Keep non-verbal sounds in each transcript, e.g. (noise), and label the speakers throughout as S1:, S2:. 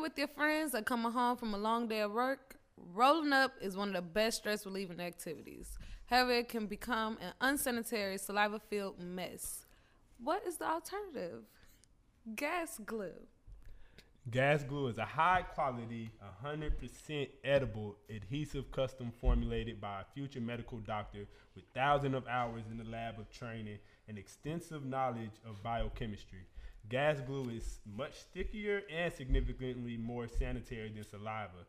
S1: with your friends or coming home from a long day of work, rolling up is one of the best stress relieving activities. However, it can become an unsanitary, saliva filled mess. What is the alternative? Gas glue.
S2: Gas glue is a high quality, 100% edible adhesive custom formulated by a future medical doctor with thousands of hours in the lab of training and extensive knowledge of biochemistry. Gas glue is much stickier and significantly more sanitary than saliva.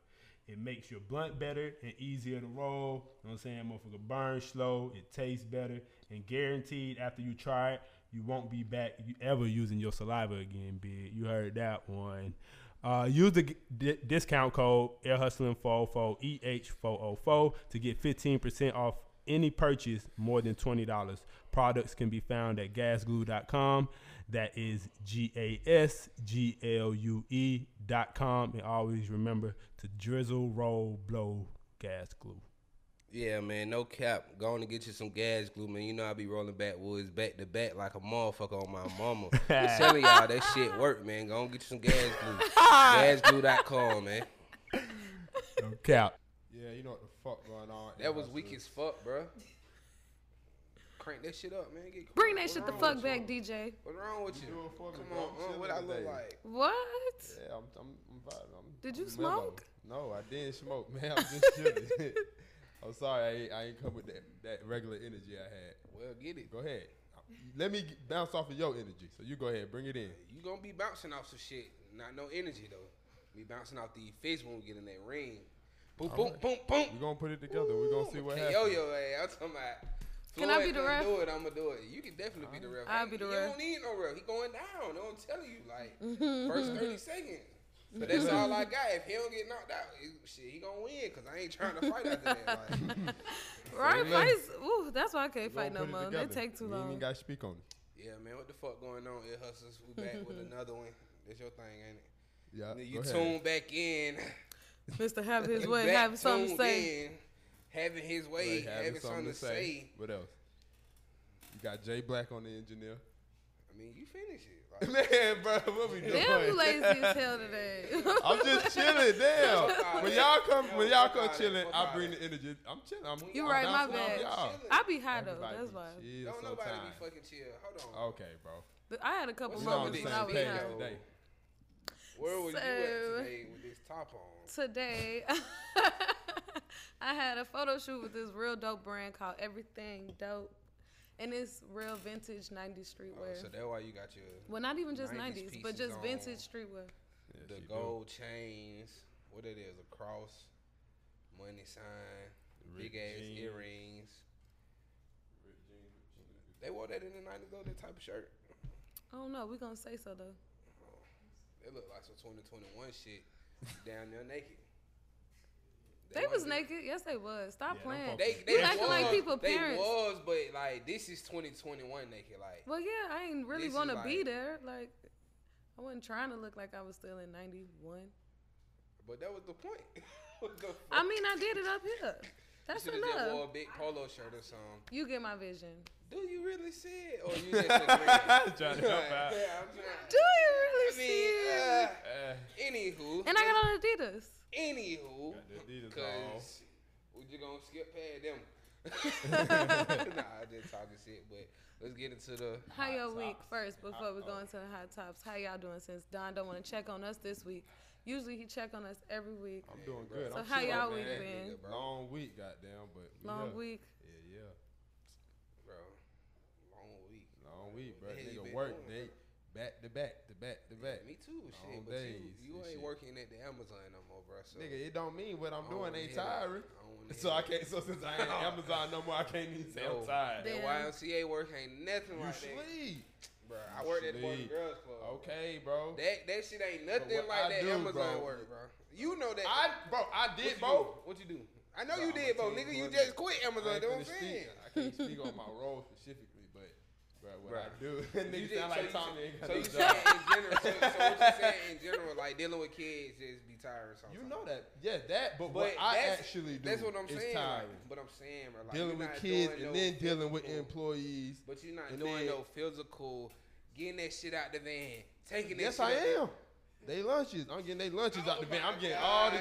S2: It makes your blunt better and easier to roll. You know what I'm saying? Motherfucker burn slow. It tastes better. And guaranteed after you try it, you won't be back you ever using your saliva again, big. You heard that one. Uh, use the g- di- discount code Air Hustling 404 EH404 to get 15% off any purchase more than $20. Products can be found at gasglue.com. That is G A S G L U E.com. And always remember to drizzle, roll, blow, gas glue.
S3: Yeah, man, no cap. Go on and get you some gas glue, man. You know I be rolling backwoods back to back like a motherfucker on my mama. I'm telling y'all that shit work, man. Go on and get you some gas glue. Gasglue.com, man.
S2: No (laughs) cap.
S4: Yeah, you know what the fuck going on.
S3: That was weak as fuck, bro. Crank that shit up, man. Get
S1: Bring that shit
S3: what's
S1: the
S3: wrong
S1: fuck
S3: with
S1: back, DJ.
S3: you? What's wrong with you?
S4: doing for me,
S3: Come
S4: bro.
S3: on,
S4: I'm
S3: uh,
S4: chilling
S3: what I look
S4: today.
S3: like?
S1: What?
S4: Yeah, I'm, I'm, I'm vibing. I'm,
S1: Did you
S4: I'm mellow.
S1: smoke?
S4: No, I didn't smoke, man. I'm just chilling. (laughs) I'm sorry, I ain't, I ain't come with that, that regular energy I had.
S3: Well, get it.
S4: Go ahead. Let me g- bounce off of your energy. So you go ahead, bring it in.
S3: You gonna be bouncing off some shit. Not no energy though. Be bouncing off these fish when we get in that ring. Boom, boom, boom, boom.
S4: We're gonna put it together. We're gonna see what
S3: Yo,
S4: happens.
S3: yo, hey, I'm talking about.
S1: Can I
S3: Floyd
S1: be the
S3: finna
S1: ref?
S3: Do it, I'm gonna do it. You can definitely be the ref.
S1: I'll
S3: Hey,
S1: be the
S3: you
S1: ref.
S3: don't need no ref. He going down. I'm telling you,
S1: (laughs)
S3: like first thirty seconds. But that's all I got. If he don't get knocked out, it- shit, he gonna win. Cause I ain't trying to fight after that.
S1: (laughs)
S3: Like,
S1: Right?
S4: Say
S1: Fights, ooh, that's why I
S4: We
S1: can't
S4: gonna
S1: fight no
S4: put it
S1: more. They
S4: together.
S1: take too
S4: We ain't even
S1: long. (laughs)
S4: gotta speak on it.
S3: yeah, man, what the fuck going on? It hustles. We back
S1: (laughs)
S3: with another one. That's your thing, ain't it?
S4: Yeah,
S3: Then
S4: Uh, go
S3: you
S4: ahead.
S3: tune back in.
S1: Mr. Have His
S4: (laughs)
S3: You
S1: Way,
S3: back
S1: having something to
S3: tuned
S1: say.
S3: in, having his
S4: Go
S3: way,
S4: ahead,
S3: having, something, to say.
S4: What else? You got Jay Black on the engineer. (laughs)
S3: I mean, you finish it. Like,
S4: Man, bro, what we doing?
S1: Damn, you lazy as
S4: (laughs)
S1: hell today.
S4: I'm just chilling, damn.
S3: about
S4: When
S3: it.
S4: y'all come,
S3: Yo,
S4: when y'all
S3: fuck
S4: come
S3: about it,
S4: chilling,
S3: fuck
S4: I
S3: about
S4: bring
S3: it.
S4: the energy. I'm chilling. I'm,
S1: (laughs) You
S4: I'm
S1: right, my
S4: bouncing
S1: bad.
S4: off y'all.
S1: I be high though.
S4: Everybody
S1: That's
S4: be
S1: why.
S4: chill
S3: don't nobody
S4: sometimes.
S3: be fucking chill. Hold on.
S4: Okay, bro.
S1: Th- I had a couple
S3: What's
S4: We on
S1: moments
S4: the
S1: when I
S4: same
S1: was
S4: page
S1: high.
S4: today.
S3: Where was you
S1: So-
S3: at today with this top on?
S1: Today, (laughs) I had a photo shoot with this real dope brand called Everything Dope, and it's real vintage '90s
S3: Oh,
S1: streetwear.
S3: so that's why you got your
S1: well, not even just
S3: 90s
S1: '90s, but
S3: pieces
S1: just
S3: on.
S1: vintage streetwear.
S4: Yeah,
S3: the
S4: she do.
S3: gold chains. What it is, a cross, money sign,
S4: Rick
S3: big ass
S4: jeans.
S3: earrings. They wore that in the nineties though. That type of shirt.
S1: I don't know. We gonna say so though.
S3: They look like some 2021 shit down there naked.
S1: They was
S3: wasn't-
S1: naked. Yes, they was. Stop
S2: Yeah, don't
S1: playing.
S2: fuck
S3: They,
S2: You
S3: they
S1: acting
S3: was,
S1: like people
S3: They
S1: parents.
S3: was, but like this is 2021 naked. Like
S1: Well, yeah, I ain't really
S3: This is
S1: want to
S3: like-
S1: be there. Like, I wasn't trying to look like I was still in '91.
S3: But that was the point. (laughs) What the
S1: I
S3: fuck?
S1: mean, I did it up here. That's
S3: you should have just wore
S1: enough.
S3: a big polo shirt or something.
S1: You get my vision.
S3: Do you really see it? Or you
S4: (laughs)
S3: just agreeing?
S4: Trying to
S3: (laughs)
S4: help out.
S3: Yeah, I'm trying.
S1: Do you really
S3: I
S1: see it?
S3: mean, uh,
S4: Eh,
S3: anywho.
S1: and I got on Adidas.
S3: anywho.
S4: Got the Adidas
S3: Because we just gonna skip past
S4: (laughs)
S3: them. nah, I just talking shit, but let's get into the.
S1: How
S3: hot
S1: your week
S3: topics.
S1: first before we go into the hot tops? How y'all doing since Don don't want to check on us this week? Usually he check on us every week.
S4: I'm doing good.
S1: So
S4: I'm
S1: how
S4: chilling,
S1: y'all
S4: man.
S1: week
S3: That
S1: been?
S3: nigga, bro.
S4: Long week, goddamn, but we
S1: Long
S4: here.
S1: week.
S4: Yeah, yeah.
S3: Bro, long week.
S4: Long week, bro.
S3: What the hell you
S4: Nigga
S3: been
S4: work
S3: doing?
S4: day, back to back to back to back.
S3: Me too, shit.
S4: Long
S3: But
S4: days
S3: you, you
S4: and
S3: ain't
S4: shit.
S3: working at the Amazon no more, bro. So
S4: Nigga, it don't mean what I'm
S3: I don't
S4: doing
S3: wanna
S4: ain't
S3: hear that.
S4: tiring. (laughs)
S3: don't wanna
S4: So
S3: hear
S4: I
S3: that.
S4: can't. So since I
S3: (laughs)
S4: ain't Amazon no more, I can't even say
S3: No.
S4: I'm tired.
S1: Damn.
S3: That YMCA work ain't nothing
S4: You
S3: like that.
S4: sleep.
S3: Bro, I worked at the Boys and
S4: Sleep.
S3: Girls Club.
S4: Okay, bro.
S3: That that shit ain't nothing
S4: what
S3: like
S4: I
S3: that
S4: do,
S3: Amazon
S4: bro.
S3: work, bro. You know that.
S4: I, bro, I
S3: What
S4: did
S3: you
S4: both.
S3: do? What you do? I know
S4: Bro,
S3: you
S4: I'ma
S3: did both,
S4: tell you
S3: nigga. You
S4: one
S3: just
S4: thing.
S3: quit
S4: I
S3: Amazon.
S4: ain't
S3: That's what I'm
S4: finna
S3: saying.
S4: (laughs) speak. I can't speak on my role specifically, but bro, what I
S3: Bruh.
S4: do, (laughs)
S3: You
S4: nigga
S3: did-
S4: sound like
S3: so
S4: Tommy. Ain't
S3: you-
S4: got
S3: So
S4: no
S3: you saying in general?
S4: job.
S3: So, so what you saying
S4: (laughs)
S3: in general? Like dealing with kids just be tiring. Sometimes.
S4: You know that, yeah, that. But, what I
S3: that's-
S4: actually do,
S3: That's what I'm
S4: is
S3: saying. like,
S4: tiring.
S3: but I'm saying, bro, like,
S4: dealing
S3: you're
S4: with
S3: not
S4: kids
S3: doing
S4: and
S3: no
S4: then dealing with
S3: physical-
S4: employees.
S3: But you're not
S4: and
S3: doing
S4: then-
S3: no physical, getting that shit out the van, taking that.
S4: Yes,
S3: shit Oh
S4: I
S3: out the-
S4: am. They lunches. I'm getting they lunches out the van. I'm getting all the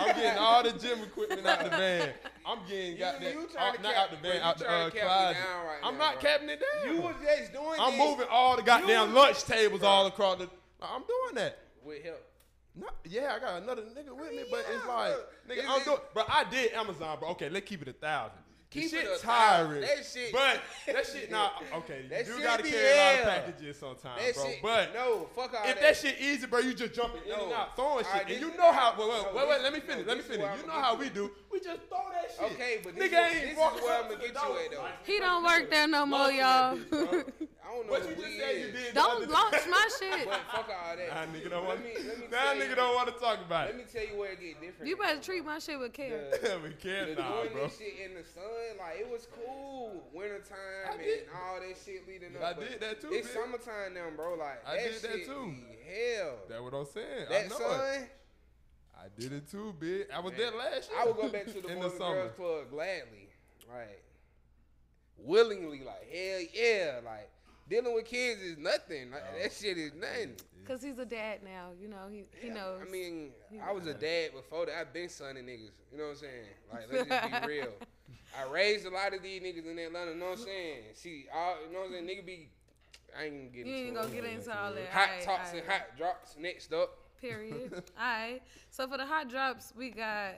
S4: I'm getting all the gym equipment out the van. I'm getting got that
S3: you trying
S4: out,
S3: to
S4: not
S3: cap-
S4: out the
S3: bro,
S4: van
S3: you
S4: out the
S3: trying to cap me
S4: uh, closet.
S3: down right
S4: I'm
S3: now,
S4: not
S3: bro.
S4: capping it down.
S3: You was just doing
S4: I'm
S3: this
S4: moving all the goddamn
S3: You-
S4: lunch tables
S3: Bro.
S4: all across the. I'm doing that.
S3: with help.
S4: No, yeah, I got another nigga with me, but it's
S3: yeah,
S4: like,
S3: bro.
S4: nigga,
S3: Is
S4: I'm
S3: it-
S4: doing, bro. I did Amazon, bro. Okay, let's keep it a thousand. The
S3: Keep it
S4: shit
S3: a
S4: tiring.
S3: thousand. That shit- (laughs)
S4: but that shit now. Okay,
S3: That
S4: you do
S3: shit
S4: gotta
S3: be
S4: carry a lot
S3: hell.
S4: of packages sometimes,
S3: That
S4: bro.
S3: shit.
S4: but
S3: no, fuck all
S4: if that shit easy, bro, you just jumping in and
S3: No.
S4: out, throwing shit,
S3: Alright,
S4: and
S3: this-
S4: you know how. Wait, wait,
S3: no,
S4: wait, wait,
S3: this-
S4: let me
S3: no,
S4: finish. let me
S3: this is
S4: finish.
S3: where
S4: You
S3: I'ma
S4: know
S3: get
S4: how
S3: you
S4: we
S3: at.
S4: do. We just throw that shit.
S3: Okay, but this
S4: nigga
S3: is-
S4: ain't
S3: this is
S4: walking
S3: where
S4: up (laughs)
S3: I'ma
S4: to the
S3: get you
S4: door.
S3: at, though.
S4: Like,
S1: He
S3: (laughs)
S1: don't work there no more, y'all.
S4: Lunch and that bitch, bro.
S3: I don't know
S4: What
S3: who
S4: you just
S3: we
S4: said
S3: is,
S4: you did. the other
S1: Don't
S4: day.
S1: launch my shit.
S3: But fuck all that.
S4: Nah, nigga don't want.
S3: Let me, let me
S4: Nah,
S3: tell you,
S4: nigga don't want to talk about
S3: Let
S4: it.
S3: me tell you where it get
S1: (laughs)
S3: different.
S1: You
S3: now.
S1: better treat my shit with care.
S3: The-
S4: we can't,
S3: the
S4: nah,
S3: doing
S4: bro.
S3: this shit in the sun, like it was cool, wintertime
S4: I
S3: and
S4: did-
S3: all that shit leading up.
S4: I
S3: but
S4: did that too,
S3: It's
S4: bitch.
S3: summertime now, bro. Like
S4: I
S3: that
S4: did that
S3: shit
S4: too.
S3: be Hell,
S4: That's what I'm saying. I
S3: that
S4: know
S3: sun.
S4: it. I did it too, bitch. I was there last year.
S3: I would go
S4: (laughs)
S3: back to the, boys
S4: in the
S3: and
S4: summer.
S3: girls club gladly, like willingly, like hell yeah, like dealing with kids is nothing. Like, That shit is nothing.
S1: (laughs) Cause he's a dad now, you know. He he knows.
S3: I mean, I was a dad before that. I've been sonning niggas. You know what I'm saying? Like, let's just be
S1: (laughs)
S3: real. I raised a lot of these niggas in Atlanta. You know what I'm saying? See, all, you know what I'm saying? Nigga be, I ain't gonna get
S1: you
S3: into
S1: ain't
S3: it.
S1: gonna get into all that.
S3: hot
S1: Alright,
S3: talks
S1: alright.
S3: and hot drops next up.
S1: Period. all right. So for the hot drops, we got.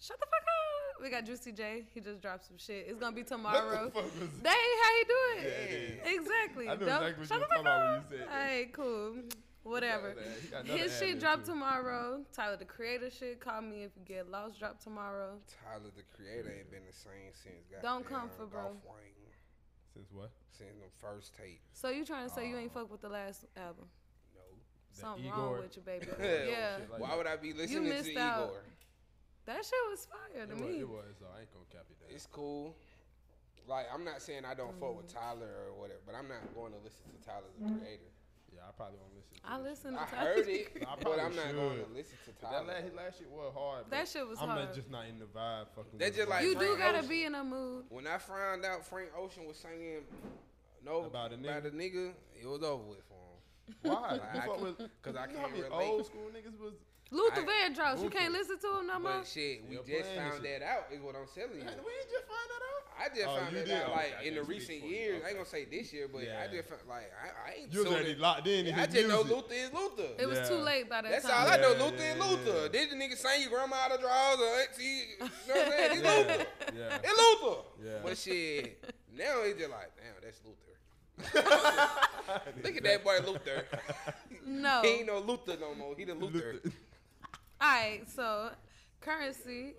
S1: Shut the fuck up. We got Juicy J. He just dropped some shit. It's gonna be tomorrow.
S4: fuck was-
S1: That ain't how you do
S4: Yeah, it
S1: it. exactly.
S4: I knew
S1: Don't-
S4: exactly
S1: shut
S4: what you was
S1: the fuck
S4: talking about when
S1: up.
S4: you said
S1: All
S4: that.
S1: right, cool. Whatever.
S4: He got another
S1: His
S4: ad-lib,
S1: shit dropped
S4: too.
S1: tomorrow. Tyler the Creator shit. Call me if you get lost. Drop tomorrow.
S3: Tyler, the creator, ain't been the same since.
S1: Don't
S3: goddamn
S1: come for bro.
S3: Golf Wang,
S4: Since what?
S3: Since the first tape.
S1: So you trying to say you ain't fuck with the last album?
S3: No.
S1: Something
S4: Igor.
S1: wrong with you, baby.
S4: (laughs)
S3: Hell,
S1: yeah,
S4: shit like
S3: Why
S4: that.
S3: would I be listening
S1: missed
S3: to
S1: out.
S3: Igor?
S1: that shit was fire to
S4: It was,
S1: me.
S4: it was, so I ain't gonna copy that.
S3: It's cool. Like I'm not saying I don't fuck
S1: Mm.
S3: with Tyler or whatever, but I'm not going to listen to Tyler the Creator.
S4: yeah, I probably won't listen. To
S1: I
S4: this
S1: listened to
S3: I
S1: Tyler.
S3: heard it,
S4: I
S3: but
S4: probably
S3: I'm not going to
S4: should.
S3: listen to
S4: shit. That
S3: Tyler.
S4: last, his last shit was hard.
S1: (laughs) That
S4: but
S1: shit was
S4: I'm
S1: hard.
S4: Not, just not in the vibe. Fucking.
S3: That
S4: with
S3: just
S4: it.
S3: like-
S1: You do
S3: Frank
S1: gotta
S3: Ocean.
S1: be in a mood.
S3: When I found out Frank Ocean was singing "No"
S4: About a
S3: about a nigga, it was over with for him. I
S4: why? You fuck
S3: can't-
S4: with?
S3: 'cause I
S4: you
S3: can't
S4: know how many
S3: relate.
S4: Old school niggas was.
S1: Luther
S3: I-
S1: Vandross, you
S4: Luther.
S1: can't listen to him no more.
S3: But shit, we
S4: They're
S3: just
S4: playing
S3: found
S4: shit.
S3: that out. Is what I'm telling you.
S4: Man, we just find that out.
S3: I just
S4: Oh,
S3: found
S4: you
S3: that
S4: did?
S3: out
S4: Okay,
S3: like
S4: I
S3: in the
S4: can't speak
S3: recent
S4: for you.
S3: years. I ain't
S4: Okay.
S3: gonna say this year, but I
S4: Yeah.
S3: just found, like I, I ain't.
S4: You was
S3: so
S4: already
S3: that-
S4: locked in. in
S3: I
S4: his
S3: just know
S4: music.
S3: Luther is Luther.
S1: It was too
S4: Yeah.
S1: late by that
S3: That's all
S1: time.
S3: I know.
S4: Yeah,
S3: Luther and
S4: yeah,
S3: Luther.
S4: yeah.
S3: Did the nigga sing your grandma out of drawers or auntie? You know
S1: (laughs)
S3: what I'm saying? It's Luther.
S4: Yeah.
S3: It's Luther.
S4: Yeah.
S3: But shit, now it's just like, damn, that's
S4: (laughs)
S3: Luther. Look at that boy Luther.
S1: no.
S3: (laughs) He ain't no Luther no more. He the Luther.
S4: Luther.
S1: All right, so currency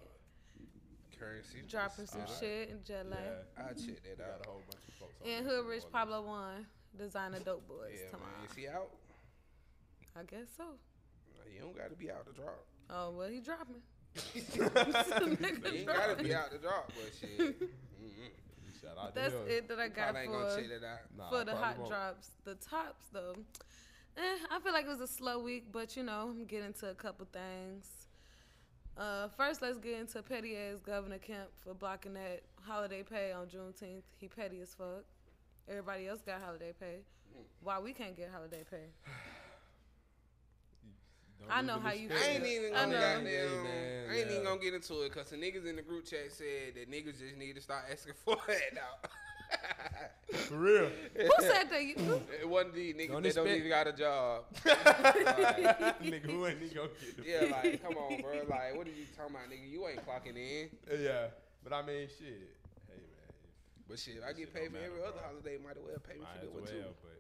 S3: Currency.
S1: dropping some shit in Jet Lag.
S4: Yeah.
S3: I check that
S4: Got
S3: out.
S4: a whole bunch of folks. on
S1: And
S4: there.
S1: Hood Rich Pablo One, designer
S3: (laughs)
S1: dope boys
S3: Yeah, man.
S1: tomorrow.
S3: Is he out?
S1: I guess so.
S3: Nah, You don't gotta be out the drop.
S1: Oh well, he
S3: (laughs)
S1: dropping. (laughs)
S3: You
S1: Nigga
S3: ain't gotta
S1: dropping.
S3: be out the drop, but shit.
S1: (laughs)
S3: Mm-mm.
S4: Shout out to
S1: That's
S4: him.
S1: it that I got
S3: Probably ain't gonna
S1: for
S3: check that out.
S4: Nah, I
S1: for the
S4: probably
S1: hot
S4: won't.
S1: drops. The tops though, eh, I feel like it was a slow week, but you know, I'm getting to a couple things. Uh, first, let's get into petty ass Governor Kemp for blocking that holiday pay on Juneteenth. He petty as fuck. Everybody else got holiday pay. Why we can't get holiday pay?
S4: Don't
S1: I know
S4: even
S1: how you
S4: expect
S3: I
S1: feel.
S3: ain't
S4: it.
S3: even
S1: I
S3: gonna
S1: know.
S3: goddamn.
S4: Hey, man,
S3: I ain't even
S4: yeah.
S3: gonna get into it because the niggas in the group chat said that niggas just need to start asking (laughs) for it now.
S4: For real.
S1: Who said that? You, who-
S3: (laughs) it wasn't these niggas
S4: Don't
S3: that don't
S4: expect-
S3: even got a job.
S4: (laughs) Nigga, who ain't even gonna get the
S3: Yeah, like come on, bro. Like what are you talking about, nigga? You ain't clocking in.
S4: Yeah, but I mean, shit. Hey man,
S3: But shit, if I get
S4: shit
S3: paid
S4: don't
S3: for
S4: matter,
S3: every
S4: bro.
S3: other holiday. Might as well pay me for
S4: might as
S3: that one
S4: well.
S3: too.
S4: But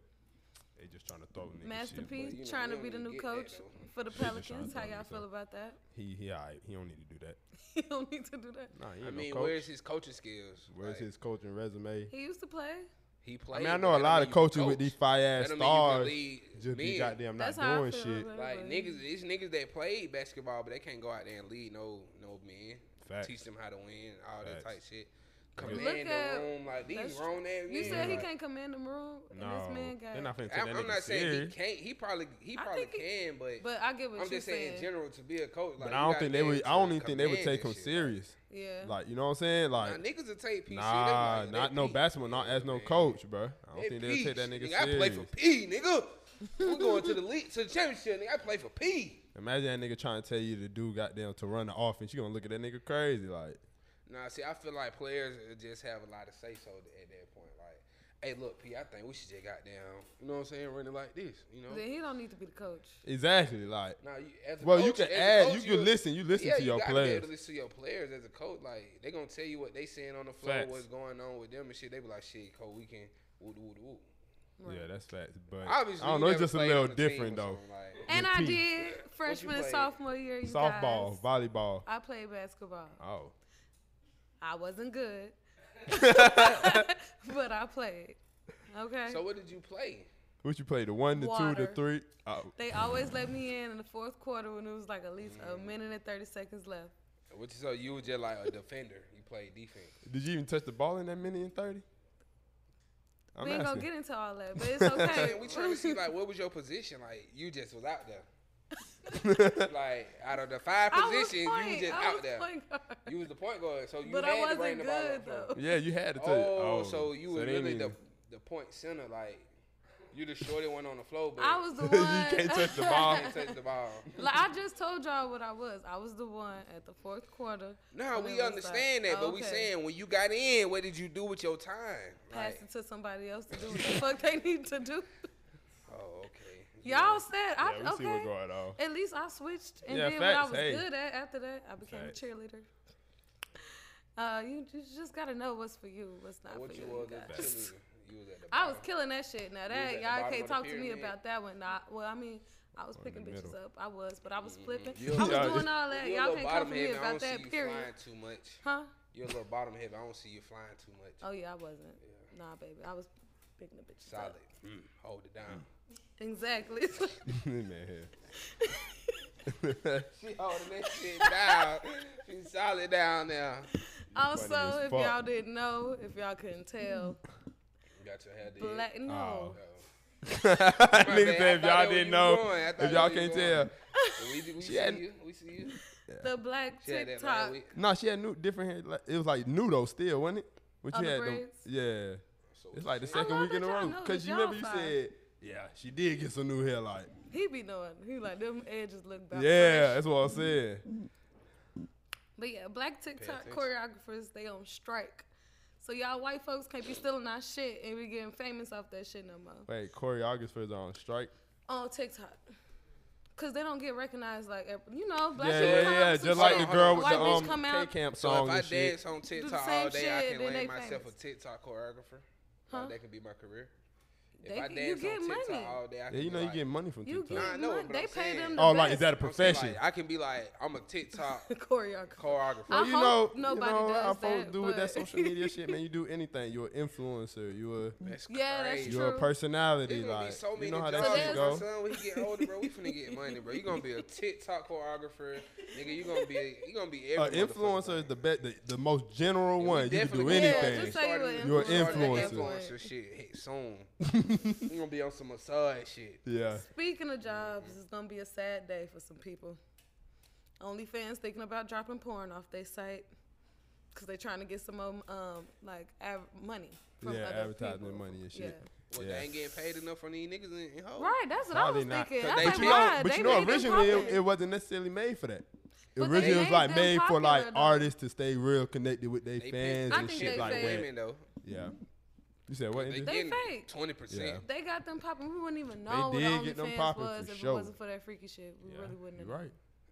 S4: they just trying to throw niggas.
S1: Master
S4: shit,
S1: P
S3: you know,
S1: trying to
S3: we
S1: be the
S3: don't
S1: new
S3: get that,
S1: coach
S3: though.
S1: for the
S4: trying to
S1: Pelicans. How
S4: tell me
S1: y'all feel
S4: so.
S1: about that? (laughs)
S4: but He he, alright. He don't need to do that.
S1: You don't need to do that.
S4: Nah, he ain't
S3: I mean,
S4: no coach.
S3: where's his coaching skills?
S4: Where's
S3: Like,
S4: his coaching resume?
S1: He used to play.
S3: He
S4: I
S3: played.
S4: mean, I
S3: but
S4: know a
S3: that don't
S4: lot of
S3: mean you
S4: coaches with
S3: coach.
S4: these fire ass
S3: That don't mean you can
S4: stars
S3: lead
S4: just be
S3: men.
S4: goddamn not
S1: That's how I
S4: doing
S1: feel.
S4: shit.
S1: about
S3: Like
S1: everybody.
S3: niggas, it's niggas that played basketball, but they can't go out there and lead no no men.
S4: Facts.
S3: Teach them how to win, all that
S4: Facts.
S3: type shit.
S1: Look
S3: Command
S1: at-
S3: the room like these
S1: that's-
S3: grown ass
S1: You
S3: men.
S1: said he
S3: like,
S1: can't command the room, and
S4: No,
S1: this man got.
S4: they're not finna take
S3: I'm,
S4: that
S3: I'm
S4: nigga
S3: not saying
S4: serious.
S3: he can't. He probably he
S1: I
S3: probably
S1: think he-
S3: can, but,
S1: but I get what
S3: I'm
S1: you're
S3: just saying in
S1: saying.
S3: general to be a coach. Like,
S4: But
S3: you
S4: I don't
S3: got
S4: think they
S3: man
S4: would.
S3: to
S4: I don't even think they would
S3: command
S4: take
S3: that
S4: him
S3: shit.
S4: serious.
S1: Yeah.
S4: Like you know what I'm saying?
S3: Nah,
S4: Like
S3: niggas will take PC.
S4: Nah,
S3: they be like,
S4: not
S3: they
S4: no
S3: P.
S4: basketball. Not as no
S3: man.
S4: coach, bro. I
S3: They
S4: don't think they'll
S3: P's,
S4: take that nigga
S3: I play
S4: serious.
S3: for P, nigga. we going to the league, to the championship. Nigga, I play for P.
S4: Imagine that nigga trying to tell you to do goddamn to run the offense. You gonna look at that nigga crazy like.
S3: Nah, see, I feel like players just have a lot of say so at that point. Like, hey, look, P, I think we should just got down. You know what I'm saying? Running like this. You know.
S1: Then he don't need to be the coach.
S4: Exactly, like.
S3: Nah, you, as a
S4: Well, you
S3: coach-
S4: can
S3: as a
S4: add.
S3: coach,
S4: you can listen. You listen
S3: yeah,
S4: to
S3: you
S4: your
S3: gotta Be
S4: players.
S3: able to listen to your players as a coach. Like they gonna tell you what they saying on the floor,
S4: Facts.
S3: what's going on with them and shit. They be like, shit, coach, we can. Woo, woo, woo.
S4: Yeah, that's facts. But
S3: Obviously,
S4: I don't
S3: you
S4: know. It's
S3: never
S4: just a
S3: played
S4: little
S3: on the team or
S4: different though.
S3: something, like-
S1: And I
S4: P.
S1: did freshman and
S3: played?
S1: softbore year. You
S4: Softball,
S1: guys.
S4: volleyball.
S1: I played basketball.
S4: Oh,
S1: I wasn't
S4: (laughs)
S1: good, (laughs) but I played. Okay.
S3: So what did you play?
S4: what you play? The one, the two, the
S1: Water.
S4: three. Oh,
S1: they always let me in in the fourth quarter when it was like at least a
S3: Mm.
S1: minute and thirty seconds left.
S3: Which so you were just like a defender. You played defense.
S4: (laughs) did you even touch the ball in that minute and thirty? I'm
S1: we ain't
S4: asking.
S1: gonna get into all that, but
S3: (laughs)
S1: it's okay.
S3: Saying, we trying to see like what was your position? Like you just was out there.
S4: (laughs)
S3: like out of the five
S1: (laughs) I was
S3: positions, you was
S1: playing-
S3: just
S1: I
S3: out
S1: was
S3: there.
S1: playing guard.
S3: You was the point guard, so you
S1: But I
S3: had to
S1: wasn't
S3: bring the ball
S1: good
S3: up front.
S1: though.
S4: yeah, you had to touch. it.
S3: Oh, so you were
S4: they
S3: really
S4: didn't
S3: the
S4: even-
S3: the point center, like you the shorty one on the floor, but
S1: I was the one.
S4: (laughs) you can't
S1: (laughs)
S4: touch
S3: (laughs)
S4: the ball.
S3: can't touch the ball.
S1: like I just told y'all what I was. I was the one at the fourth quarter.
S3: No,
S1: when it
S3: we
S1: was
S3: understand
S1: like,
S3: that, but we
S1: okay,
S3: saying when you got in, what did you do with your time?
S1: pass
S3: Like,
S1: it to somebody else to do what the fuck they need to
S4: (laughs)
S1: do.
S3: oh, okay.
S1: Y'all said
S4: Yeah,
S1: I
S4: we see what's
S1: okay.
S4: going on. (laughs)
S1: At least I switched, and
S4: Yeah,
S1: then
S4: facts,
S1: what I
S4: hey.
S1: was good at after that, I became
S4: Facts.
S1: a cheerleader. Uh, you ju- just gotta know what's for you, what's not
S3: What
S1: for
S3: you
S1: you.
S3: was
S1: you
S3: at
S1: guys.
S3: the cheerleader. You was at the
S1: I was
S3: bottom.
S1: killing that shit. Now
S3: was at
S1: that
S3: the
S1: y'all
S3: bottom
S1: can't
S3: of the
S1: talk to me
S3: pyramid.
S1: about that one. Nah, well, I mean, I was picking
S4: the
S1: bitches
S4: middle.
S1: up. I was, but I was flipping.
S3: Mm-hmm. You-
S1: I was
S4: Y'all
S1: doing
S4: just-
S1: all that.
S3: You a
S1: Y'all
S3: little
S1: can't come
S3: bottom
S1: to me
S3: heavy, I
S1: about
S3: don't see
S1: that.
S3: you
S1: Period.
S3: Flying too much.
S1: Huh?
S3: You're a little bottom heavy. I don't see you flying too much.
S1: (laughs) Oh yeah, I wasn't. Nah, baby, I was picking the bitches
S3: Solid.
S1: up.
S3: Mm, hold it down.
S1: Exactly.
S3: (laughs)
S1: (laughs)
S4: This man here. (laughs)
S3: She holding that shit down. She's solid down there.
S1: also,
S4: as
S1: if
S4: fuck.
S1: y'all didn't know, if y'all couldn't tell,
S3: You got your hair did.
S1: black no.
S4: Oh.
S3: Uh,
S4: Nigga
S3: bad. I thought
S4: said if y'all
S3: that
S4: didn't
S3: where you
S4: know,
S3: going. I thought
S4: if
S3: that
S4: y'all
S3: where you
S4: can't
S3: going.
S4: tell.
S3: We, we see
S4: had-
S3: you. We see you.
S1: The black
S3: She had that
S1: TikTok.
S3: last week.
S4: No, she had new different hair. Like, it was like new though, still, wasn't it? But
S1: Oh,
S4: you
S1: the
S4: had them.
S1: braids?
S4: Yeah,
S3: So
S4: it's like the
S1: I
S4: second
S1: love
S4: week in
S1: that
S4: a
S1: y'all
S4: row.
S1: know
S4: Cause
S1: that
S4: you
S1: y'all
S4: remember you
S1: fine.
S4: said, yeah, she did get some new hair. Like,
S1: He be knowing. He like them edges look about
S4: yeah,
S1: fresh.
S4: that's what I'm saying.
S1: But yeah, black TikTok
S3: attention.
S1: choreographers they on strike. So y'all white folks can't be stealing our shit and we getting famous off that shit no more
S4: Wait, choreographers are on strike.
S1: on TikTok. Cause they don't get recognized like every- you know black
S4: yeah,
S1: people come out
S4: yeah, yeah.
S1: with some
S4: Just like the
S1: shit,
S3: shit.
S4: girl with
S1: white
S4: the
S1: bitch
S4: um
S1: come
S4: K
S1: out,
S4: camp
S3: So
S4: song
S3: if I
S4: and shit.
S3: dance on TikTok
S1: same
S3: all day, I
S1: shit,
S3: can
S1: then
S3: name
S1: they
S3: myself
S1: famous.
S3: a TikTok choreographer.
S1: Huh?
S3: Like, that could be my career. If
S1: They
S3: I
S1: can- you
S3: dance
S1: get
S3: on TikTok
S1: money.
S3: all day, I can
S4: Yeah, you
S3: be
S4: know you
S3: like,
S4: get money from
S1: You
S4: TikTok.
S3: Nah, I know,
S1: money.
S3: but
S1: They
S3: I'm
S1: pay them
S3: saying-
S1: the
S4: Oh, like is
S1: best
S4: that a
S3: I'm saying,
S4: profession?
S3: Like, I can be like, I'm
S1: (laughs)
S3: a TikTok
S1: choreographer.
S3: choreographer.
S1: I
S4: you know,
S1: hope nobody
S4: you know,
S1: does
S4: our folks
S1: that,
S4: do with that
S1: but-
S4: social
S1: (laughs)
S4: media shit, man. You do anything. You're an influencer. You're
S3: That's
S1: Yeah, that's
S3: crazy.
S1: true.
S4: you're a personality.
S3: There's gonna be
S4: Like,
S3: so many
S4: you know how
S3: jobs.
S4: that shit
S1: So
S4: go.
S1: there's-
S3: my son, when he get older, bro, we finna get money, bro. You gonna be a TikTok choreographer, nigga. You gonna be, a, you gonna be
S4: An
S3: every motherfucker.
S4: influencer is the best, the, the most general
S3: We
S4: one. You can do
S3: definitely gonna
S1: Yeah,
S4: anything.
S3: start
S1: just
S3: starting-
S1: say you
S4: You're
S1: an
S4: an
S3: starting that
S1: influencer.
S3: influencer shit hit soon. you gonna be on some massage shit.
S4: (laughs) yeah.
S1: Speaking of jobs, it's gonna be a sad day for some people. OnlyFans thinking about dropping porn off their site because they're trying to get some more, um like av- money. From
S4: Yeah,
S1: other
S4: advertising
S1: people.
S4: money and shit.
S3: Well,
S4: Yeah.
S3: they ain't getting paid enough from these niggas and, and hoes.
S1: Right, that's what
S4: Probably
S1: I was
S4: not.
S1: thinking.
S3: 'Cause
S1: I was
S3: they
S1: like,
S4: But
S3: do-
S4: you
S1: why?
S4: know, but
S1: They
S4: you know
S1: made it
S4: originally it,
S1: poppin'.
S4: it wasn't necessarily made for that.
S1: But they
S4: originally, it was
S1: made
S4: like
S1: them
S4: made for
S1: popular,
S4: like
S1: though.
S4: artists to stay real connected with their
S3: They
S4: fans
S3: pick-
S1: I
S4: and
S1: think
S4: shit
S1: they
S4: like
S1: fake.
S4: that.
S3: women though.
S4: Yeah. You said what?
S3: They,
S4: Andrew?
S1: They
S3: getting
S1: fake.
S3: twenty percent.
S1: they got them popping. We wouldn't even know
S4: They
S1: what
S4: did get them
S1: OnlyFans
S4: popping
S1: was
S4: for
S1: if
S4: sure.
S1: it wasn't for that freaky shit. We
S4: Yeah,
S1: really wouldn't.
S4: you
S1: have
S4: right.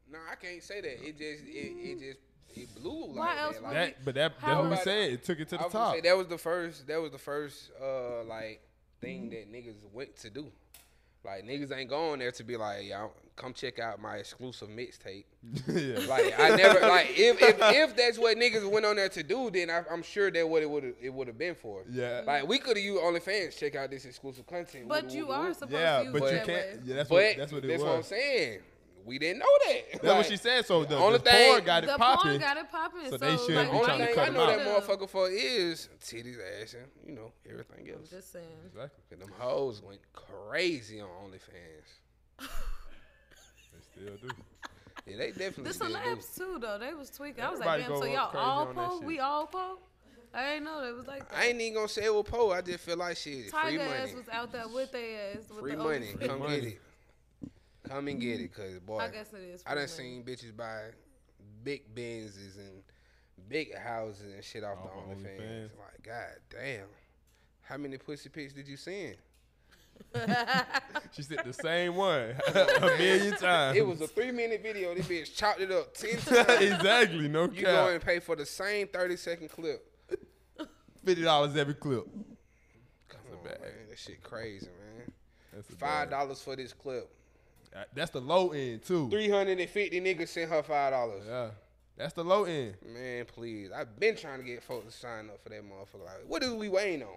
S3: No, I can't say that. It just, it, it just, it blew like
S1: Why else
S3: that.
S1: would
S3: Like,
S4: That, but that, that's
S1: How-
S4: what we saying. It took it to
S3: I
S4: the
S3: was gonna
S4: top.
S3: Say, that was the first. That was the first uh like thing that niggas went to do. Like niggas ain't going there to be like, y'all come check out my exclusive mixtape.
S4: (laughs)
S1: (laughs)
S4: yeah.
S3: Like I never like if, if if that's what niggas went on there to do, then I, I'm sure that what it would it would have been for.
S4: Yeah.
S3: Like we could have used OnlyFans check out this exclusive content.
S1: But
S3: woo-doo,
S1: you
S3: woo-doo,
S1: are
S3: woo-doo.
S1: supposed
S4: yeah,
S1: to use
S4: but
S1: it
S4: you
S1: that
S4: can't.
S1: way.
S4: Yeah, that's what.
S3: But
S4: That's what it
S3: that's
S4: was.
S3: what I'm saying. We didn't know that.
S4: That's what she said. So the,
S3: only
S4: the
S3: thing-
S4: porn got
S1: the
S4: it
S1: porn
S4: popping.
S1: got it popping.
S4: so
S1: So,
S4: they should
S1: like,
S4: be
S1: we
S3: Only
S4: trying to
S1: can't
S3: thing
S4: cut
S3: I
S1: do
S4: them
S3: know
S4: out.
S3: that motherfucker for is titties, ass, and you know everything
S1: I'm
S3: else.
S1: just saying.
S4: Exactly.
S3: And them hoes went crazy on OnlyFans.
S4: They still do.
S3: Yeah, they definitely
S1: The
S3: still do.
S1: celebs too, though they was tweaking. I was
S4: Everybody
S1: like, damn.
S4: go
S1: So y'all
S4: up crazy
S1: all
S4: on that
S1: po?
S4: shit.
S1: We all po? I didn't know that it was like that.
S3: I ain't even gonna say it was Poe. I just feel like shit. free
S1: Tiger ass
S3: money.
S1: was out there with their ass. With
S3: Free
S1: the
S3: money.
S1: OG.
S3: Come
S2: money.
S3: get it. Come and get it, cause boy,
S1: I guess it is.
S3: I
S1: free
S3: done
S1: money.
S3: seen bitches buy big Benzes and big houses and shit off
S2: Off of
S3: the OnlyFans.
S2: OnlyFans.
S3: Like, god damn. How many pussy pics did you send?
S4: She said the
S3: (laughs)
S4: same one (laughs) a million times.
S3: It was a three minute video. This bitch chopped it
S1: (laughs)
S3: up ten times.
S4: (laughs) exactly no
S3: You go
S4: cap.
S3: and pay for the same thirty second clip.
S4: Fifty dollars every clip.
S3: Come
S4: a
S3: on,
S4: bad-
S3: man. That shit crazy, man.
S4: That's a
S3: Five
S4: bad-
S3: dollars for this clip.
S4: Uh, That's the low end too.
S3: Three hundred and fifty niggas sent her five dollars.
S4: Yeah, that's the low end.
S3: Man, please. I've been trying to get folks to sign up for that motherfucker. Like, what is we waiting on?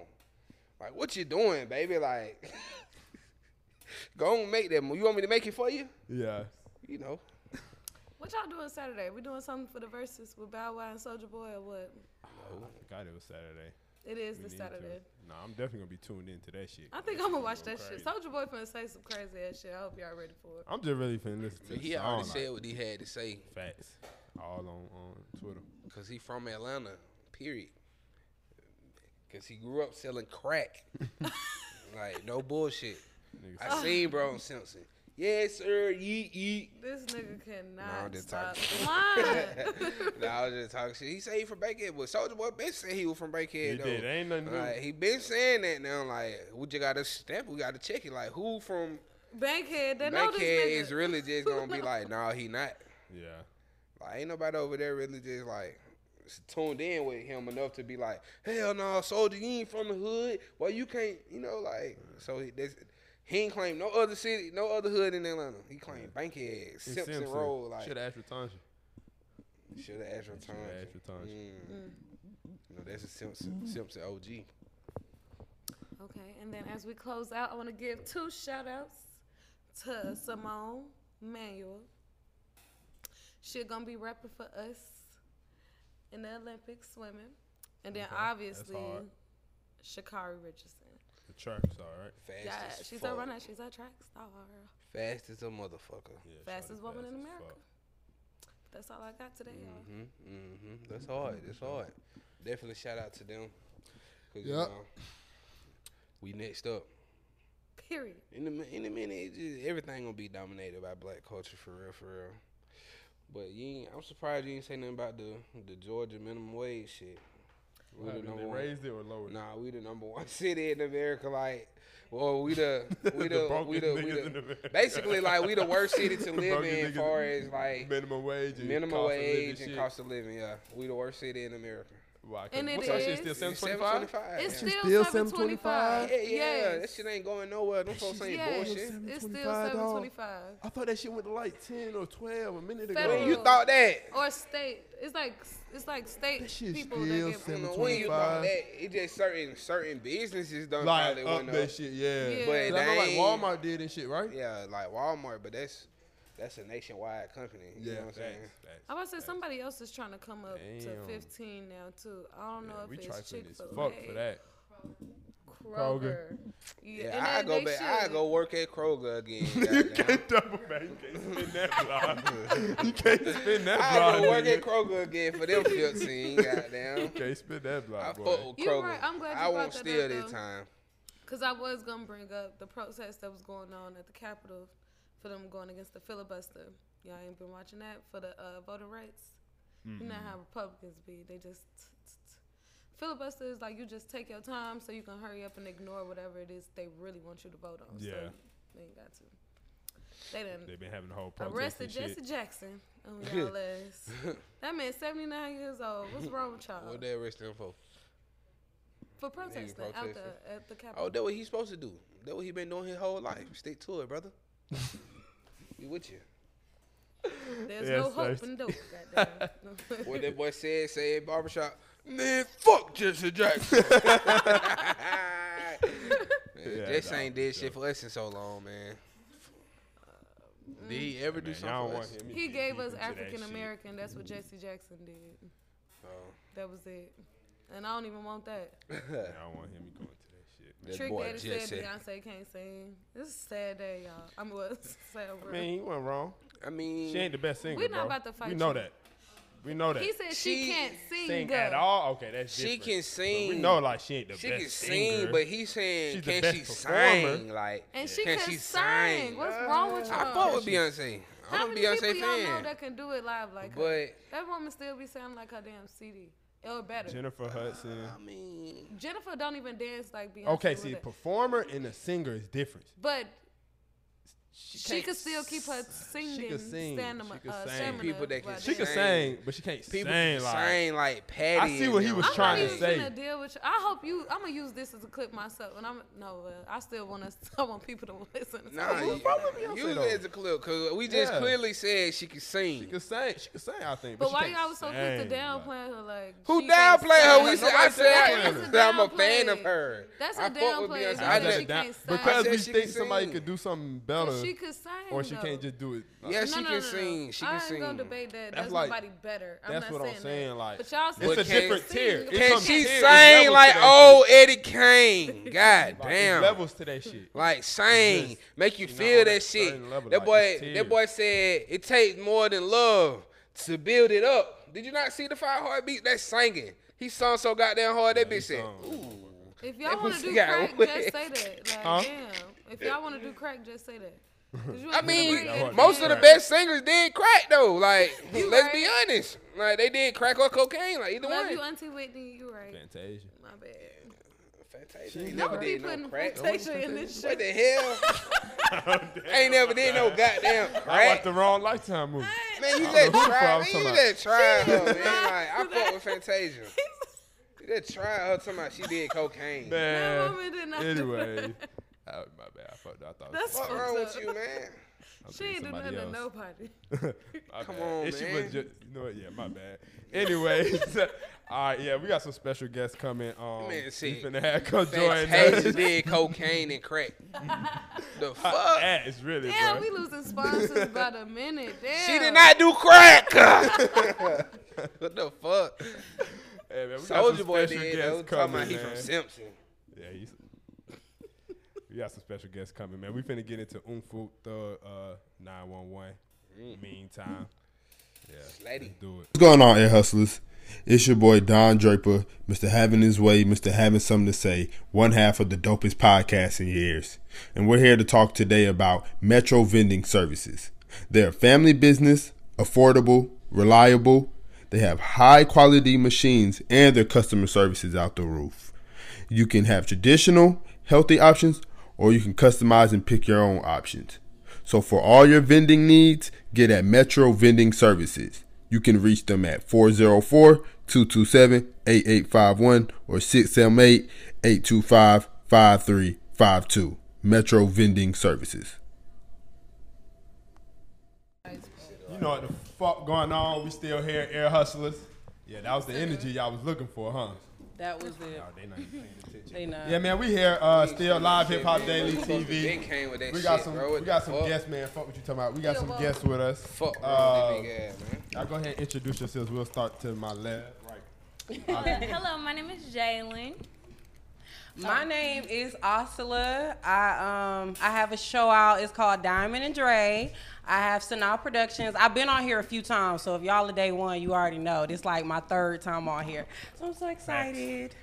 S3: Like, what you doing, baby? Like, (laughs) go and make that move. You want me to make it for you?
S4: Yeah.
S3: You know.
S1: What y'all doing Saturday? We doing something for the verses with Bow Wow and Soldier Boy or what?
S4: I forgot it was Saturday.
S1: It is
S4: We
S1: this
S4: need to.
S1: Saturday.
S4: Nah, I'm definitely gonna be tuned into that shit.
S1: I think I'm gonna watch
S4: Go
S1: that shit.
S4: crazy.
S1: Soldier Boy finna say some crazy ass shit. I hope y'all ready for it.
S4: I'm just really finna listen to.
S3: He
S4: the
S3: already
S4: song,
S3: said what he had to say
S4: like, facts, all on on Twitter.
S3: because he from Atlanta. Period. Because he grew up selling
S2: (laughs)
S3: crack. like, no bullshit.
S4: Nigga,
S3: I seen bro on Simpson. Yes, sir. Yeet, yeet. (laughs)
S1: This nigga
S3: Nah,
S1: cannot
S3: I'm just
S1: stop
S3: talking.
S1: lying.
S3: (laughs)
S1: (laughs)
S3: nah, I was just talking shit. He said he from Bankhead, but Soldier Boy been said he was from Bankhead.
S2: He
S3: though.
S2: did. Ain't nothing new.
S3: Like, he been saying that now. Like we just gotta step. We gotta check it. Like who from
S1: Bankhead, they know this
S3: Bankhead
S1: nigga.
S3: is really just
S1: (laughs)
S3: gonna be like, nah, he not.
S4: yeah.
S3: Like ain't nobody over there really just like s- tuned in with him enough to be like, hell no, Soldier, you ain't from the hood. Well, you can't. You know, like so he. That's, he ain't claim no other city, no other hood in Atlanta. He claimed Bankhead, Simpson, Road. Like,
S4: should have asked Ratanji.
S3: should have asked
S4: Shoulda
S3: Ratanji.
S4: asked Ratanji.
S3: Mm. No, that's a
S1: Mm-hmm.
S3: Simpson, Simpson OG.
S1: Okay, and then as we close out, I want to give two shout outs to Simone Manuel. She gonna be rapping for us in the Olympics swimming. And then obviously
S2: hard.
S1: Shakari Richardson.
S2: The tracks, all right.
S3: Fast
S1: Yeah,
S3: as
S1: she's
S3: fuck.
S1: a runner, she's a track star.
S3: Fast as a motherfucker.
S2: Yeah,
S1: Fastest
S2: shawty
S1: woman in
S2: fast as
S1: America.
S2: fuck.
S1: That's all I got today, y'all.
S3: hmm hmm That's hard. That's hard. Definitely shout out to them. 'Cause, you
S4: Yup.
S3: know, we next up.
S1: Period.
S3: In the in a minute, it just, everything gonna be dominated by black culture for real, for real. But you, ain't, I'm surprised you ain't say nothing about the the Georgia minimum wage shit. We
S4: What
S3: the
S4: happened?
S3: number
S4: They
S3: one-
S4: raised it or lowered it?
S3: Nah, we the number one (laughs) city in America. Like, well, we the
S2: The
S3: we the, we
S2: brokest
S3: the, we
S2: niggas
S3: the
S2: in America.
S3: basically like we the worst city to
S4: The
S3: live
S4: brokest
S3: in,
S4: niggas
S3: as far
S4: in-
S3: as like
S4: Minimum wage. And
S3: minimum
S4: cost of living
S3: wage and
S4: shit.
S3: cost of living. Yeah, we the worst city in America.
S4: Why? 'Cause
S1: And it
S4: what's that shit
S1: is-
S4: still
S1: It's
S4: seven twenty five?
S3: 725.
S1: It's
S3: yeah.
S1: still,
S4: still
S1: 725.
S3: yeah, yeah,
S1: Yes.
S3: that shit ain't going nowhere. Them folks ain't
S1: yes.
S3: bullshit.
S1: It's still
S4: $7.25, dawg.
S1: 725.
S4: I thought that shit went to like ten or twelve a minute ago.
S1: Federal.
S3: When you thought that,
S1: Or state. It's like it's like state
S4: That shit's
S1: people that
S4: still
S1: get
S3: I don't
S4: seven-
S3: know when you thought
S4: 725.
S3: that. It just certain certain businesses done
S4: Like
S3: probably
S4: up
S3: went up.
S4: that shit, yeah.
S1: Yeah.
S3: But
S4: 'Cause I know like
S3: they ain't-
S4: Walmart did and shit, right?
S3: Yeah, like Walmart, but that's that's a nationwide company. You know what I'm saying?
S4: facts, facts.
S1: I was say somebody else is trying to come up to
S4: Damn.
S1: 15 now too. I don't know
S4: Yeah,
S1: if
S4: we
S1: it's
S4: trifling
S1: Chick
S4: as
S1: Fil
S4: fuck for
S1: A,
S4: that. (laughs)
S1: Kroger. Yeah, and
S3: Yeah, I
S1: they-
S3: go
S1: they
S3: back. I
S1: should.
S3: go work at Kroger again.
S4: (laughs) You
S3: goddamn.
S4: can't double back. You can't spin
S3: (laughs)
S4: that block. You can't spin that
S3: I
S4: block.
S3: go work
S4: nigga.
S3: at Kroger again for them 15. goddamn.
S4: (laughs) You can't spin that
S3: I
S4: block,
S3: fuck with
S4: boy.
S3: Kroger.
S1: You right. I'm glad you
S3: I
S1: brought
S3: won't
S1: that up,
S3: steal this
S1: though.
S3: time.
S1: Because I was going to bring up the protest that was going on at the Capitol for them going against the filibuster. Y'all ain't been watching that for the uh, voting rights? You
S2: Mm-hmm.
S1: know how Republicans be. They just. T- t- t- filibuster is like you just take your time so you can hurry up and ignore whatever it is they really want you to vote on.
S2: Yeah.
S1: So they ain't got to. They didn't.
S2: They've been having a whole protest
S1: Arrested
S2: and shit.
S1: Jesse Jackson
S3: (laughs)
S1: on y'all ass. That man 79 years old. What's wrong with y'all?
S3: What they arrest them for?
S1: For protesting out
S3: protesting.
S1: the, at the Capitol.
S3: Oh, that what he's supposed to do. That what he been doing his whole life. Stick to it,
S4: (laughs)
S3: brother. we with you.
S1: There's
S4: Yeah,
S1: no
S4: it's
S1: hope
S4: thirsty.
S1: in dope. Goddamn.
S3: (laughs) What that boy said, said at barbershop. Man, fuck Jesse Jackson. (laughs) man, Jesse
S4: nah,
S3: ain't did shit for us in so long, man. Did he
S1: Mm.
S3: ever do
S2: Man,
S3: something?
S2: y'all
S3: for
S2: don't want
S3: us?
S2: him to
S1: he
S2: get
S1: gave
S2: deep
S1: us
S2: into that
S1: African
S2: shit.
S1: American. That's what Jesse Jackson did.
S3: Oh.
S1: That was it. And I don't even want that.
S2: I don't want him going to that shit. Man.
S3: That
S1: Trick
S3: boy
S1: Daddy
S3: Jesse.
S1: said Beyonce can't sing. This is a sad day, y'all. I mean, well, it's a (laughs) sad
S2: I
S1: world.
S2: mean, he went wrong.
S3: I mean,
S2: She ain't the best singer.
S1: We not
S2: bro.
S1: about to fight
S2: We know
S1: you.
S2: that.
S4: We know that.
S1: He said she,
S3: She
S1: can't sing,
S4: Sing
S1: good.
S4: at all? Okay, that's
S3: She
S4: different.
S3: can
S4: But
S3: sing.
S4: We know like she ain't the
S3: she
S4: best
S3: can sing,
S4: singer.
S3: but he's saying,
S4: She's the
S3: can
S4: best
S3: she
S4: performer.
S3: sing? Like,
S1: And she
S3: can
S1: can
S3: she
S1: sing.
S3: sing?
S1: What's wrong with you?
S3: I fought with Beyonce.
S1: How
S3: I'm a
S1: many people
S3: Beyonce
S1: y'all know
S3: fan.
S1: that can do it live like her?
S3: But
S1: That woman still be sounding like her damn CD. Or better.
S4: Jennifer Hudson.
S3: I mean,
S1: Jennifer don't even dance like Beyonce.
S4: Okay,
S1: with
S4: see,
S1: it.
S4: performer and a singer is different.
S1: but she
S4: can't
S1: could still keep her singing.
S4: She could sing.
S1: stamina-
S4: She could
S1: uh,
S4: sing.
S1: stamina
S3: People that can
S1: while
S4: She can
S1: dancing.
S4: sing, but she can't
S3: people
S4: sing. Like,
S3: saying like Patty.
S4: I see
S3: and
S4: what he
S3: them.
S4: was
S1: I'm
S4: trying
S1: not
S4: to
S1: even
S4: say.
S1: gonna deal with you. I hope you. I'm gonna use this as a clip myself, and I'm no. Uh, I still want us. (laughs) I want people to listen. So
S3: Nah, you,
S4: wrong with Beyonce,
S3: use
S4: though?
S3: it as a clip because we just
S4: Yeah.
S3: clearly said she could sing.
S4: she can sing. She can sing. I think.
S1: but
S4: she
S1: why
S4: can't
S1: y'all was so quick
S4: sing,
S1: to
S4: like-
S1: downplay her? Like
S3: Who
S1: she can't
S3: downplayed her? We
S1: sing?
S3: said, I
S4: Nobody said
S3: said,
S1: downplayed
S3: I, am a
S1: her.
S3: fan of her.
S1: That's a
S3: I fuck with
S1: downplay.
S3: Beyonce.
S1: That's
S3: I
S1: a
S4: Because
S1: said
S3: just-
S1: she can't sing.
S4: Because
S3: I
S4: we
S3: said she
S4: think
S3: can
S4: somebody
S3: sing.
S4: could do something
S1: But
S4: better,
S1: she could sing.
S4: or she can't
S1: though.
S4: just do it.
S3: Yeah,
S1: No,
S3: she
S1: no,
S3: can
S1: no, no.
S3: sing. She
S1: I
S3: can
S1: ain't gonna
S3: sing.
S1: debate that.
S4: That's
S1: That's
S4: like-
S1: nobody better. I'm
S4: that's
S1: not
S4: what I'm
S1: that.
S4: saying, like,
S1: but y'all
S4: It's a
S3: But can-
S4: different tier. It
S3: Can
S4: comes
S3: she
S4: tier. It's
S3: sing
S4: levels
S3: like
S4: to that
S3: old
S4: shit.
S3: Eddie Kane? God
S4: Like, it's
S3: damn.
S4: Levels to that shit.
S3: Like sing,
S4: Just,
S3: make you
S4: you know,
S3: feel
S4: on
S3: that,
S4: that
S3: shit.
S4: certain level,
S3: that
S4: like,
S3: boy,
S4: it's
S3: that boy said it takes more than love to build it up. Did you not see the five heartbeats? That's singing. He sung so goddamn hard. That
S4: Yeah, he
S3: bitch said,
S4: sung.
S3: "Ooh,
S1: If
S3: That
S1: y'all want to
S3: pussy
S1: do
S3: got
S1: crack,
S3: wet.
S1: just say that. Like,
S4: Huh?
S1: damn. If y'all want to do crack, just say that. 'Cause you
S3: I
S1: ain't
S3: mean,
S1: gonna bring it
S3: most
S1: in.
S3: of the
S4: Right.
S3: best singers did crack though. Like,
S1: (laughs) You
S3: let's
S1: right.
S3: be honest. Like, they did crack or cocaine. Like either
S1: Love
S3: one.
S1: you, Auntie Whitney. You right.
S4: Fantasia.
S1: My bad.
S3: Fantasia.
S4: She
S3: He
S1: Y'all
S3: never
S1: be
S3: did no
S1: putting
S3: crack.
S1: Fantasia in this
S3: What
S1: shit. (laughs)
S3: the hell? ain't never did (laughs) no goddamn
S4: I watched
S3: crack.
S4: the wrong Lifetime movie.
S3: Man, you
S4: I
S3: just
S4: don't know who the fuck I
S3: try.
S4: was
S3: Man, you
S4: talking
S3: just try her, man. Like, I
S1: She's
S3: fuck with Fantasia. You just try her. Talking about she did cocaine.
S1: That
S4: Man.
S1: woman did not. do
S4: Anyway,
S1: that.
S4: I, Oh, my bad. I fucked. I thought.
S1: That's
S3: What's
S4: I thought
S3: wrong with
S1: fucked
S3: you,
S1: up.
S3: man?
S1: she ain't do nothing to
S4: no.
S1: nobody.
S4: Come
S3: Come on,
S4: Issue
S3: man.
S4: Was just, you know what? Yeah, my bad. Anyway, (laughs) all right. Yeah, we got some special guests coming. Um,
S3: Man,
S4: we
S3: shit.
S4: finna have come join
S3: Fantasia
S4: us.
S3: did cocaine and crack. (laughs) the fuck?
S4: That is really.
S1: Damn,
S4: bro.
S1: we losing sponsors by the minute. Damn.
S3: (laughs) She did not do (laughs) crack. what the fuck?
S4: Hey, man, we got
S3: Soldier
S4: some
S3: boy
S4: special
S3: did though.
S4: guests
S3: Talking
S4: coming.
S3: about he from
S4: man.
S3: Simpson.
S4: Yeah, he's. (laughs) we got some special guests coming, man. We finna get into Umfu the uh, 911.
S3: Mm.
S4: Meantime. Yeah.
S3: Lady.
S4: let's Do it.
S5: What's going on, Air Hustlers? It's your boy Don Draper, Mr. Having His Way, Mr. Having Something to Say, one half of the dopest podcast in years. And we're here to talk today about Metro Vending Services. They're a family business, affordable, reliable. They have high quality machines and their customer service is out the roof. You can have traditional, healthy options, or you can customize and pick your own options. So for all your vending needs, get at Metro Vending Services. You can reach them at 404-227-8851 or 678-825-5352. Metro Vending Services.
S4: You know what the fuck going on? We still here, Air Hustlers. Yeah, that was the energy y'all was looking for, huh?
S6: That was it.
S4: They not even paying attention.
S6: They not.
S4: Yeah, man, we here uh, still live
S3: Shit,
S4: Hip Hop
S3: man,
S4: Daily
S3: motherfucker, They
S4: TV.
S3: came with that
S4: We got
S3: shit,
S4: some,
S3: bro. What
S4: we got
S3: the
S4: some
S3: fuck?
S4: guests, man. Fuck what you talking about. We got some
S1: Yeah, well-
S4: guests with us.
S3: Fuck, bro,
S4: Uh,
S3: that big ass, man.
S4: Y'all go ahead and introduce yourselves. We'll start to my left, right.
S7: Hello, my name is Jalen. Oh.
S6: My name is Asala. I um I have a show out. It's called Diamond and Dre. I have Sanaa Productions. I've been on here a few times, so if y'all are day one, you already know. This like my third time on here, so I'm so excited.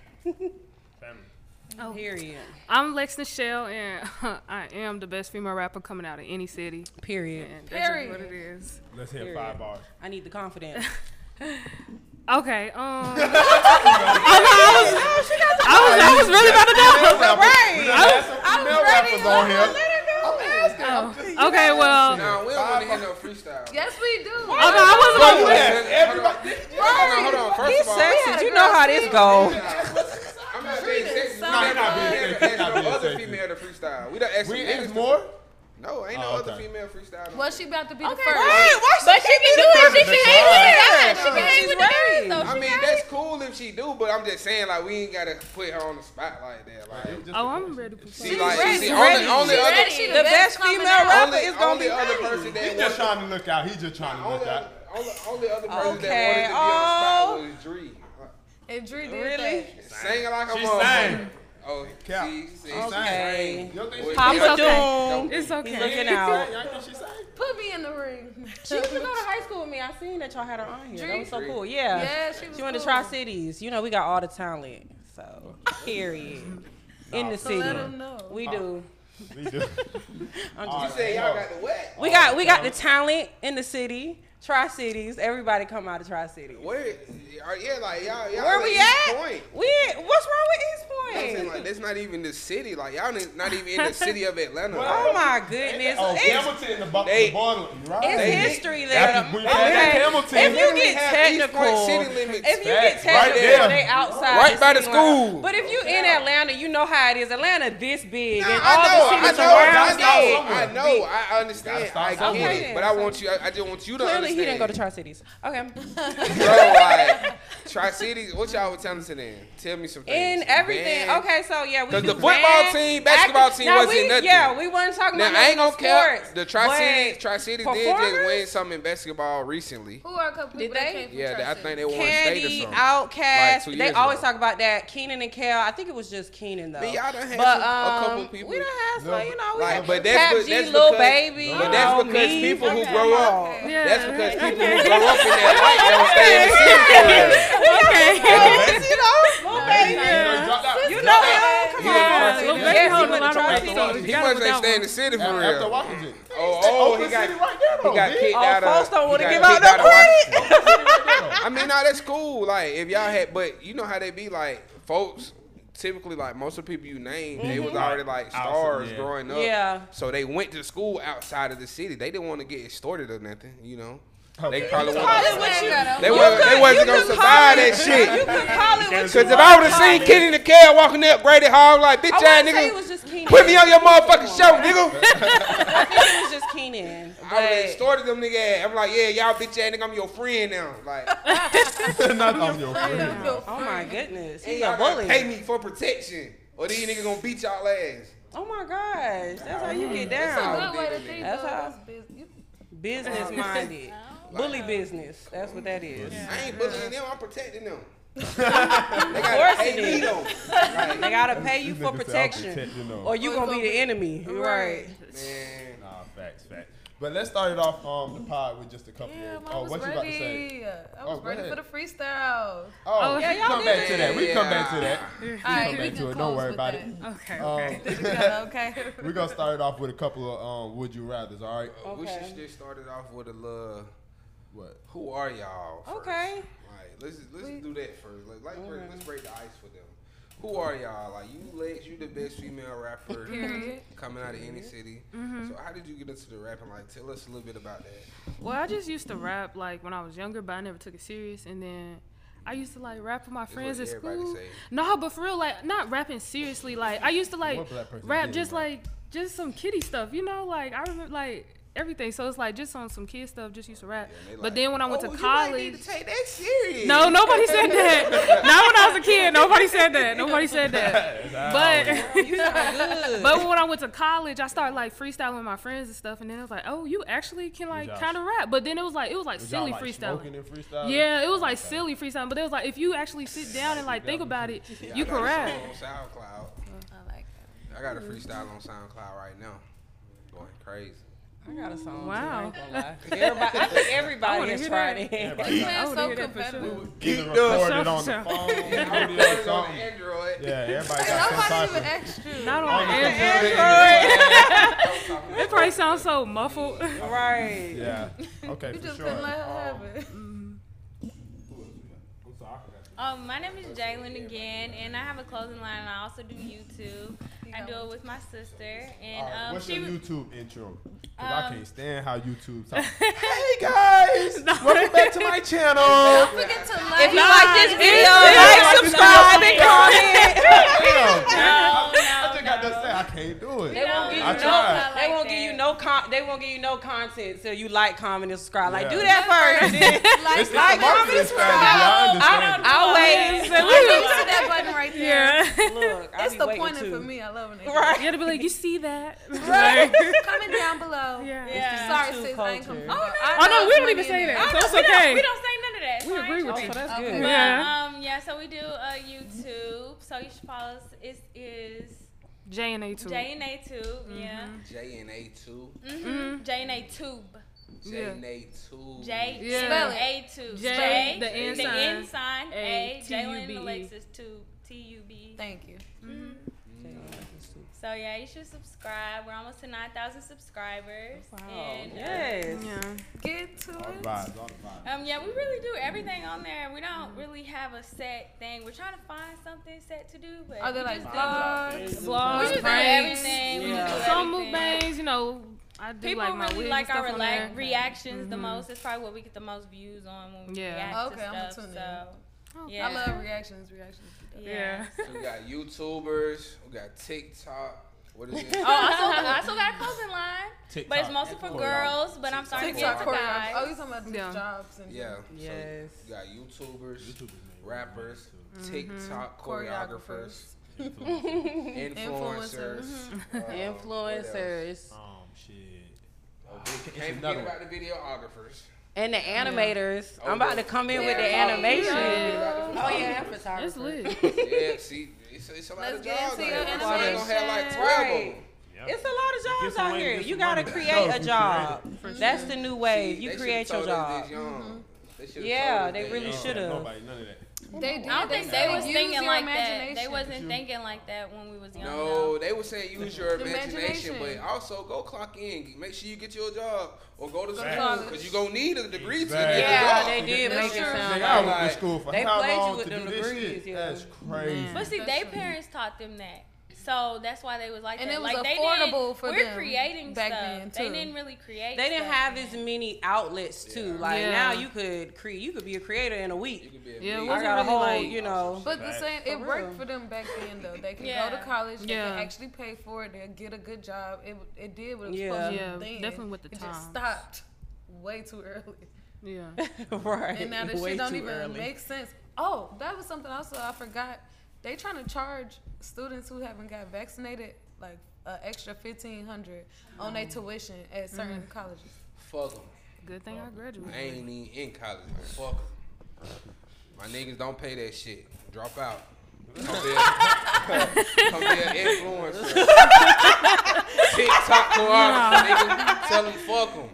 S6: oh, (laughs) period.
S8: I'm Lex Nichelle, and (laughs) I am the best female rapper coming out of any city.
S6: Period.
S8: And that's just what
S1: Period.
S8: it is.
S4: Let's hit
S6: Period.
S4: five bars.
S6: I need the confidence.
S8: Okay. Um, I, (laughs) know, I was, I was really about to know. Okay, well,
S3: Nah, we don't want to hear no freestyle.
S1: Yes, we do.
S8: okay, I wasn't gonna.
S3: Hold on, hold on. First
S6: He's
S3: of all,
S6: sexy. You know how this go.
S3: I'm not being sexist.
S1: No,
S3: No,
S1: you're
S3: not
S4: not being
S3: being
S4: sexist.
S3: sexist.
S4: You're not
S3: no
S4: being
S3: other
S4: sexist.
S3: female to freestyle. We done asked some
S4: We
S3: niggas
S4: asked
S3: to-
S4: more.
S3: No, ain't no
S4: Oh,
S3: other
S4: okay.
S3: female freestyle.
S1: Well, she about to be the first.
S6: Why
S7: But she can do it. She can hang with it. Yeah, she can hang
S6: She's
S7: with the
S6: ready.
S7: girls, though.
S3: I
S7: She
S3: mean, that's cool if she do, but I'm just saying, like, we ain't gotta put her on the spot like that. Like,
S8: Oh, I'm ready. for
S3: see, like,
S6: ready.
S3: see,
S6: She's
S3: only,
S6: ready.
S3: only
S6: She's
S3: other,
S1: ready. She
S6: The
S1: the
S6: best
S1: best coming
S6: female
S1: out.
S6: rapper
S3: only,
S6: is gonna
S3: only
S6: be
S3: other
S6: ready.
S3: person that
S4: He's just
S3: wanted,
S4: trying to look out. He's just trying to
S3: only,
S4: look out.
S3: only, only other person
S6: Okay,
S3: that wanted to be on the spot
S6: oh.
S3: was Dree.
S1: And Dre did
S6: Really?
S1: that.
S3: Singing like a
S4: She
S3: motherfucker.
S4: sang.
S3: Oh,
S5: Cap.
S3: see, see,
S6: Okay.
S5: You don't think
S3: Wait,
S6: Papa
S3: y'all-
S6: Doom.
S8: It's
S6: He's
S8: okay.
S6: looking out.
S5: Y'all think she sang?
S1: Put me in the ring.
S6: She used to go to high school with me. I seen that y'all had her on here. That was so cool.
S1: (laughs)
S6: Yeah.
S1: Yeah, she was
S6: went to
S1: cool.
S6: Tri Cities. You know, we got all the talent. So, period. In the
S1: So let
S6: city.
S1: them know.
S6: We do.
S4: We do.
S6: I'm
S3: You
S6: just,
S3: say y'all got the wet.
S6: we got we got the talent in the city. Tri Cities. Everybody come out of Tri Cities.
S3: Where? are- Yeah, like y'all. y'all
S6: Where we
S3: East
S6: at?
S3: Point.
S6: We what's
S3: I'm
S6: wrong with East
S3: saying,
S6: Point?
S3: like, that's not even the city. Like, y'all is not even in the city of Atlanta.
S6: oh my goodness.
S5: Oh,
S6: It's-
S5: Hamilton in the, bo-
S3: They-
S5: the bottle, right?
S6: It's
S3: They-
S6: history there.
S4: After we passed Hamilton.
S6: If you
S3: We
S6: get
S3: have East Point
S6: technical,
S3: city limits.
S6: if you get
S4: Facts. Right
S6: technical,
S4: there.
S6: they outside.
S3: Right by the
S6: city limits.
S3: school.
S6: But if you in Atlanta, you know how it is. Atlanta this big,
S3: Nah,
S6: and all
S3: I know, I
S6: the cities
S3: know, I
S6: around
S3: know,
S6: it.
S3: I know, I understand, I get
S6: somewhere.
S3: it, but I want you, I, I just want you to
S6: Clearly,
S3: understand.
S6: he didn't go to Tri Cities. Okay.
S3: Bro, like, Tri Cities, what y'all were telling to them? Tell me some things.
S6: In everything.
S3: Man.
S6: Okay, so yeah, we
S3: 'Cause
S6: do
S3: the football
S6: band,
S3: team, basketball team
S6: now
S3: wasn't
S6: we,
S3: nothing.
S6: Yeah, we wasn't talking
S3: Now,
S6: about
S3: I ain't
S6: nothing
S3: gonna count.
S6: sports.
S3: The Tri Cities,
S6: but
S3: Tri Cities did just win
S6: performers?
S3: some in basketball recently.
S1: Who are a couple
S6: Did
S1: people that
S6: they?
S1: came from
S3: Yeah, I
S1: Tri-City?
S3: think they won state or
S6: Candy,
S3: something.
S6: Outcast,
S3: Like, two
S6: they
S3: years
S6: always
S3: ago.
S6: talk about that. Keenan and Kel. I think it was just Keenan though.
S3: Man, y'all done had
S6: but,
S3: some- a couple
S6: um,
S3: people-
S6: We done had some, you know, we
S3: Like,
S6: had
S3: but that's
S6: Cap
S3: what-
S6: G,
S3: that's
S6: Lil
S3: because-
S6: Baby.
S3: But that's
S6: you know,
S3: because
S6: me.
S3: people who
S6: Okay.
S3: grow up,
S8: Yeah.
S3: that's because people who grow up in that light don't stay in the city forever.
S6: (laughs) You know, Lil Baby.
S5: Drop that.
S6: You know him. Come
S3: He was
S6: on.
S3: Tri-City.
S8: Lil Baby
S6: Yes, he
S8: hold a
S6: went to
S8: lot of weight,
S6: Tri-City.
S8: so you
S3: He
S8: gotta
S3: must
S8: put
S3: ain't
S8: that
S3: stay in
S8: one.
S3: the city for
S5: After
S3: real.
S5: Washington.
S3: Oh, oh, he
S5: Oakland
S3: got,
S5: City right there, though,
S3: he got
S5: bitch.
S3: kicked
S6: Oh,
S3: out of.
S6: folks don't
S3: he
S6: wanna
S3: got
S6: give out
S3: kicked
S6: no
S3: of Washington. I mean, now that's cool. Like, if y'all had, but you know how they be like, folks. Typically, like most of the people you name, they was already like
S4: Outside,
S3: stars
S4: yeah.
S3: growing up.
S6: Yeah.
S3: So they went to school outside of the city. They didn't want to get extorted or nothing. You know, they
S4: Okay.
S3: probably
S6: Call
S3: want.
S6: it what you.
S3: They
S6: you
S3: wasn't.
S6: could-
S3: They wasn't
S6: you
S3: gonna
S6: could
S3: survive
S6: call it-
S3: that shit.
S6: You could call it what you.
S3: Cause if I would
S6: wanna
S3: have
S6: call
S3: seen
S6: it.
S3: Kenny the Cab walking up Grady Hall like bitch
S6: I
S3: ass
S6: wouldn't say it was
S3: nigga,
S6: just Keenan.
S3: put me on your motherfucking show, nigga.
S6: I think it was just Keenan.
S3: I would have
S6: but-
S3: extorted them nigga. ass. I'm like, yeah, y'all bitch ass nigga, I'm your friend now. Like,
S4: Not off your friend.
S6: Oh my goodness,
S3: hey,
S6: he's
S3: y'all
S6: a
S3: gotta
S6: bully.
S3: pay me for protection, or these niggas gonna beat y'all ass.
S6: Oh my gosh, that's how you get
S1: That's a
S6: down.
S1: good way to think.
S6: That's
S1: though.
S6: how-
S1: That's business. You-
S6: (laughs) Business minded, bully business. That's what that is.
S3: I ain't bullying them. I'm protecting
S6: (laughs)
S3: them.
S6: Of
S3: They
S6: course it
S3: pay me
S6: is.
S3: though. Like,
S6: They gotta pay you
S4: These niggas
S6: for
S4: say, "I'll
S6: protection,
S4: protect you, no."
S6: or you Oh, gonna be the enemy. You're right.
S3: man.
S5: Nah, facts, facts. But let's start it off um the pod with just a couple.
S1: Yeah,
S5: of,
S1: I
S5: oh,
S1: was
S5: what you about to say? Oh,
S1: ready. I was
S5: go
S1: ready for the
S5: ahead. Oh,
S1: freestyle.
S8: Oh, yeah,
S5: we
S6: y'all
S5: come
S6: did
S5: back to that. We come back to that.
S1: All right,
S5: come back
S1: we
S5: to
S1: can
S5: it. Don't
S1: close
S5: worry
S1: with
S5: about
S1: that.
S5: it.
S8: Okay.
S5: Um,
S1: Yeah,
S6: (laughs)
S1: okay.
S5: (laughs) we're gonna start it off with a couple of um would you rather's. All right.
S3: We
S6: Okay.
S3: should just start it off with a little.
S5: What?
S3: Who are y'all? First?
S6: Okay. Mm-hmm.
S3: Like, let's let's do that first. Like, like break- let's break the ice for them. Who are y'all? Like, you Lex, you the best female
S6: (laughs)
S3: rapper coming out of any city.
S6: Mm-hmm.
S3: So, how did you get into the rapping? Like, tell us a little bit about that.
S8: Well, I just used to rap like when I was younger, but I never took it serious. And then I used to like rap with my friends at
S3: everybody
S8: school.
S3: say.
S8: No, but for real, like not rapping seriously. Like I used to like
S5: What black person
S8: rap
S5: did,
S8: just
S5: bro?
S8: like just some kiddie stuff, you know. Like I remember like everything. So it's like just on some kid stuff. Just used to rap. but then when I went
S3: oh,
S8: to
S3: you might need
S8: college,
S3: to take that serious.
S8: no, nobody said that. Not when I was a kid. Nobody said that. Nobody said that. But.
S6: You sound good.
S8: But when I went to college, I started like freestyling with my friends and stuff, and then it was like, oh, you actually can like
S5: y'all-
S8: kind of rap. But then it was like it was like
S5: Was y'all,
S8: silly
S5: like,
S8: freestyling.
S5: smoking and freestyling?
S8: Yeah, it was like silly freestyling, but it was like if you actually sit down and like think about it, you
S3: I got
S8: can
S3: a
S8: rap.
S3: song on SoundCloud.
S1: I like that.
S3: I got a freestyle on SoundCloud right now. Going crazy.
S6: I got a song.
S8: Wow.
S6: too, I ain't gonna lie. Everybody, I think
S8: I
S6: everybody
S8: wanna
S6: has
S8: hear
S6: tried
S8: that.
S6: it.
S1: This man's
S8: would
S1: so
S8: hear that for sure.
S1: competitive.
S5: Either
S8: For sure,
S5: recorded on
S8: for
S5: the phone.
S3: I'm
S5: recorded on
S3: recording on
S5: something.
S3: Android.
S5: Yeah, everybody got some
S1: Nobody
S5: type
S1: even
S5: of.
S1: asked you.
S8: Not on Android. It probably sounds so muffled.
S6: (laughs) Right.
S5: Yeah. Okay,
S1: You
S5: for
S1: just
S5: sure.
S1: couldn't let her have
S6: (laughs)
S1: it.
S7: Um, my name is Jalen again, and I have a clothing line, and I also do YouTube. I do it with my sister, and
S5: All right,
S7: um,
S5: what's
S7: she
S5: your
S7: was-
S5: YouTube intro? 'Cause I
S7: Um,
S5: can't stand how YouTube talks. hey guys, welcome back to my channel.
S7: (laughs)
S1: Don't forget to
S6: If
S1: like.
S6: you like this video, like, subscribe, and comment.
S5: Damn,
S7: No,
S5: I
S7: no,
S5: just got to say I can't do
S6: They
S5: it.
S6: won't give you
S5: I
S6: no.
S5: tried.
S6: (laughs) they won't
S7: Like
S6: give you
S7: that.
S6: no. Con- they won't give you no content till you like, comment, and subscribe. Like,
S5: Yeah.
S6: do that first. then
S5: It's the
S6: like,
S5: marketing strategy.
S6: comment, subscribe.
S5: I
S6: I,
S5: understand. it.
S6: always
S1: Click to that button right there.
S8: (laughs) Yeah.
S6: look. I
S1: It's
S6: be
S1: the
S6: waiting
S1: pointer
S6: too.
S1: for me. I love when they do that.
S8: You
S6: (laughs) Right.
S8: had to be like, you see that?
S1: Right. Comment down
S6: (laughs)
S1: below.
S8: (laughs) Yeah.
S7: Yeah.
S1: Sorry,
S6: Too
S1: sis. I ain't
S6: culture.
S1: coming.
S7: Oh, no.
S8: Oh no, we don't even say that. So
S7: we
S8: it's
S7: don't,
S8: okay.
S7: we don't Uh, say none of that.
S8: We
S7: so I
S8: agree
S7: ain't
S8: with
S7: tripping.
S8: you.
S6: that's
S1: Okay.
S7: But,
S8: Yeah.
S7: um, yeah, so we do uh, YouTube. So you should follow us. It is
S8: J and A too.
S7: J and A Tube.
S6: Mm-hmm.
S7: Yeah.
S3: J and A two.
S7: Mm-hmm. J and A Tube.
S3: J
S8: Yeah.
S3: and A two.
S7: J
S8: Yeah.
S1: Spell
S7: A Tube.
S8: J, the end
S7: The
S8: sign,
S7: end sign.
S8: A,
S7: A. Jalen
S8: T U B E.
S7: and Alexis Tube. T U B. E.
S1: Thank you.
S7: So yeah, you should subscribe. We're almost to nine thousand subscribers. Wow. And, uh,
S6: Yes.
S8: Yeah.
S1: Get to it.
S4: Vibes.
S7: Um, yeah, we really do everything on there. We don't really have a set thing. We're trying to find something set to do, but
S1: Are they
S7: we
S1: like
S7: just
S1: vlogs?
S7: do, we
S8: Vlogs,
S7: just do
S8: pranks,
S7: everything. We just do
S8: some
S7: everything.
S8: mukbangs. You know, I do
S7: People
S8: like my wig
S7: really
S8: and
S7: like our
S8: stuff on
S7: rela-
S8: there. Mm-hmm.
S7: reactions the most. It's probably what we get the most views on when we
S8: Yeah.
S7: react
S1: Okay, I'ma
S7: to stuff.
S1: tune in.
S7: so
S1: I love reactions. Reactions.
S7: yeah.
S8: Yeah.
S3: So we got YouTubers. We got TikTok. What is it?
S7: Oh, I
S1: (laughs)
S7: still, I still got a clothing line, but it's
S2: TikTok. (laughs)
S7: mostly for girls. But I'm starting to get
S1: TikTok
S7: it for
S1: choreography. Oh,
S7: guys.
S1: you talking about
S8: Yeah.
S1: these jobs and
S3: Yeah.
S6: Yes.
S3: So you got YouTubers,
S2: YouTubers,
S3: rappers, TikTok choreographers,
S1: choreographers.
S3: influencers. um,
S6: Influencers.
S2: Um, shit.
S3: what else? Oh, we
S2: It's
S3: Can't
S2: another
S3: forget about the videographers.
S6: And the animators.
S3: Oh,
S6: I'm about
S3: yeah.
S6: to come in with the
S3: Yeah.
S6: animation.
S3: Yeah.
S6: Oh yeah, and
S8: It's
S6: photography.
S7: (laughs)
S8: lit.
S3: yeah, see, it's, it's a lot
S1: Let's
S3: of
S1: get
S3: dogs.
S1: into
S3: out
S1: your
S3: here. That's why they don't have like twelve of them.
S2: Yep.
S6: It's a lot of jobs
S2: some
S6: out
S2: money,
S6: here.
S2: get
S6: You
S2: some
S6: gotta
S2: money.
S6: create
S2: No,
S6: a
S2: you
S6: job.
S8: create it.
S6: That's the new wave.
S3: They
S6: You
S3: should've
S6: create your
S3: told us
S6: job.
S3: this young. They should've
S6: Yeah,
S3: told us
S6: they
S3: that
S6: really
S3: young.
S6: should have.
S4: Nobody, none of that.
S1: They did.
S7: I don't think
S1: said
S7: they was
S1: use
S7: thinking
S1: your
S7: like that. They
S1: imagination.
S7: wasn't thinking like that when we was young.
S3: No, they were saying use your
S1: Imagination.
S3: imagination, but also go clock in. Make sure you get your job or go to school
S1: college.
S3: because you're going to need a degree
S2: Exactly.
S3: to get
S6: Yeah,
S3: a
S6: they
S3: job.
S6: did make it sound
S2: Nigga,
S6: like
S2: I went
S3: like-
S2: to school for
S6: They
S2: how
S6: played you
S2: long
S6: with
S2: to
S6: them
S2: do this
S6: degrees,
S2: shit?
S6: yeah.
S2: That's crazy.
S8: Man.
S7: But see,
S1: That's
S7: they
S1: true.
S7: parents taught them that. So that's why they was like
S1: And
S7: that.
S1: it was
S7: like, they
S1: affordable
S7: didn't-
S1: for
S7: we're
S1: them
S7: creating
S1: back
S7: stuff.
S1: then,
S7: They
S1: too.
S7: didn't really create.
S6: They didn't
S7: stuff
S6: have
S7: then.
S6: as many outlets too. Like
S8: Yeah.
S6: now you could create you could be a creator in a
S3: You
S6: week.
S3: could be a
S8: Yeah,
S3: big-
S8: it
S6: I
S8: wasn't
S6: got a
S8: really
S6: whole,
S8: like.
S6: you know.
S1: But the same, it
S6: For
S1: worked
S6: real.
S1: for them back then though. They can
S7: Yeah.
S1: go to college, they
S8: Yeah.
S1: can actually pay for it, they will get a good job. It it did what it was
S6: Yeah.
S1: supposed to
S8: Yeah,
S1: do then.
S8: definitely with the
S1: it
S8: times.
S1: just stopped way too early,
S8: yeah.
S6: (laughs) (laughs) right.
S1: and now that
S6: Way
S1: shit don't
S6: too
S1: even
S6: early.
S1: make sense. Oh, that was something also I forgot. They trying to charge students who haven't got vaccinated like an extra fifteen hundred on their tuition at certain colleges.
S3: Fuck 'em.
S8: Good thing I graduated.
S3: I ain't even in college. Fuck 'em. My niggas don't pay that shit. Drop out. Come be a, (laughs) come be an
S6: (laughs)
S3: influencer. TikTok choreographer, nigga. Tell them fuck 'em.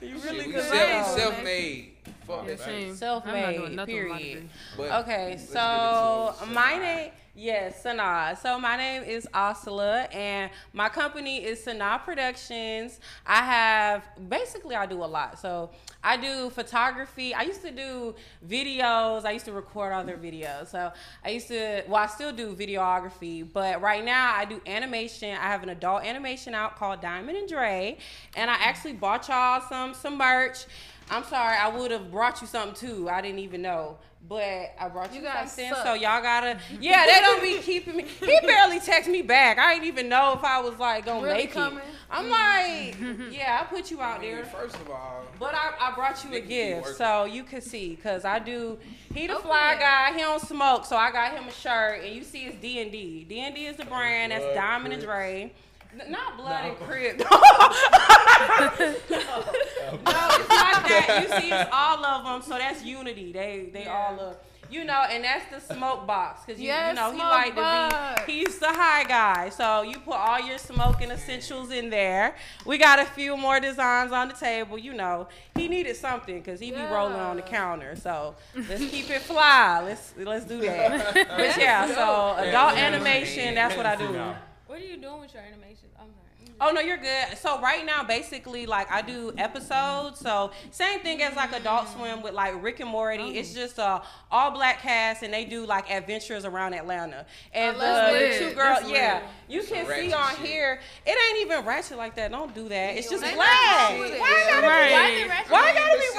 S6: You
S3: Shit,
S6: really
S3: we
S6: could
S3: self,
S6: learn.
S3: self-made. Fuck that shit.
S6: (laughs)
S8: Same.
S6: Self-made,
S8: I'm not doing nothing with my
S6: period.
S8: degree.
S3: But
S6: Okay,
S3: let's get into
S6: so
S3: it.
S6: my name, yes, Sanaa. So my name is Asala, and my company is Sanaa Productions. I have basically I do a lot. So I do photography. I used to do videos. I used to record other videos. So I used to, well, I still do videography, but right now I do animation. I have an adult animation out called Diamond and Dre, and I actually bought y'all some some merch. I'm sorry, I would have brought you something too. I didn't even know. But I brought you,
S1: You guys
S6: something,
S1: suck.
S6: so y'all
S1: (laughs)
S6: gotta. Yeah, they don't be keeping me. He barely texted me back. I didn't even know if I was like gonna
S1: Really
S6: make
S1: coming?
S6: it.
S1: (laughs)
S6: I'm like, yeah, I put you out there.
S3: First of all,
S6: But I, I brought you a
S3: Niggas be working.
S6: gift, so you can see, cause I do. He the
S1: Okay.
S6: fly guy. He don't smoke, so I got him a shirt, and you see it's D and D. D and D is the brand. That's Diamond and Dre. N- Not blood and (laughs) crib. No, it's not that. You see, it's all of them. So that's unity. They they all love. You know, and that's the smoke box because you,
S1: Yes,
S6: you know he
S1: smoke
S6: like
S1: box.
S6: to be he's the high guy. So you put all your smoking essentials in there. We got a few more designs on the table. You know he needed something because he be rolling on the
S1: Yeah.
S6: counter. So let's keep it fly. Let's let's do that. but yeah, so adult animation. That's what I do.
S7: What are you doing with your animations? I'm sorry.
S6: Oh no, you're good. So right now, basically, like I do episodes. So same thing as like
S3: Mm.
S6: Adult Swim with like Rick and Morty.
S3: Oh.
S6: It's just a all black cast, and they do like adventures around Atlanta. And uh,
S1: Oh, that's
S6: the,
S1: lit.
S6: the two girls,
S1: That's
S6: yeah,
S1: lit.
S6: you can
S3: ratchet
S6: see on
S3: shit.
S6: here. It ain't even ratchet like that. Don't do that. It's just
S1: Ain't
S6: black.
S1: nothing wrong with it.
S6: Why gotta
S8: Right.
S6: be
S7: Why is it ratchet?
S6: why gotta be
S3: Shit.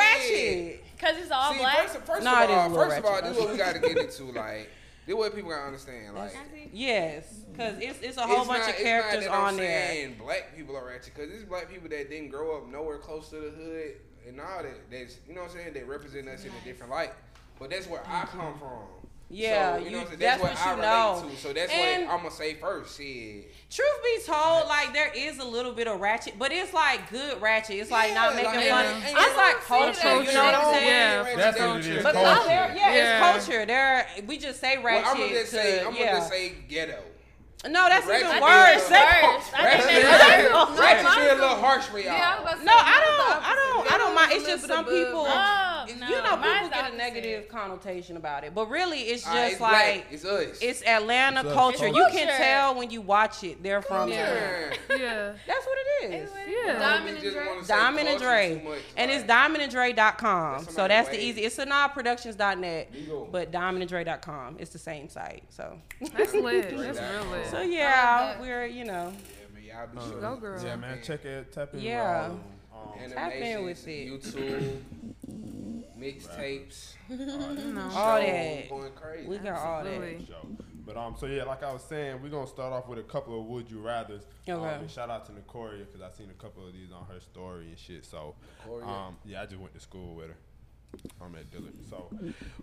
S6: ratchet?
S7: Because it's all
S3: See,
S7: black.
S3: first, first
S6: Nah,
S3: of
S6: it is a
S3: all,
S6: little
S3: first of all,
S6: ratchet.
S3: this is what we got to get into. Like, this is what people got to understand. Like,
S6: Yes, because it's it's a whole bunch
S3: not-
S6: of
S3: it's not
S6: characters
S3: that I'm
S6: on there.
S3: saying Black people are ratchet because it's black people that didn't grow up nowhere close to the hood and all that. That's you know what I'm saying. They represent us in a different light. But that's where I come from.
S6: Yeah,
S3: So,
S6: you,
S3: know what I'm saying?
S6: that's, what, you
S3: I
S6: know.
S3: relate to. So that's
S6: and
S3: what I'm gonna say first. Shit.
S6: truth be told, like there is a little bit of ratchet, but it's like good ratchet. It's like not
S3: Yeah,
S6: making
S3: like,
S6: fun.
S3: ain't- ain't
S6: it's
S3: no
S6: like
S1: culture,
S6: culture. You know what I'm
S8: yeah.
S6: saying?
S8: Yeah.
S2: That's what it is,
S6: But
S2: culture.
S6: no, there, yeah,
S8: Yeah.
S6: it's culture. There, we just say
S3: Well,
S6: ratchet.
S3: I'm gonna just
S6: to,
S3: say, I'm
S6: yeah.
S3: gonna just say ghetto.
S6: no, that's
S3: ratchet
S6: even
S3: is
S6: worse.
S3: the
S6: Say-
S7: worst. I
S3: Ratchet,
S7: think
S6: that's-
S3: ratchet, ratchet feel a little harsh for y'all.
S1: Yeah, I was about to
S6: (laughs) No,
S1: say,
S6: I
S1: mine's the
S6: don't. I
S1: opposite.
S6: don't. I don't
S1: Mine's
S6: mind.
S1: a
S6: It's
S1: little
S6: just
S1: bit
S6: some
S1: above
S6: people.
S7: Oh, no.
S6: You know,
S7: Mine's the
S6: people get a
S7: opposite.
S6: negative connotation about it, but really, it's just
S3: All right, it's black.
S6: like
S3: it's us.
S6: it's Atlanta
S2: It's us.
S6: culture.
S2: It's
S6: You can
S7: culture.
S6: tell when you watch it. They're from there.
S3: Man,
S8: Yeah.
S6: That's what it is.
S8: Yeah.
S1: Diamond
S3: (laughs) we
S1: and
S3: just
S1: Dre.
S3: wanna say
S6: Diamond and
S3: culture
S6: Dre.
S3: too much,
S6: And
S3: like-
S6: it's diamondandDre.com.
S3: That's
S6: So that's the
S3: somebody
S6: easy. It's sonarproductions.net,
S3: Legal.
S6: but diamondandDre.com. It's the same site. So,
S8: That's lit. That's real lit.
S6: so yeah, we're, you know,
S3: Yeah, man, y'all be sure.
S8: Go girl.
S4: Yeah, man. Check it. Tap in.
S6: Yeah.
S4: Yeah.
S6: Tap in
S3: Animations,
S6: with it.
S3: YouTube, mixtapes,
S6: all
S3: shows,
S6: that.
S3: Going crazy.
S6: We got all that.
S8: Absolutely.
S4: But um, so yeah, like I was saying, we're gonna start off with a couple of would you rather's. Um,
S6: Okay.
S4: and shout out to Nicoria because I seen a couple of these on her story and shit. So,
S3: Nicoria?
S4: um, yeah, I just went to school with her. I'm at Dillard. So,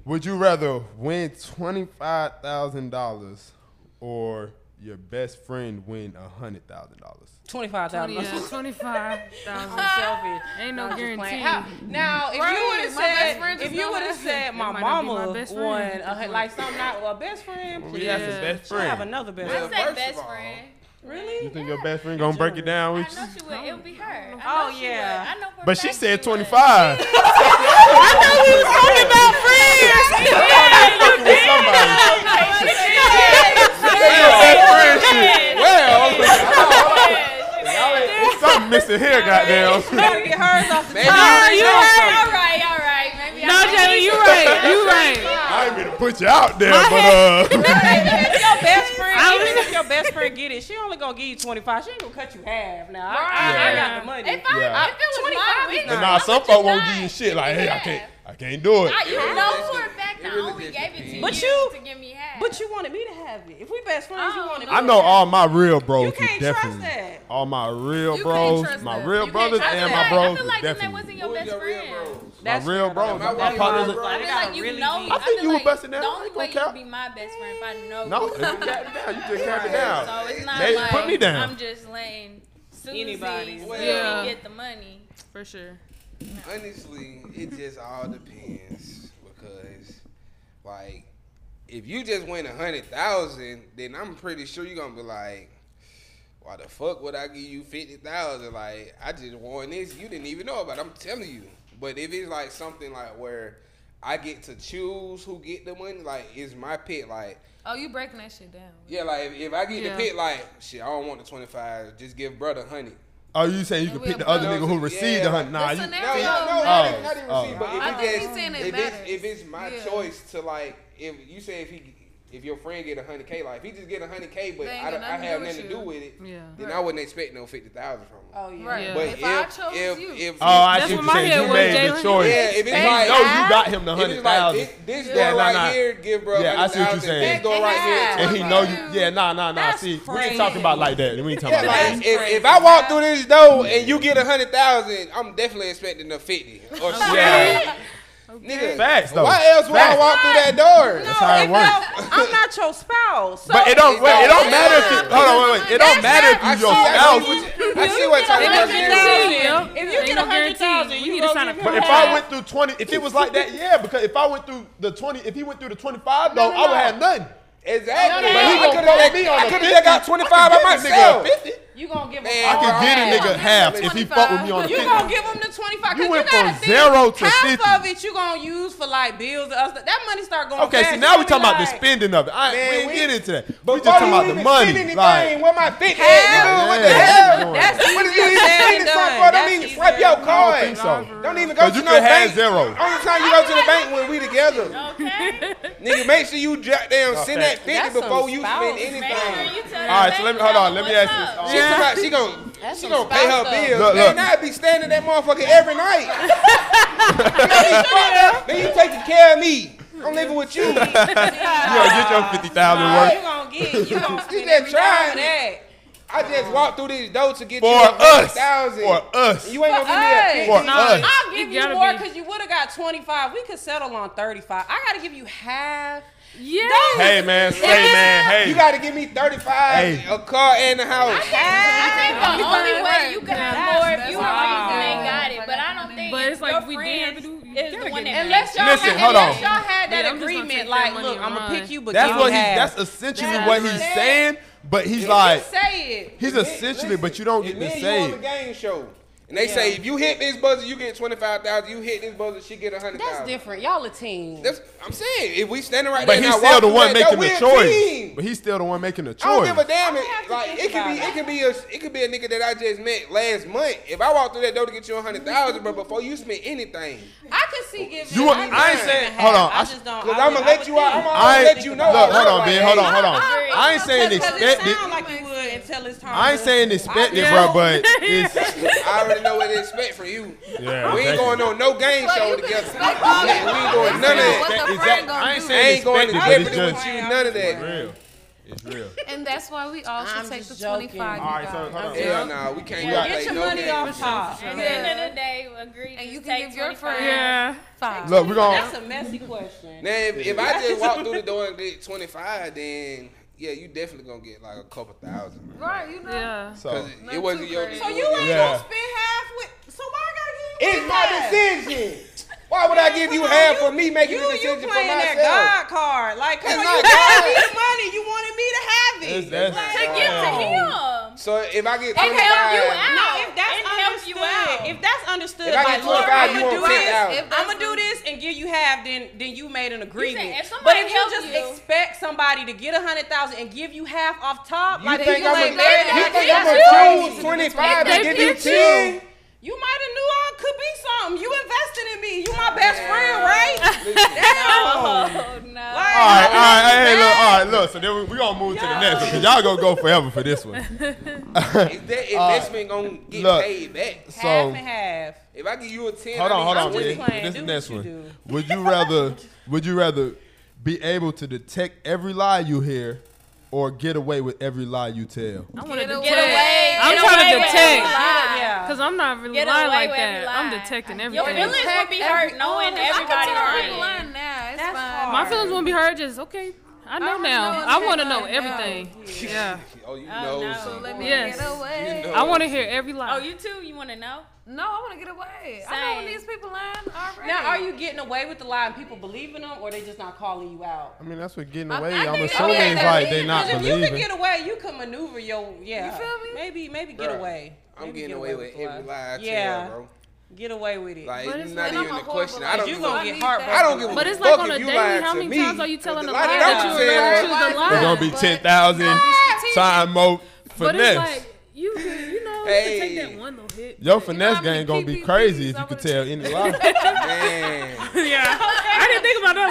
S4: would you rather win twenty five thousand dollars or your best friend win a hundred thousand dollars?
S6: 25000 (laughs)
S8: Yeah,
S6: dollars
S8: twenty-five thousand.
S7: (laughs)
S6: Selfish.
S8: Ain't no
S6: I'm just playing.
S8: guarantee.
S6: How- Now, if
S1: Right,
S6: you would have
S1: my best friend
S6: said,
S1: just
S6: if you
S1: don't
S6: would have
S1: have-
S6: said my
S8: That might not be
S6: mama
S8: my
S6: won,
S8: best friend.
S6: a hun- like some not well, best friend.
S4: Well,
S6: please.
S4: yeah, that's his best
S6: I have
S4: friend.
S6: another best
S3: Yeah.
S7: I
S6: friend.
S3: First
S7: say
S3: of
S7: best
S3: all,
S7: friend.
S4: You
S6: Really?
S4: think your best friend gonna break it down?
S7: I
S4: With
S7: know
S4: you?
S7: she would. It would be her.
S6: Oh,
S7: I know she
S6: yeah.
S7: Would. I know for a
S4: But she
S7: fact
S4: said
S7: would.
S4: twenty five. (laughs) (laughs) There's something missing here, goddamn.
S6: Maybe hers off the
S3: Maybe
S6: top.
S3: you
S6: You
S3: know
S6: heard?
S7: All right, all right. Maybe
S8: No,
S7: I'm
S8: Jalen, you right. You right.
S4: (laughs) I ain't gonna put you out there, but uh,
S6: Even if your
S8: (laughs)
S6: best friend,
S8: I
S6: even
S8: was-
S6: if your best friend get it, she only gonna give you twenty five. She ain't gonna cut you half. Now I, I, I got
S8: Right.
S6: the money.
S7: If, I,
S4: Yeah.
S7: if it was
S6: 25
S7: my
S6: is
S7: week,
S6: not-
S4: (laughs) nah,
S7: I
S4: some
S7: would just
S4: folk won't
S7: not.
S4: give you shit. Like, hey, I
S7: Yeah.
S4: can't, I can't do it.
S7: I, you
S3: really
S7: know
S3: just
S7: for a
S3: dep-
S7: fact
S3: it
S7: I
S3: really
S7: only
S3: just
S7: gave it to
S3: depends.
S6: But
S7: you,
S6: you-
S7: to give me half.
S6: but you wanted me to have it. If we best friends, you
S1: Oh,
S6: wanted.
S1: no.
S6: me
S4: I
S6: to
S4: know
S6: have
S4: all my real bros.
S6: You
S4: would
S6: can't trust
S4: definitely,
S6: that.
S4: All my real
S1: You can't
S4: bros,
S1: trust
S4: my
S1: that.
S4: real
S1: You can't
S4: brothers,
S1: trust
S4: and
S1: that.
S4: my
S1: I
S4: bros
S7: I feel
S4: would
S7: like then that
S4: definitely.
S7: wasn't
S3: Who
S7: your
S3: is
S7: best
S3: your real
S7: friend.
S3: bros?
S4: My
S6: That's
S4: real
S6: true.
S4: bros,
S3: My
S4: my
S3: wife-
S4: partners.
S3: my
S7: I
S3: wife-
S4: and-
S7: feel
S6: I gotta
S7: like you
S6: really-
S7: know.
S4: I think
S7: feel
S4: you were
S7: like
S4: busting that
S7: The
S4: out,
S7: only
S4: don't
S7: way
S4: count.
S7: you'd be my best friend if I know.
S4: No,
S7: you.
S4: Oh, you got it down. You just got it down.
S7: So it's not
S4: They
S7: like
S4: put me down.
S7: I'm just letting Susie
S6: Anybody.
S7: anybody
S8: Yeah.
S7: get the money.
S8: For sure.
S3: Honestly, it just all depends because, like, if you just win a hundred thousand, then I'm pretty sure you're gonna be like, "Why the fuck would I give you fifty thousand? Like, I just won this. You didn't even know about. It. I'm telling you. But if it's like something like where I get to choose who get the money, like it's my pick. Like,
S1: Oh, you breaking that shit down.
S3: yeah, like if, if I get
S8: Yeah.
S3: the pick, like shit, I don't want the twenty five. Just give brother hundred.
S4: Oh, you saying you can
S1: we'll
S4: pick the other
S3: buzz.
S4: nigga who received the
S3: Yeah.
S4: hundred? Nah,
S1: The
S4: you.
S1: scenario-
S3: No,
S1: It
S3: no, no, not
S1: matters.
S3: even, not even
S4: Oh.
S3: receive, but
S1: I
S3: if,
S1: think
S3: it
S1: he's
S3: just,
S1: saying it
S3: if, it's,
S1: matters.
S3: if it's my
S1: Yeah.
S3: choice to like, if you say if he, if your friend get a hundred k, like if he just get a hundred k, but
S1: They ain't
S3: I, don't,
S1: got
S3: I
S1: nothing to
S3: have
S1: do with
S3: nothing to
S1: you.
S3: do with it,
S8: Yeah.
S3: then I wouldn't expect no fifty thousand from him.
S6: Oh yeah.
S8: Yeah.
S1: Right.
S3: But
S1: If I chose
S3: if,
S1: you.
S3: if
S4: Oh, I
S8: That's
S4: see
S8: what
S4: what
S8: my
S4: you're saying.
S8: head
S4: You
S8: was,
S4: made the
S8: Jalen.
S4: choice.
S3: Yeah, if it's
S4: You
S3: like-
S4: know you got him the
S3: if it's
S4: hundred
S3: like
S4: thousand.
S3: this, this
S4: Yeah,
S3: door
S4: nah,
S3: right
S4: nah.
S3: here, give bro.
S4: Yeah, I see what you're
S3: 100,000.
S4: saying.
S3: This door right here,
S4: And he
S1: Fuck
S4: know
S1: you.
S4: you. Yeah, nah, nah, nah.
S6: That's
S4: See, we ain't
S6: crazy.
S4: talking about like that. We ain't talking
S3: Yeah,
S4: about that.
S3: like if, if I walk through this door and you get a hundred thousand, I'm definitely expecting a fifty
S1: (laughs)
S3: or something.
S4: Yeah.
S3: Nigga,
S4: Facts, though.
S3: Why else would I
S4: Facts.
S3: walk through that door?
S6: No,
S4: how it
S6: if
S4: works.
S6: your- I'm not your spouse. So
S4: But it don't
S3: It
S4: wait, it
S3: don't
S4: don't matter if you hold on, wait, wait. It don't
S6: That's
S4: matter
S6: how-
S4: if you your
S3: I
S4: spouse.
S3: see what- I see what Tony
S6: Ain't no
S3: was
S6: guarantee.
S3: saying.
S8: Yeah.
S6: If you
S8: Ain't
S6: get
S8: no
S6: a hundred thousand,
S8: guarantee.
S6: you
S8: We need to
S6: go
S8: sign a
S6: give
S4: But
S6: him
S4: if
S6: half.
S4: I went through twenty, if it was like (laughs) that, yeah. Because if I went through the twenty, if he went through the twenty-five, though, I would have nothing.
S3: Exactly.
S4: But he
S3: I
S4: gonna
S3: coulda
S4: call
S3: just-
S4: me on
S3: I
S4: a
S3: could
S4: fifty.
S3: have got twenty five by
S4: I could give this nigga a
S3: myself.
S4: 50.
S6: You gonna give him
S3: Man,
S6: all
S4: I could
S6: half.
S4: get a nigga half if he fuck with me on a
S6: You
S4: fifty.
S6: gonna give them the twenty five?
S4: You
S6: You
S4: went
S6: you gotta
S4: from
S6: think,
S4: zero to
S6: half
S4: 50.
S6: of it you gonna use for like bills and other stuff. That money start going.
S4: Okay,
S6: fast.
S4: see
S6: You
S4: now we
S6: gonna be
S4: talking about the
S6: like,
S4: spending of it. I ain't- we
S3: Man,
S4: ain't
S3: we-
S4: get into that. We
S3: Before
S4: just talking
S3: you
S4: about the
S3: even spend
S4: money.
S3: anything,
S4: Like,
S3: where my fifty
S4: Yeah,
S3: at, nigga? What the
S4: yeah.
S3: hell?
S6: That's
S3: What
S6: easier
S3: is you spending
S6: said than
S3: this
S6: done.
S3: for? Don't
S6: That's
S3: even
S6: easier
S3: swipe your
S4: I
S6: said than
S4: don't
S3: card.
S4: think so.
S3: Don't even go
S4: Cause
S3: to
S4: you
S3: no
S4: could have
S3: bank.
S4: zero.
S3: Only time you go to the bank when we
S4: (laughs)
S3: together.
S8: (laughs)
S7: Okay.
S3: Nigga, make sure you jot down, send that
S6: That's
S3: fifty
S6: some
S3: before you
S6: spouse,
S3: spend
S7: Make sure
S3: anything.
S7: you tell
S4: All right, so let me hold on. Let me ask this.
S7: you.
S4: Um,
S3: She talking about she gon' she
S6: some
S3: gonna pay her
S6: spouse stuff.
S3: bills.
S4: Look,
S3: Man,
S4: look.
S3: now I be standing that motherfucker every
S6: (laughs)
S3: night. Man, you taking care of me. I'm living with you.
S4: You gonna get your fifty thousand
S6: Nah,
S4: worth
S6: you gonna get. You gonna spend
S3: just
S6: every dime of
S3: trying.
S6: that.
S3: I just walked through this door to get
S4: for
S3: you a hundred
S4: us.
S3: thousand.
S4: For us.
S3: You ain't gonna give me a
S6: For
S4: For
S3: fifty.
S4: us.
S6: I'll
S8: It
S6: give you
S8: gotta
S6: more
S8: be.
S6: because you would have got 25. We could settle on 35. I got to give you half.
S8: Yeah.
S4: Hey man, hey man, hey.
S3: You gotta give me 35,
S4: Hey.
S3: a car, and a house.
S7: I think the only
S8: fine,
S7: way
S8: right.
S7: you could have
S8: That's-
S7: more
S4: Oh.
S7: if
S8: that's
S7: you were
S8: wild.
S7: raised and they got it, but I don't think.
S8: But it's
S7: your
S8: like we did have to
S7: friends
S8: do- you
S7: Is
S8: gotta
S7: the one
S8: get
S7: that
S8: it.
S7: makes
S6: Unless y'all,
S4: Listen,
S6: had,
S4: hold
S6: unless
S4: on.
S6: y'all had that
S8: Yeah, I'm just gonna
S6: agreement,
S8: take
S6: like,
S8: that money
S6: look,
S8: and
S6: I'm gonna
S8: run.
S6: pick you, but
S4: That's
S6: give
S4: what
S6: me
S4: he's.
S6: half.
S4: That's essentially
S8: That's
S4: what he's
S8: right.
S4: saying, but he's
S6: You
S4: like,
S6: say it.
S4: he's essentially, but you don't get to
S3: Listen,
S4: say.
S3: you on the
S4: it.
S3: game show. And they say if you hit this buzzer, you get 25,000. You hit this buzzer, she get 100,000.
S6: That's different. Y'all a team.
S3: That's, I'm saying, if we standing right
S4: But
S3: there,
S4: he's
S3: and I
S4: still
S3: walk through that
S4: the one making
S3: door,
S4: the
S3: we a
S4: choice.
S3: team.
S4: But he's still the one making the choice.
S3: I don't give a damn.
S6: I
S3: It,
S6: have to
S3: like
S6: think
S3: it could
S6: about
S3: be,
S6: it.
S3: it could be a, it could be a nigga that I just met last month. If I walk through that door to get you a hundred thousand, bro, before you spend anything,
S6: I can see giving.
S4: You want- I ain't saying- hold on, I
S6: I
S4: sh-
S6: just don't.
S3: cause
S6: I
S3: I'm gonna
S6: would- I would
S3: let you out. I'm
S6: think.
S3: gonna
S4: I ain't-
S3: let you know.
S4: Look, hold on,
S3: Like,
S4: Ben. Hold on, hold on.
S7: I agree.
S4: I ain't saying
S6: Cause it
S4: expect it.
S6: sound like you would until it's time.
S4: I ain't
S6: to-
S4: saying expect it, bro.
S6: (laughs)
S4: But it's
S3: I already know what to expect from you.
S4: Yeah,
S3: we ain't
S4: exactly.
S3: going on no game show together. Yeah, we ain't going none of
S1: What
S3: that.
S1: the
S4: Exact-
S1: friend gonna
S4: I ain't
S1: do?
S3: I ain't
S4: saying
S3: going to
S4: expect it, but
S3: Jeopardy
S4: it's
S3: with
S4: just
S3: you. None of that.
S4: real. It's real.
S1: And that's why we all should
S6: I'm
S1: take the
S6: just joking.
S1: 25.
S4: All right,
S1: you
S4: so
S1: guys.
S4: hold on.
S3: Hell nah, we can't
S6: Well,
S3: play
S6: Get your
S3: no
S6: money
S3: game.
S6: off top.
S7: At the end of the day, agree.
S1: And
S7: to
S1: you can
S7: take
S1: give your
S7: 25.
S1: friend
S8: Yeah.
S1: five.
S4: Look, we're gonna.
S6: That's a messy question.
S3: Now, if, if I just walk
S6: (laughs)
S3: through the door and get 25, then yeah, you definitely gonna get like a couple thousand. man.
S1: Right, you know.
S8: Yeah.
S4: So
S6: Oh,
S3: Cause it, it wasn't
S1: too
S3: your.
S1: crazy.
S6: So you ain't
S4: Yeah.
S6: gonna spend half with. So why I gotta give you?
S3: It's my
S6: half?
S3: decision. Why would I give you half for me making
S6: You,
S3: the
S6: you
S3: decision for
S6: playing that
S3: myself?
S6: God card? Like, come
S3: It's
S6: on,
S3: not
S6: you
S3: God.
S6: gave me the money. You wanted me to have it.
S4: It's- that's-
S6: Like,
S7: To give to him.
S3: So if I get
S7: And help you
S3: 25,
S7: out.
S6: No, if that's
S7: And help
S6: understood,
S7: you out.
S6: if that's understood,
S3: If I
S6: like,
S3: get
S6: look,
S3: 25,
S6: I'm
S3: you
S6: gonna
S3: want
S6: do
S3: 10,000.
S6: this. I'm gonna do this and give you half. Then, then you made an agreement.
S7: if somebody
S6: but if you
S7: help
S6: just
S7: you-
S6: expect somebody to get a hundred thousand and give you half off
S3: you
S6: top, like
S3: think
S6: you
S3: I'm
S6: ain't
S3: gonna
S6: married,
S3: you
S6: like,
S3: think
S6: that's
S3: I'm
S6: crazy.
S3: gonna choose 25
S8: They
S3: and give you
S8: picked
S3: 10?
S8: you.
S6: You might have knew I could be something. You invested in me. You my best friend,
S3: (laughs)
S6: right? Damn.
S7: Oh no.
S6: Like,
S4: All right, all right, hey, look, all right, look. So then we, we gonna move to the next one because y'all gonna go forever for this one.
S3: Is that investment gonna get
S4: look.
S3: paid back?
S6: half
S4: So
S6: and half.
S3: If I give you a 10,
S4: hold
S3: I
S4: on, hold on,
S6: I'm just
S4: man.
S6: playing.
S4: This is
S6: Do
S4: the
S6: what
S4: next
S6: you
S4: one.
S6: do.
S4: Would you rather? would you rather be able to detect every lie you hear, or get away with every lie you tell?
S8: I want to
S1: Get
S8: detect.
S7: away-
S8: I'm
S7: get
S8: trying
S7: away
S8: to
S7: with
S8: detect.
S7: every
S6: Ah,
S7: lie.
S6: Yeah.
S8: Because I'm not really
S7: Get
S8: lying
S7: away
S8: like
S7: with every
S8: that. I'm
S7: lie.
S8: detecting
S7: Your
S8: everything.
S7: feelings will be hurt knowing everybody
S1: I'm
S7: lying.
S1: lying now. It's
S6: That's
S1: fine.
S6: hard.
S8: My feelings won't be hurt. Just okay. I know
S1: I
S8: now.
S1: know
S8: I want to
S1: now.
S8: know
S1: Yeah.
S8: everything. Yeah.
S3: Oh, you
S7: Oh,
S3: know.
S7: no.
S3: so-
S1: Let me
S8: Yes.
S1: get away.
S3: You know.
S8: I want to hear every lie.
S7: Oh, you too? You want to know?
S1: No, I want to get away. I know when
S7: Same.
S1: these people lying already.
S6: Now, are you getting away with the lie and people believing them, or they just not calling you out?
S4: I mean, that's what getting
S1: I- I
S4: away. I, am
S1: think- I
S4: assuming
S1: mean,
S4: is like
S1: that
S4: they
S1: is-
S4: not
S6: if you could
S4: believing.
S6: get away, you could maneuver your yeah.
S1: You feel me?
S6: Maybe maybe get
S3: Bruh,
S6: away.
S3: I'm
S6: Maybe
S3: getting
S6: get
S3: away with
S6: the
S3: every lie I
S6: Yeah.
S3: tell, bro.
S6: Get away with it.
S3: Like,
S8: But
S3: it's
S8: it's
S3: not
S8: like-
S3: even a question. I don't
S6: You
S3: give a
S6: gonna get
S3: I don't give
S6: heartbroken.
S3: a
S8: But it's
S3: fuck
S8: like on
S3: if
S8: a
S3: you
S8: daily.
S3: lied
S8: How
S3: to
S8: many
S3: me.
S8: times are you telling
S3: The
S8: a
S3: lie
S8: lie
S3: that
S8: that
S3: I'm
S8: you
S3: saying- (laughs)
S8: choose a lie?
S4: It's gonna be ten thousand time more
S8: But it's like
S4: finesse.
S8: you, can- you know,
S3: Hey.
S8: you can take that one little hit.
S4: Your finesse
S1: how many
S4: game gonna be
S1: PPPs
S4: crazy if
S1: I
S4: you could
S1: would've-
S4: tell any lie.
S3: Man,
S8: yeah, I didn't think about (laughs) that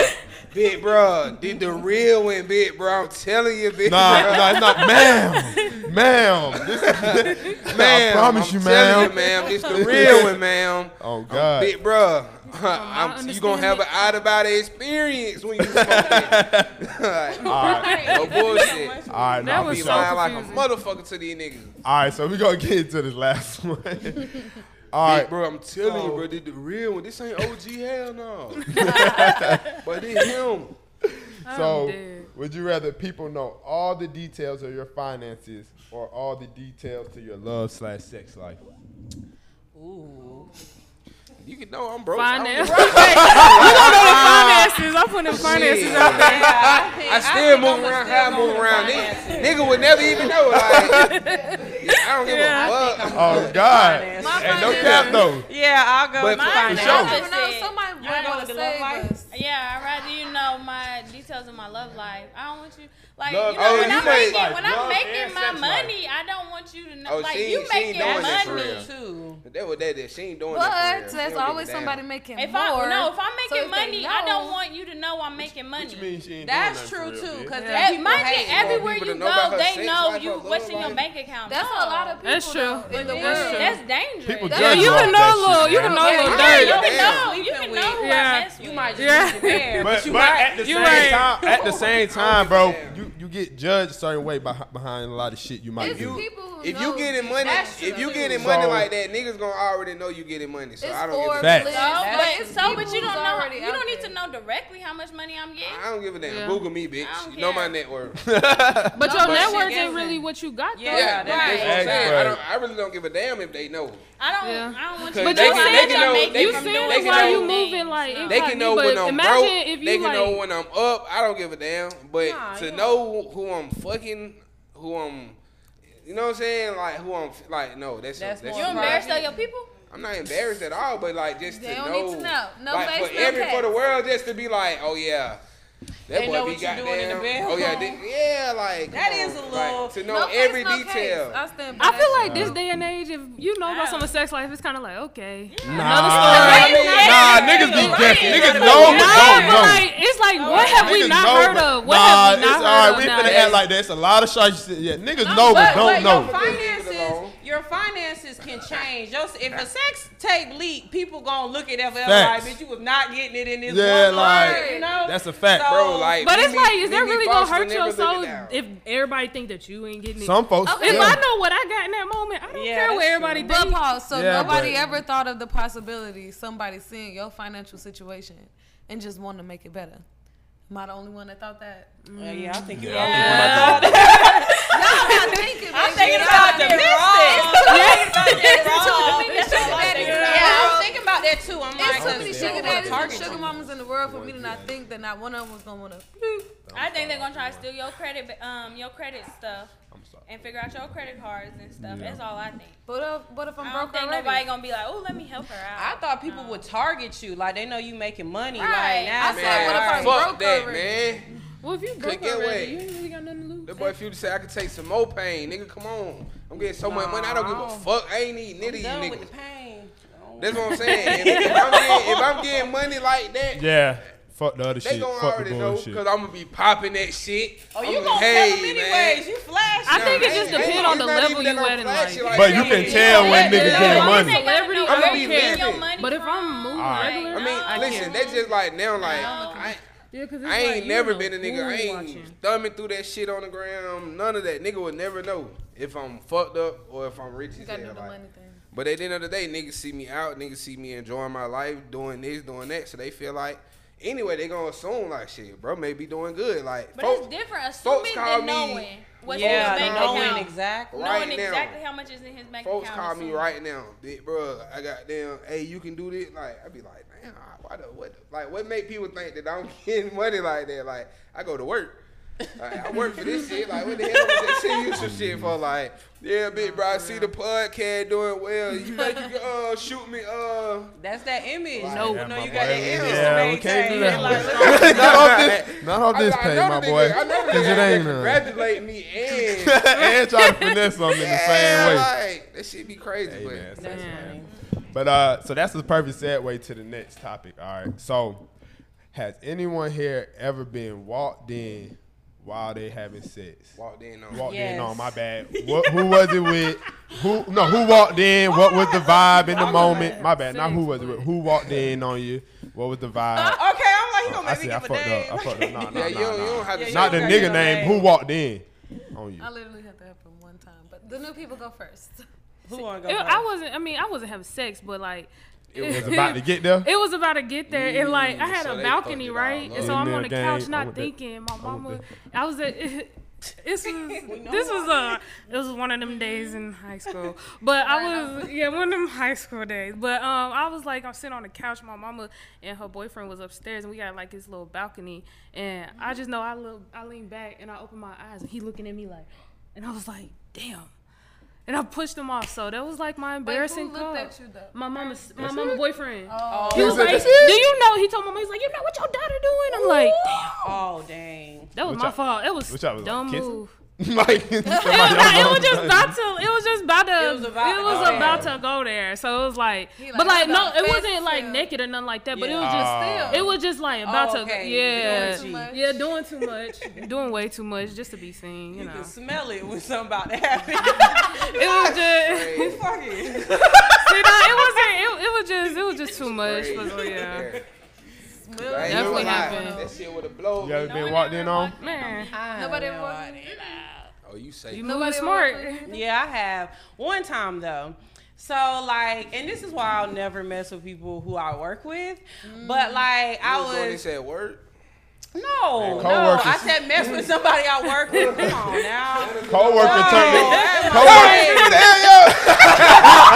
S4: (laughs)
S3: bruh. Big bruh, did the real one, big bruh. I'm telling you, big
S4: Nah,
S3: bruh.
S4: nah, it's not,
S8: (laughs)
S4: ma'am, (laughs) ma'am. This is, (laughs)
S3: Ma'am,
S4: I promise
S3: I'm telling
S4: you, ma'am.
S3: You, ma'am, this the real one,
S4: (laughs)
S3: ma'am.
S4: Oh God,
S3: Big bruh, (laughs) I'm, you gonna have an out of body experience when you smoke
S4: (laughs)
S3: it. (laughs) like, no bullshit.
S4: all right,
S8: That
S4: nah,
S8: was
S3: Be
S4: for
S8: so
S4: sure.
S3: lying like a
S8: confusing.
S3: motherfucker to these niggas.
S4: All right, so we gonna get into this last (laughs) one. All
S3: All
S4: right,
S3: right, bro, I'm telling you, bro, this the real one. This ain't OG hell
S8: (laughs)
S3: no. but this him.
S4: so
S8: dead.
S4: would you rather people know all the details of your finances or all the details to your love slash sex life?
S6: Ooh.
S3: You can know I'm broke. so I don't
S8: Finance.
S3: give
S8: (laughs) Wait, you don't know the finances. I'm putting the finances
S3: Shit.
S8: out there.
S6: Yeah, I, think-
S3: I
S6: I
S3: still
S6: think
S3: move
S6: I'ma
S3: around
S6: still
S3: how I
S6: go
S3: move
S6: with
S3: around.
S6: finances.
S3: Nigga, nigga would never even know. Like, I don't give a
S8: Yeah,
S3: fuck.
S4: Oh God,
S6: Finance.
S1: My
S4: ain't no
S1: finances-
S4: cap though.
S6: Yeah, I'll go
S3: But
S6: with
S3: for
S6: finance.
S4: sure.
S1: I don't know.
S7: Opposite.
S1: Somebody
S6: Y'all
S1: want
S6: go with
S1: to
S6: the love
S1: save
S6: life?
S1: us.
S7: Yeah, I'd rather you know my details of my love life. I don't want you like
S4: Love-
S7: you know
S3: oh,
S7: when
S3: you
S7: I'm
S3: made-
S7: making when
S4: love
S7: I'm
S4: and
S7: making my
S4: sex life.
S7: money, I don't want you to know
S3: Oh,
S7: like
S3: she
S7: you
S3: ain't- she ain't
S7: making
S3: doing that for
S7: money.
S3: real.
S6: too.
S3: That was that. that She ain't doing that.
S1: But there's always somebody making
S7: If
S1: more.
S7: I no, if I'm
S1: So
S7: making
S1: if they
S7: money, I
S1: know-
S7: don't want you to know I'm making money.
S6: That's true too, because
S8: Yeah.
S6: yeah.
S7: Mind you, everywhere
S3: people
S7: you
S3: to know about
S7: go,
S3: her
S7: they
S3: sex
S7: know
S3: life,
S7: you
S3: her love
S7: what's in your
S3: life.
S7: bank account.
S1: That's
S7: No.
S1: a lot of people.
S8: That's true.
S1: though, In the
S8: That's
S1: world.
S8: true.
S7: That's dangerous.
S4: People
S8: Yeah,
S4: judge
S8: you
S4: you off
S8: can know
S4: that
S8: a little.
S4: shit,
S8: You can
S4: man.
S8: know a little
S7: Right,
S8: dirt.
S7: you
S3: Damn.
S7: can know. You
S6: Sleeping
S7: can
S8: with.
S7: know who I
S8: yeah.
S7: mess with.
S6: You might just yeah.
S8: Yeah.
S6: there.
S4: But,
S6: you
S4: but
S6: right.
S4: at the
S8: You
S4: same
S8: right.
S4: time, at the same time, bro, you, you get judged a certain way behind, behind a lot of shit you might
S1: It's
S4: do.
S1: people who
S3: If
S1: know
S3: you getting money,
S1: that's
S3: if you
S1: true.
S3: getting
S4: So-
S3: money like that, niggas gonna already know you getting money. So
S1: it's
S3: I don't
S1: Forbes
S3: give a,
S4: Facts.
S1: list.
S7: No, but
S1: That's
S7: it's so. But
S1: people
S7: you
S1: who's
S7: don't know.
S1: already
S7: You
S1: out
S7: don't need
S1: there.
S7: to know directly how much money I'm getting.
S3: I don't give a damn.
S8: Yeah.
S3: Google me, bitch.
S7: I don't
S3: You know my
S7: care.
S3: net worth.
S8: But your
S6: But
S8: net
S6: she
S8: worth ain't
S6: isn't.
S8: really what you got though.
S6: Yeah,
S3: Yeah, that's
S6: that-
S3: what I'm
S7: Right.
S3: saying. I,
S4: Right.
S3: don't, I really don't give a damn if they know.
S7: I don't.
S8: Yeah.
S7: I don't want
S3: Cause
S7: you.
S8: But
S3: they
S8: you
S3: can-
S8: said
S3: they
S8: it
S3: can know.
S8: like-
S3: They
S8: you
S3: can
S8: said
S3: know.
S8: it
S3: They
S8: while
S3: can
S8: you
S3: know.
S8: moving like
S3: They
S8: incognito.
S3: can know
S8: but
S3: when I'm
S8: imagine
S3: broke.
S8: if you
S3: they can
S8: like,
S3: know when I'm up. I don't give a damn. But
S6: Nah,
S3: to
S6: yeah.
S3: know who I'm fucking, who I'm, you know what I'm saying? Like who I'm, like no, that's
S6: That's
S3: that's
S6: more
S7: You
S6: Right.
S7: embarrassed of your people.
S3: I'm not embarrassed at all, but like just
S1: They
S3: to
S1: don't
S3: know,
S1: need to know. No
S3: like
S1: face,
S3: for
S1: no
S3: every for the
S1: case.
S3: world, just to be like, oh yeah, that
S6: They
S3: boy
S6: know
S3: be
S6: what you doing in the
S3: goddamn- Oh yeah,
S6: bedroom.
S3: thi- yeah, like
S6: That
S3: come on,
S6: is a
S3: like,
S6: little-
S3: to know
S1: No face,
S3: every
S1: no case.
S3: detail.
S1: I stand by
S8: I feel
S1: that.
S8: like this day and age, if you know about
S7: Yeah.
S8: someone's sex life, it's kind of like okay.
S4: Nah, nah, niggas be
S7: Right.
S4: guessing. Niggas
S7: Right.
S4: know.
S8: nah,
S4: don't
S8: but
S4: know.
S8: like it's like what have we
S4: Niggas
S8: not
S4: know,
S8: heard
S4: but-
S8: of? What
S4: nah,
S8: have we
S4: it's
S8: not
S4: all right.
S8: heard
S4: We
S8: of?
S4: finna
S8: nowadays?
S4: act like that's a lot of shit. shit. Yeah, niggas know, but, don't know.
S6: Your finances, your finances can change. Your, if a sex tape leak, people gonna look at that forever. Like,
S4: Facts.
S6: bitch, you was not getting it in this
S4: Yeah,
S6: one
S4: like,
S6: word, you know?
S4: that's a fact.
S6: So,
S3: Bro, like,
S8: But it's
S3: Mimi-
S8: like, is that
S3: Mimi
S8: really gonna
S3: Foster
S8: hurt
S3: never
S8: your
S3: living
S8: soul
S3: now.
S8: if everybody think that you ain't getting it?
S4: Some folks.
S8: if
S4: yeah.
S8: I know what I got in that moment, I don't
S6: Yeah,
S8: care
S6: that's
S8: what everybody
S1: But
S8: thinks.
S1: pause. So
S4: Yeah,
S1: nobody
S4: but-
S1: ever thought of the possibility somebody seeing your financial situation and just wanting to make it better. Am I the only one that thought that?
S6: Yeah, Oh, yeah, I think you're
S4: Yeah, I
S6: right.
S4: think when I do-
S1: I'm thinking.
S6: I'm thinking about the Yeah, I'm thinking about that too. I'm
S1: It's too
S6: like,
S1: many
S6: cause-
S1: sugar daddies and
S6: target
S1: sugar mamas in the world for me to not think that not one of them was gonna wanna.
S7: I think they're gonna try to steal your credit, ba- um, your credit stuff, and figure out your credit cards and stuff. That's all I think.
S1: But if, but if I'm
S7: I don't
S1: broke
S7: think
S1: already,
S7: nobody gonna be like, oh, let me help her
S6: I
S7: out.
S6: thought people would target you, like they know you making money.
S7: Right.
S6: Like now,
S1: I
S6: it's
S1: said,
S6: like,
S1: what if I
S6: alright.
S3: Fuck
S1: broke
S3: that,
S1: already.
S3: man.
S8: well, if you broke
S3: get
S8: already,
S3: away.
S8: you ain't really got nothing to lose.
S3: That boy Future said I could take some more pain, nigga. Come on, I'm getting so much money. I don't give a
S6: Nah.
S3: fuck. I ain't need none of you
S6: done with
S3: niggas.
S6: the pain. Oh.
S3: That's what I'm
S8: (laughs)
S3: saying. If, if I'm getting, if I'm getting money like that,
S4: Yeah. Fuck the other
S3: they
S4: shit.
S3: gonna
S4: Fuck the
S3: already know because
S4: bullshit.
S3: I'm gonna be popping that shit.
S6: Oh,
S3: I'm
S6: you
S3: gonna-
S6: gonna
S3: hey,
S6: tell
S3: man.
S6: them anyways. You flash.
S8: I think it
S3: Hey,
S8: just
S3: hey,
S8: depends
S3: it's
S8: on the
S3: not
S8: level
S3: even
S8: you
S3: that
S8: at in
S3: I'm flashy
S8: life.
S3: like
S4: But
S3: that.
S4: you can tell when
S7: Yeah, yeah,
S4: niggas
S7: yeah.
S4: getting
S7: They
S4: money.
S7: gotta
S8: Celebrity,
S7: know
S8: I
S7: where
S8: don't
S7: you
S8: care.
S7: get your money
S8: But if I'm
S7: from.
S8: moving
S7: Like,
S8: regular,
S3: I mean,
S8: I
S3: listen,
S8: can't.
S3: that's just like now, like I,
S8: Yeah, 'cause it's
S3: I ain't
S8: like, you
S3: never
S8: know
S3: been a nigga. I
S8: who's
S3: ain't
S8: watching.
S3: thumbing through that shit on the ground. None of that. Nigga would never know if I'm fucked up or if I'm rich
S1: you
S3: as
S1: gotta do
S3: hell.
S1: the
S3: Like.
S1: money thing.
S3: But at the end of the day, niggas see me out. Niggas see me enjoying my life, doing this, doing that. So they feel like anyway, they gonna assume like shit, bro. May be doing good. Like,
S7: But
S3: folks,
S7: it's different
S3: folks
S7: assuming
S3: call
S7: than
S3: me-
S7: knowing what's in
S6: Yeah,
S7: his bank
S6: knowing
S7: account.
S6: exactly.
S3: Right
S7: knowing
S3: now.
S7: exactly how much is in his bank
S3: Folks
S7: account.
S3: call me
S7: assuming.
S3: right now, big bro. I got damn. Hey, you can do this. Like I be like, man, I- why the what? Like what make people think that I'm (laughs) getting money like that? Like I go to work. Like, I work for this shit. Like what the hell was they send you some shit for? Like yeah, big bro. I see the podcast doing well. You think you can uh, shoot me? Uh,
S6: That's that image.
S8: No.
S6: you know you got that image.
S4: Yeah,
S6: to
S4: we can't do
S6: maintain.
S4: that. (laughs)
S6: Like, look,
S4: not on this, not on
S3: I-
S4: this
S3: I
S4: page,
S3: know
S4: my
S3: the
S4: boy.
S3: nigga- I know the
S4: Cause it
S3: nigga
S4: ain't none.
S3: congratulate me and
S4: (laughs) and try to finesse on me the
S3: yeah,
S4: same way.
S3: like that shit be crazy. but
S4: Hey, man, that's
S8: Damn.
S4: funny. But uh, so that's the perfect segue to the next topic. All right. So, has anyone here ever been walked in while they having sex?
S3: walked in on.
S4: Walked in
S6: Yes.
S4: on my bad. What, who was it with? Who no? Who walked in? What was the vibe in the moment? My bad. Not who was it with. Who walked in on you? What was the vibe?
S6: "Oh, Okay, I'm like, uh, you gonna
S4: I
S6: make me
S4: see. I
S6: give a
S4: fucked up. I
S6: damn.
S4: fucked up.
S6: (laughs)
S4: Nah,
S3: yeah,
S4: nah,
S3: you, don't, you don't
S4: nah, nah.
S3: have to.
S6: Yeah, you
S4: Not the
S6: don't gotta
S4: nigga
S6: give a
S4: name.
S6: name.
S4: Who walked in on you?
S1: I literally had that happen one time. But the new people go first.
S6: Who wanna go
S8: It-
S6: first?
S8: I wasn't. I mean, I wasn't having sex, but like it
S4: Was about
S8: (laughs)
S4: to get there.
S8: It was about to get there, and like I
S3: Mm,
S8: had
S3: so
S8: a
S3: they
S8: balcony,
S3: fucked it
S8: right?
S3: all
S8: And so
S4: up.
S8: I'm on
S4: Email
S8: the
S4: gang,
S8: couch,
S4: I
S8: not
S4: want that.
S8: thinking. My
S4: want
S8: mama,
S4: that.
S8: I was at. (laughs) This was this was uh it was one of them days in high school, but I was yeah one of them (laughs) high school days. But um I was like I'm sitting on the couch. My mama and her boyfriend was upstairs, and we got like this little balcony. And I just know I look I lean back and I open my eyes, and he looking at me like, and I was like damn, and I pushed him off. So that was like my embarrassing
S1: looked
S8: call.
S1: at you, though?
S8: My mama's my mama boyfriend.
S1: Oh,
S8: He was
S4: He said,
S8: like,
S4: "That's
S8: "Do you know?" He told my mom, "He's like, you know what your daughter doing?" I'm like, "Damn,
S6: Oh dang.
S8: that was
S4: Which
S8: my
S4: I-
S8: fault. It was
S4: which I was like,
S8: dumb
S4: kissing? (laughs)
S8: move.
S4: like
S8: It was, not- it was just about to. It was just about to.
S6: It was about to
S8: it was
S6: go there.
S8: about to go there. So it was like,
S1: He
S8: but
S1: like,
S8: like, no,
S1: "Hold on,
S8: it wasn't like
S1: fast
S8: naked or nothing like that. But it
S6: Yeah.
S8: was just,
S4: Ah.
S8: it was just like about
S6: Oh,
S8: to.
S6: okay.
S8: Yeah,
S6: Doing too
S1: much.
S8: yeah, doing too much, doing way too much just to be seen. You
S6: You (laughs)
S8: know,
S3: (laughs)
S6: can smell it when something about to happen.
S8: it was just. (laughs)
S6: Fuck it.
S8: See, no, it wasn't. It, it was just. It was just too much.
S3: Crazy.
S8: for- yeah.
S3: (laughs) I ain't
S8: Definitely
S3: gonna lie.
S8: happened.
S3: That shit would have blown.
S4: You ever
S7: one
S4: been walked in
S7: ever
S4: on?
S7: walked
S8: Man,
S1: Nobody
S6: Nobody
S1: walked
S6: wanted.
S3: Oh, you say
S8: you
S1: Nobody
S8: moving smart.
S1: wanna fuck
S6: Yeah, I have. One time though. So like, and this is why I'll never mess with people who I work with. But like,
S3: was
S6: I
S3: the one that
S6: was
S3: said word.
S6: no, no.
S4: coworkers.
S6: I said mess with somebody I work with. Come on
S4: (laughs)
S6: now.
S4: Coworker
S6: No,
S4: turned.
S6: that's my
S4: Coworker.
S6: friend.
S4: Damn, yo.
S6: He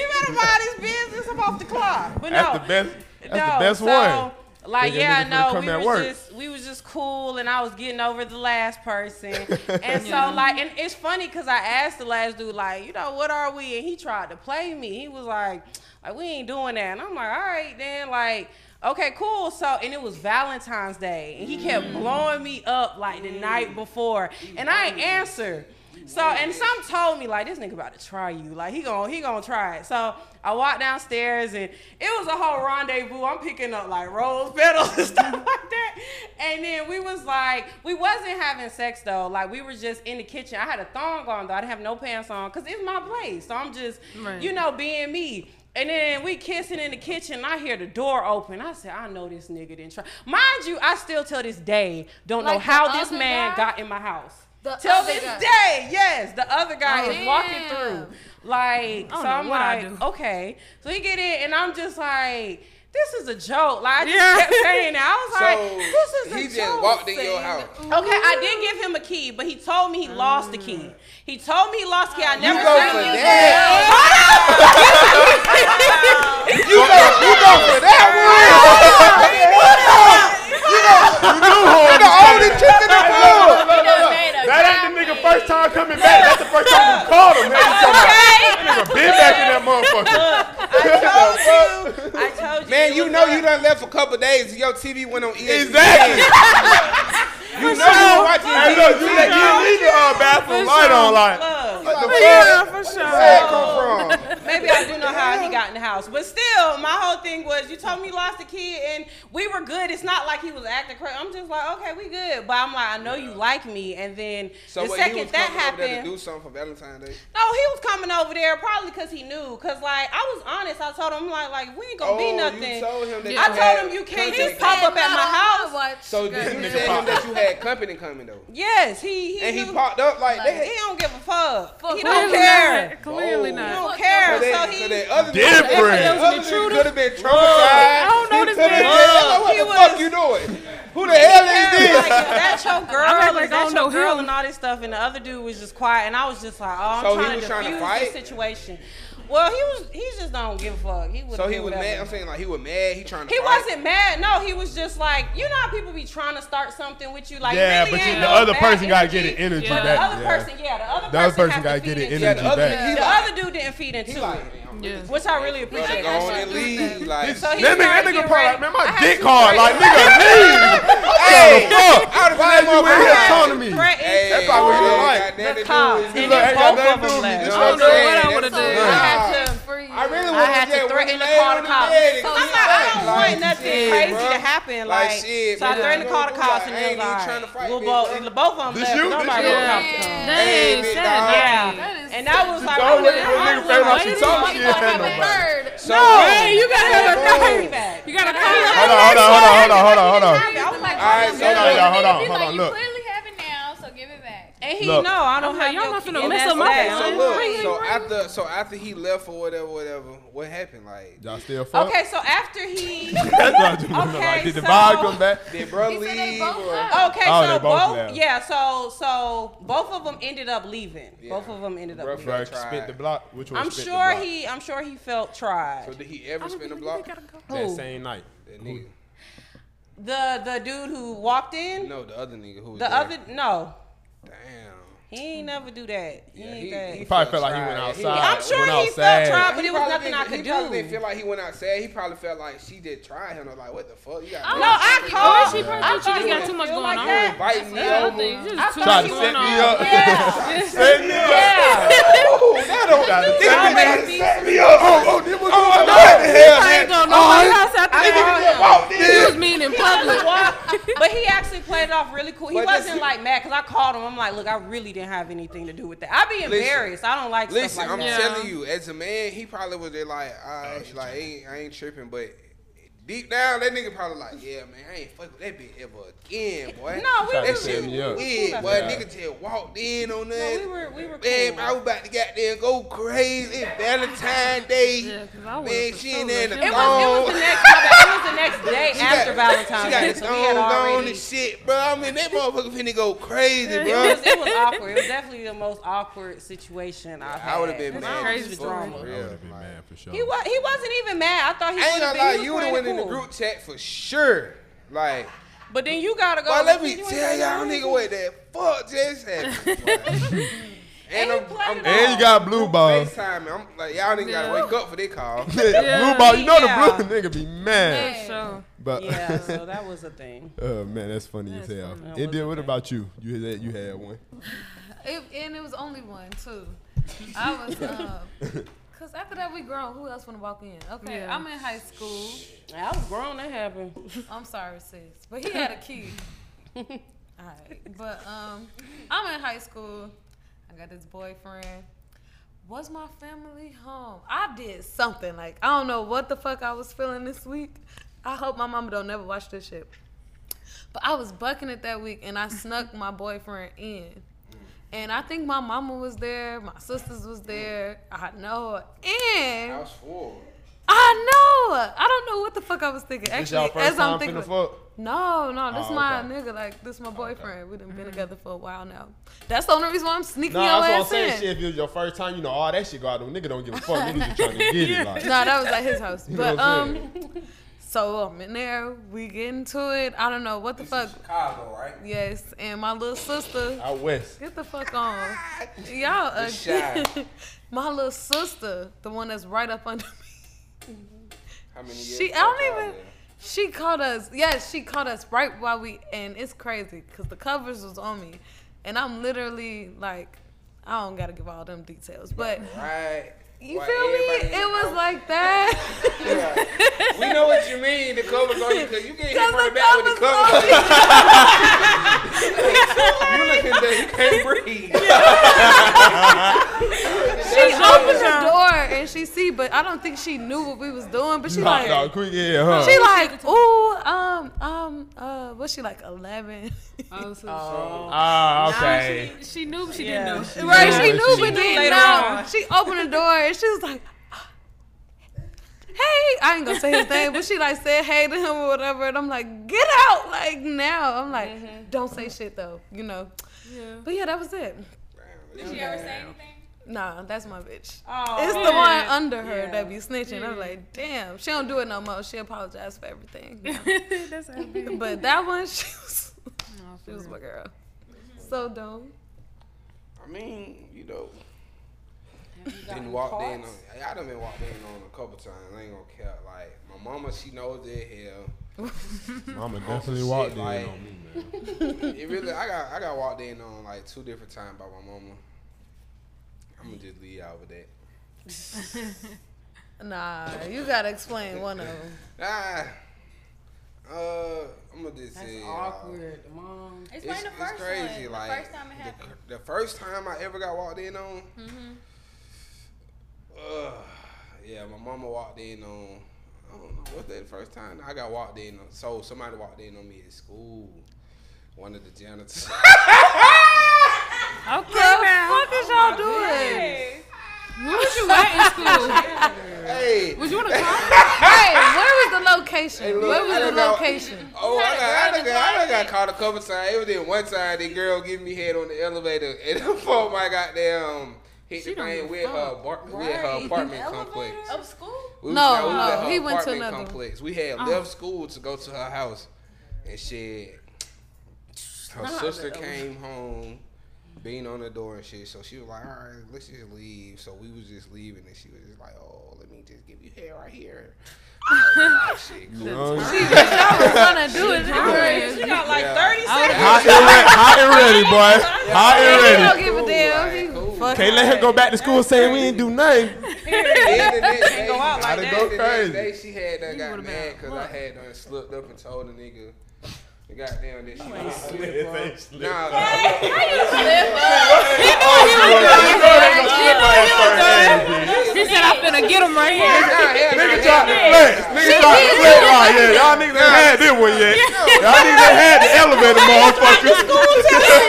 S6: better mind his business. I'm off the clock. But
S4: That's
S6: no,
S4: the best. That's
S6: no,
S4: the best
S6: so,
S4: one.
S6: Like
S4: Thinking
S6: yeah,
S4: niggas finna
S6: no,
S4: come
S6: we
S4: at
S6: was
S4: work.
S6: just we was just cool, and I was getting over the
S4: (laughs)
S6: last person, and so like, and it's funny because I asked the last dude like, you know, what are we? And he tried to play me. He was like, like we ain't doing that, and I'm like, all right then, like. Okay, cool. So, and it was Valentine's Day, and he kept blowing me up like the night before, and I ain't answer. So and some told me like this nigga about to try you like he gonna he gonna try it. So I walked downstairs and it was a whole rendezvous. I'm picking up like (laughs) rose petals and stuff like that. And then we was like we wasn't having sex though. Like we were just in the kitchen. I had a thong on though. I didn't have no pants on because it's my place. So I'm just
S8: Right.
S6: you know being me. And then we kissing in the kitchen. I hear the door open. I said, I know this nigga didn't try. Mind you, I still till this day don't know
S1: Like the
S6: how this
S1: other
S6: man
S1: guy?
S6: got in my house.
S1: The
S6: Till
S1: other
S6: this
S1: guy.
S6: day, yes, the other guy
S1: Oh,
S6: is walking
S1: damn.
S6: through. Like, so
S8: know
S6: I'm
S8: what I
S6: like,
S8: do.
S6: okay. So he get in, and I'm just like, this is a joke. Like, I just
S8: Yeah.
S6: kept saying that.
S3: So
S6: I was like, this is a
S3: he just
S6: joke.
S3: walked in your house.
S6: Okay, I did give him a key, but he told me he lost the key. He told me he lost the key. I
S1: Oh.
S6: never
S3: go
S6: said
S3: for
S6: he-
S3: that.
S1: (laughs)
S4: You go, you go for that one. You know, you're the only chick in the room. That ain't the nigga first time coming back. That's the first time you called him. Man, you talking about that nigga been back in that motherfucker. (laughs)
S6: I told you. I told you.
S3: Man,
S6: it
S3: you
S6: was
S3: know
S6: a-
S3: you done left for a couple days. Your TV went on E ESPN.
S4: Exactly.
S3: You know you been watching
S4: Hey,
S3: TV.
S4: look, you let you leave the uh, bathroom light on, like.
S6: Look.
S4: What the
S8: Yeah,
S4: fuck?
S8: for
S4: Where
S8: sure.
S4: that come from?
S6: Maybe I do know how he got in the house. But still, my whole thing was you told me you lost the key and we were good. It's not like he was acting crazy. I'm just like, okay, we good. But I'm like, I know you like me. And then
S3: So
S6: the
S3: what, he
S6: second
S3: was
S6: that
S3: coming over there to
S6: happened,
S3: do something for Valentine's Day.
S6: no, he was coming over there probably because he knew. Because, like, I was honest. I told him, like, like we ain't going to be
S3: Oh, you
S6: nothing.
S3: told him that.
S6: I
S3: you
S6: told
S3: had
S6: him you can't
S3: company
S6: just pop
S3: coming.
S6: up at my house.
S3: So did you tell him that you had company coming though?
S6: Yes, he, he,
S3: And he
S6: knew-
S3: popped up like
S6: He
S3: that.
S6: don't give a fuck.
S1: Fuck
S6: he
S1: him.
S6: don't care.
S8: Not. Clearly
S3: Whoa.
S6: He
S8: not.
S6: don't
S3: Oh.
S6: care.
S3: So that,
S6: So
S3: so
S6: he
S3: that other
S4: Different.
S3: could have been traumatized. I
S8: don't know this man.
S3: What
S6: He
S3: the
S6: was-
S3: fuck you
S6: (laughs)
S3: doing? Who the hell is
S6: Yeah,
S3: this?
S6: like, that's your girl.
S8: (laughs) I'm like, "Oh,
S6: is
S8: I
S6: that
S8: don't
S6: your
S8: know
S6: girl
S8: him.
S6: and all this stuff. And the other dude was just quiet. And I was just like, oh, I'm
S3: So he
S6: trying,
S3: was
S6: to
S3: trying to
S6: defuse
S3: fight?
S6: this situation. Well, he was. He just don't give a fuck. He would.
S3: So he was mad. I'm saying like he was mad. He trying to.
S6: He
S3: fight.
S6: wasn't mad. No, he was just like, you know, how people be trying to start something with you. Like, it
S4: Yeah,
S6: really
S4: but you-
S6: ain't
S4: the
S6: no
S4: other
S6: bad
S4: person gotta get
S6: energy.
S4: the energy
S6: But
S4: back,
S6: The other
S4: yeah.
S6: person, yeah, the other
S4: The other person
S6: has
S4: got to
S6: feed
S4: get the
S6: into
S3: Yeah,
S4: energy
S3: the other,
S4: back.
S3: he
S6: The
S3: like,
S6: other dude didn't feed into
S3: he like,
S6: it,
S8: Yeah.
S6: which I really
S3: bro,
S6: appreciate.
S3: go on and leave. Like,
S6: So he
S4: That nigga, that
S6: started
S4: nigga
S6: getting
S4: probably
S6: ready.
S4: like, man,
S6: I
S4: my
S6: had
S4: dick
S6: two
S4: hard. Like, nigga, leave.
S3: hey,
S4: Fuck.
S3: out of
S4: Why
S3: that
S4: you in here
S3: motherfucker.
S4: talking to me?
S6: threatened
S3: Hey,
S4: That's probably what he
S3: man,
S4: like.
S3: got nothing to
S6: the
S3: do
S6: cops,
S3: with
S6: and
S3: you.
S4: look,
S6: then
S4: ain't got
S6: both of
S4: nothing
S6: them
S4: to do with me.
S6: left.
S3: I don't
S4: Just what
S3: know what
S4: I'm saying.
S3: I
S8: would've
S3: would've
S8: done.
S3: done.
S6: I had to.
S3: I really
S6: I had to threaten to call the cops.
S1: So
S6: I'm like, I don't want nothing crazy to happen. Like,
S3: shit,
S6: so I
S3: man, you
S6: threatened to
S3: know,
S6: call the
S3: you like,
S6: cops and
S3: I
S6: they
S3: ain't
S6: was
S3: even
S6: like,
S3: trying to fight,
S6: we'll
S3: bitch,
S6: both,
S3: bro.
S6: both of them
S4: This
S6: left.
S4: you? This
S6: Nobody
S4: you?
S6: would
S4: Yeah.
S6: have
S1: Damn.
S3: Hey,
S6: come.
S8: That
S3: big
S8: is
S3: dog.
S8: sad.
S6: Yeah,
S1: is
S6: and that was like,
S4: Don't
S6: I
S4: let
S6: was
S4: this
S6: I
S4: nigga feel
S6: was
S4: like
S6: like,
S4: she
S8: why
S4: talking shit.
S8: you
S4: Ain't
S1: have a
S4: nobody.
S1: third.
S3: So
S8: Hey, you gotta have a
S6: Bring me back.
S8: You gotta call him.
S4: Hold on, hold on, hold on, hold on, hold on.
S6: I was like,
S3: All right, so
S4: Hold on,
S3: now-
S4: y'all. Hold on,
S7: He's
S4: hold
S7: like,
S4: on.
S7: you
S4: Look.
S7: clearly have it now, so give it back.
S6: and he
S4: Look.
S6: know I don't
S8: I'm
S6: have
S8: like, y'all
S6: your
S8: not
S6: key.
S8: finna
S6: And
S8: mess
S6: that's
S8: up my
S6: that.
S8: phone.
S3: So
S8: Ring,
S3: look,
S8: ring,
S3: so
S8: ring.
S3: after, so after he left or whatever, whatever, what happened? Like,
S4: Y'all still fuck?
S6: Okay, so after he,
S4: That's what I do wanna know.
S6: Okay,
S4: Like, did the
S6: so-
S4: vibe come back?
S3: did bro
S1: He said they
S3: leave?
S1: both
S3: Or,
S1: left.
S6: okay,
S4: Oh, they
S6: so
S4: both
S6: both,
S4: left.
S6: yeah, so so both of them ended up leaving. Both of them ended up
S3: Bro,
S6: leaving.
S4: Bro,
S3: tried.
S4: spit the block. Which one
S6: I'm
S4: spit the
S6: sure
S4: block?
S6: he, I'm sure he felt tried.
S3: so did he ever spin a block?
S4: That
S6: Who?
S4: same night.
S3: That nigga.
S6: The the dude who walked in.
S3: No, the other nigga who was
S6: the
S3: there.
S6: other no,
S3: Damn.
S6: he ain't never do that. He
S3: Yeah,
S6: ain't
S3: he,
S6: that.
S3: he
S4: Probably felt like he went
S3: tried.
S4: outside.
S6: I'm sure
S4: went
S6: he
S4: outside.
S6: felt tried, but
S3: He
S6: it was
S3: probably
S6: nothing I
S3: didn't-
S6: could
S3: He probably didn't
S6: do.
S3: feel like he went outside. He probably felt like she did try him. I was like, what the fuck? You got
S7: Oh,
S6: No,
S7: Or
S6: I called.
S8: she probably
S6: I thought
S8: just got
S6: you
S8: too much
S6: feel
S8: going
S6: like
S8: on.
S6: that.
S3: biting me
S8: That's the
S3: over.
S8: other thing. You
S6: I
S8: just
S4: Tried
S6: thought
S8: too much
S4: to set
S6: he
S8: going on.
S4: me up.
S6: Yeah.
S4: Set me up.
S6: Yeah.
S3: Ooh, that's
S4: I don't got it.
S6: Y'all
S4: Nigga,
S6: make me-
S4: set me up. Oh, oh, nigga, what oh, the hell,
S8: I
S4: man?
S8: ain't going to nobody's house after
S4: Nigga,
S8: that.
S4: you walked in.
S8: He was mean in public.
S6: but he actually played it off really cool. He
S3: But this-
S6: wasn't like mad because I called him. I'm like, look, I really didn't have anything to do with that. I'd be
S3: Listen.
S6: embarrassed. I don't like
S3: Listen,
S6: stuff like
S3: I'm
S6: that.
S8: Yeah.
S3: telling you, as a man, he probably was there like, I, like, ain't, I ain't tripping, but deep down, that nigga probably like, yeah, man, I ain't fuck with that bitch ever again, boy.
S6: No, we
S3: that
S6: was-
S3: shit
S6: we-
S4: we
S3: weird,
S4: was
S6: cool
S3: boy.
S6: about
S3: Nigga just walked in on us.
S6: we were- we were
S3: Man,
S6: cool.
S3: I was about to get there and go crazy. It's Valentine's Day.
S8: Yeah, 'cause I would've
S3: man, she in there in the
S8: It
S6: It was, it was
S3: thong.
S6: the next. It was the next day
S3: She
S6: after
S3: got-
S6: Valentine's Day,
S3: She
S6: so
S3: got
S6: we
S3: the thong
S6: had
S3: on
S6: already.
S3: and shit, bro. I mean, that motherfucker finna go crazy,
S6: (laughs) It
S3: bro.
S6: was, it was awkward. It was definitely the most awkward situation I've
S3: (laughs)
S6: had.
S3: I would have been
S6: I
S3: mad.
S6: was
S8: crazy
S3: as
S6: just
S3: fuck,
S8: drama.
S3: for
S6: drunk.
S3: real. Like,
S5: man, for sure.
S4: (laughs)
S6: He was. He wasn't even mad. I thought he
S3: I ain't
S6: would have
S3: gonna
S6: been.
S3: lie,
S6: he
S3: you the
S6: was playing
S3: one
S6: it
S3: in the
S6: cool.
S3: group chat for sure. Like,
S6: But then you gotta go.
S3: boy, let me
S6: Oh, You ain't
S3: tell
S6: gotta
S3: y'all
S6: go.
S3: nigga what that fuck just happened. boy.
S6: And he played it
S4: And you got blue balls.
S3: FaceTime. I'm like, y'all nigga gotta wake up for this call.
S4: Blue ball. You know
S6: Yeah.
S4: the blue nigga be mad.
S8: For sure.
S4: But
S6: Yeah,
S4: (laughs)
S6: so that was a thing.
S4: Oh man, that's funny as hell.
S6: funny.
S4: It did. What
S6: Okay.
S4: about you? You had you had one.
S1: It, and it was only one too. I was, um, cause after that we grown. Who else wanna walk in? Okay,
S8: Yeah.
S1: I'm in high school.
S6: I was grown. That
S8: (laughs)
S6: happened.
S1: I'm sorry, sis, but he had a key. All right, but um, I'm in high school. I got this boyfriend. Was my family home? I did something like I don't know what the fuck I was feeling this week. I hope my mama don't never watch this shit. But I was bucking it that week, and I snuck my boyfriend in. And I think my mama was there, my sisters was there. I know, and
S3: I was full.
S1: I know. I don't know what the fuck I was thinking. Actually,
S4: This y'all first
S1: as I'm
S4: time
S1: thinking,
S4: finna fuck.
S1: no, no, this
S4: Oh,
S1: my
S4: okay.
S1: nigga. Like this my boyfriend. We done been together for a while now. That's the only reason why I'm sneaking
S4: No,
S1: your
S4: that's
S1: ass
S4: what I'm saying.
S1: in.
S4: Shit, if it was your first time, you know all that shit go out. Nigga don't give a fuck. Nigga just
S6: (laughs)
S4: trying to get it. Like,
S1: No, that was at his
S4: (laughs)
S1: house.
S4: know
S1: But
S4: what I'm
S1: um, (laughs) so I'm in there. We get into it. I don't know what the fuck.
S3: Chicago, right?
S1: Yes, and my little sister.
S4: out west.
S1: Get the fuck on.
S3: (laughs)
S1: Y'all
S3: The shy.
S1: ugly. (laughs) my little sister, the one that's right up under me.
S3: How many years?
S1: She, I don't even. She caught us. Yes, she caught us right while we, and it's crazy because the covers was on me, and I'm literally like, I don't gotta give all them details, but
S3: Right.
S1: you
S3: Why
S1: feel me?
S3: everybody-
S1: It was like
S3: (laughs)
S1: that. (laughs)
S3: Yeah. We know what you mean. The covers on you because you get hit
S1: Because
S3: from the
S1: the
S3: back with the
S1: covers
S3: covers. you looking there, you can't breathe.
S1: she opened the door and she see, but I don't think she knew what we was doing. But she
S4: Nah,
S1: like,
S4: nah, quick, yeah, huh?
S1: she like, ooh, um, um, uh, what's she like, eleven? (laughs)
S8: Oh, so
S4: Ah, okay.
S8: she, she knew she
S6: Yeah.
S8: didn't know.
S1: Right,
S4: Yeah,
S1: she
S4: but
S1: knew,
S4: she-
S1: but didn't
S6: Later
S1: know.
S6: on.
S1: She opened the door and she was like, "Hey," I ain't gonna say his name, but she like said hey to him or whatever, and I'm like, "Get out!" Like now, I'm like, "Don't say shit though," you know.
S8: (laughs) Yeah.
S1: But yeah, that was it.
S7: Did she ever say anything?
S1: Nah, that's my bitch.
S6: Oh,
S1: it's the one
S8: man.
S1: under her
S6: Yeah.
S1: that be snitching. I'm like, damn, she don't do it no more. She apologized for everything.
S8: (laughs) That's how it be.
S1: but that one, (laughs) she was,
S8: No, for
S1: she was
S8: real.
S1: my girl. So dumb.
S3: I mean, you know. Been walked in on, I done been walked in on a couple times. I ain't gonna care. Like my mama, she knows that hell.
S4: Mama
S3: Shit,
S4: definitely walked in
S3: like-
S4: on me, man.
S6: (laughs)
S3: it really, I got, I got walked in on like two different times by my mama. I'm gonna just leave y'all with that.
S1: Nah, you gotta explain one of them.
S3: Nah, Ah, uh, I'm gonna just
S6: That's
S3: say uh,
S6: awkward, mom.
S7: Explain
S3: It's,
S7: the
S3: it's
S7: first
S3: crazy.
S7: one.
S3: Like
S7: the first time it
S3: the-
S7: happened. Mm-hmm.
S3: The, first time I ever got walked in on. Uh, yeah, my mama walked in on. I don't know. Was that the first time I got walked in on? So somebody walked in on me at school. One of the janitors. (laughs)
S8: Okay, now.
S1: What is y'all doing?
S8: Where was you at in school?
S3: hey.
S8: Was you in a car?
S1: Hey, where was the location?
S3: Hey, look,
S1: where
S3: I
S1: was the
S3: don't know.
S1: location?
S3: Oh, I
S7: had a
S3: got, I got,
S7: girl in the
S3: I done got
S7: closet.
S3: caught a couple times. It was then one time the girl giving me head on the elevator, (laughs) and the phone I got down hit
S8: She
S3: the
S8: don't
S3: thing
S8: give a
S3: with her,
S8: fuck.
S3: bar, with her apartment complex.
S7: Of school?
S3: We was-
S1: No,
S3: we was
S1: no,
S3: at her
S1: he went to
S3: apartment
S1: another one. Oh.
S3: complex. We had left school to go to her house, and shit. Her sister came home, being on the door and shit. So she was like, "All right, let's just leave." So we was just leaving, and she was just like, "Oh, let me just give you hair right here." I was like, "Shit, cool."
S1: I was gonna do it.
S6: She got like 30 seconds. (laughs)
S4: Hot and ready, hot and ready, boy. Hot
S1: He
S4: and ready.
S1: don't give a damn. He
S3: Cool, like, cool.
S6: fuck
S4: Can't let her go back to school saying we didn't do nothing. (laughs)
S3: Then the next day,
S6: go out like
S3: then
S6: that.
S3: the next
S4: Crazy.
S3: day she had done got
S1: would've
S3: mad
S1: been
S3: because I
S1: like,
S3: had done slipped up and told the nigga. the Goddamn, that she was
S4: It ain't slip.
S3: Nah,
S8: He said, I'm finna get him right here.
S4: Nigga trying to flex. Nigga trying to flex. Oh, yeah, y'all niggas ain't had this one yet. Y'all niggas ain't had the elevator, motherfucker.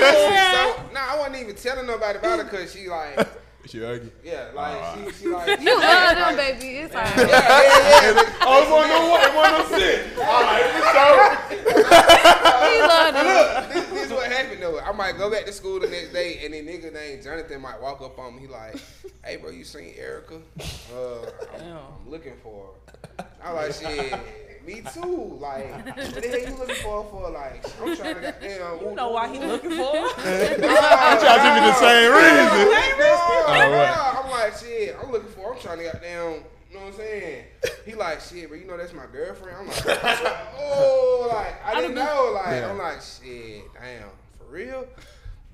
S3: so, nah, I wasn't even telling nobody about it because she like,
S4: She ugly.
S3: yeah, like she, she like,
S1: You love them, baby. It's all right.
S3: yeah, yeah, yeah.
S4: Oh, it's 101, 106. All right, it's a show.
S1: He love them.
S3: this, this is what happened though. I might go back to school the next day, and then nigga named Jonathan might walk up on me. He like, "Hey, bro, you seen Erica? Uh, I'm, I'm looking for her." I like, "Shit, me too." Like, what the hell you looking for? her For like, I'm trying
S6: (laughs)
S3: to goddamn.
S6: You know why he looking for? her?
S4: I'm trying to give you the same reason.
S3: No,
S4: what?
S3: no, I'm like, shit, I'm looking for, I'm trying to get down, you know what I'm saying? He like, shit, but you know that's my girlfriend. I'm like, (laughs) oh, like, I didn't know. Like, I'm like, shit, damn, for real?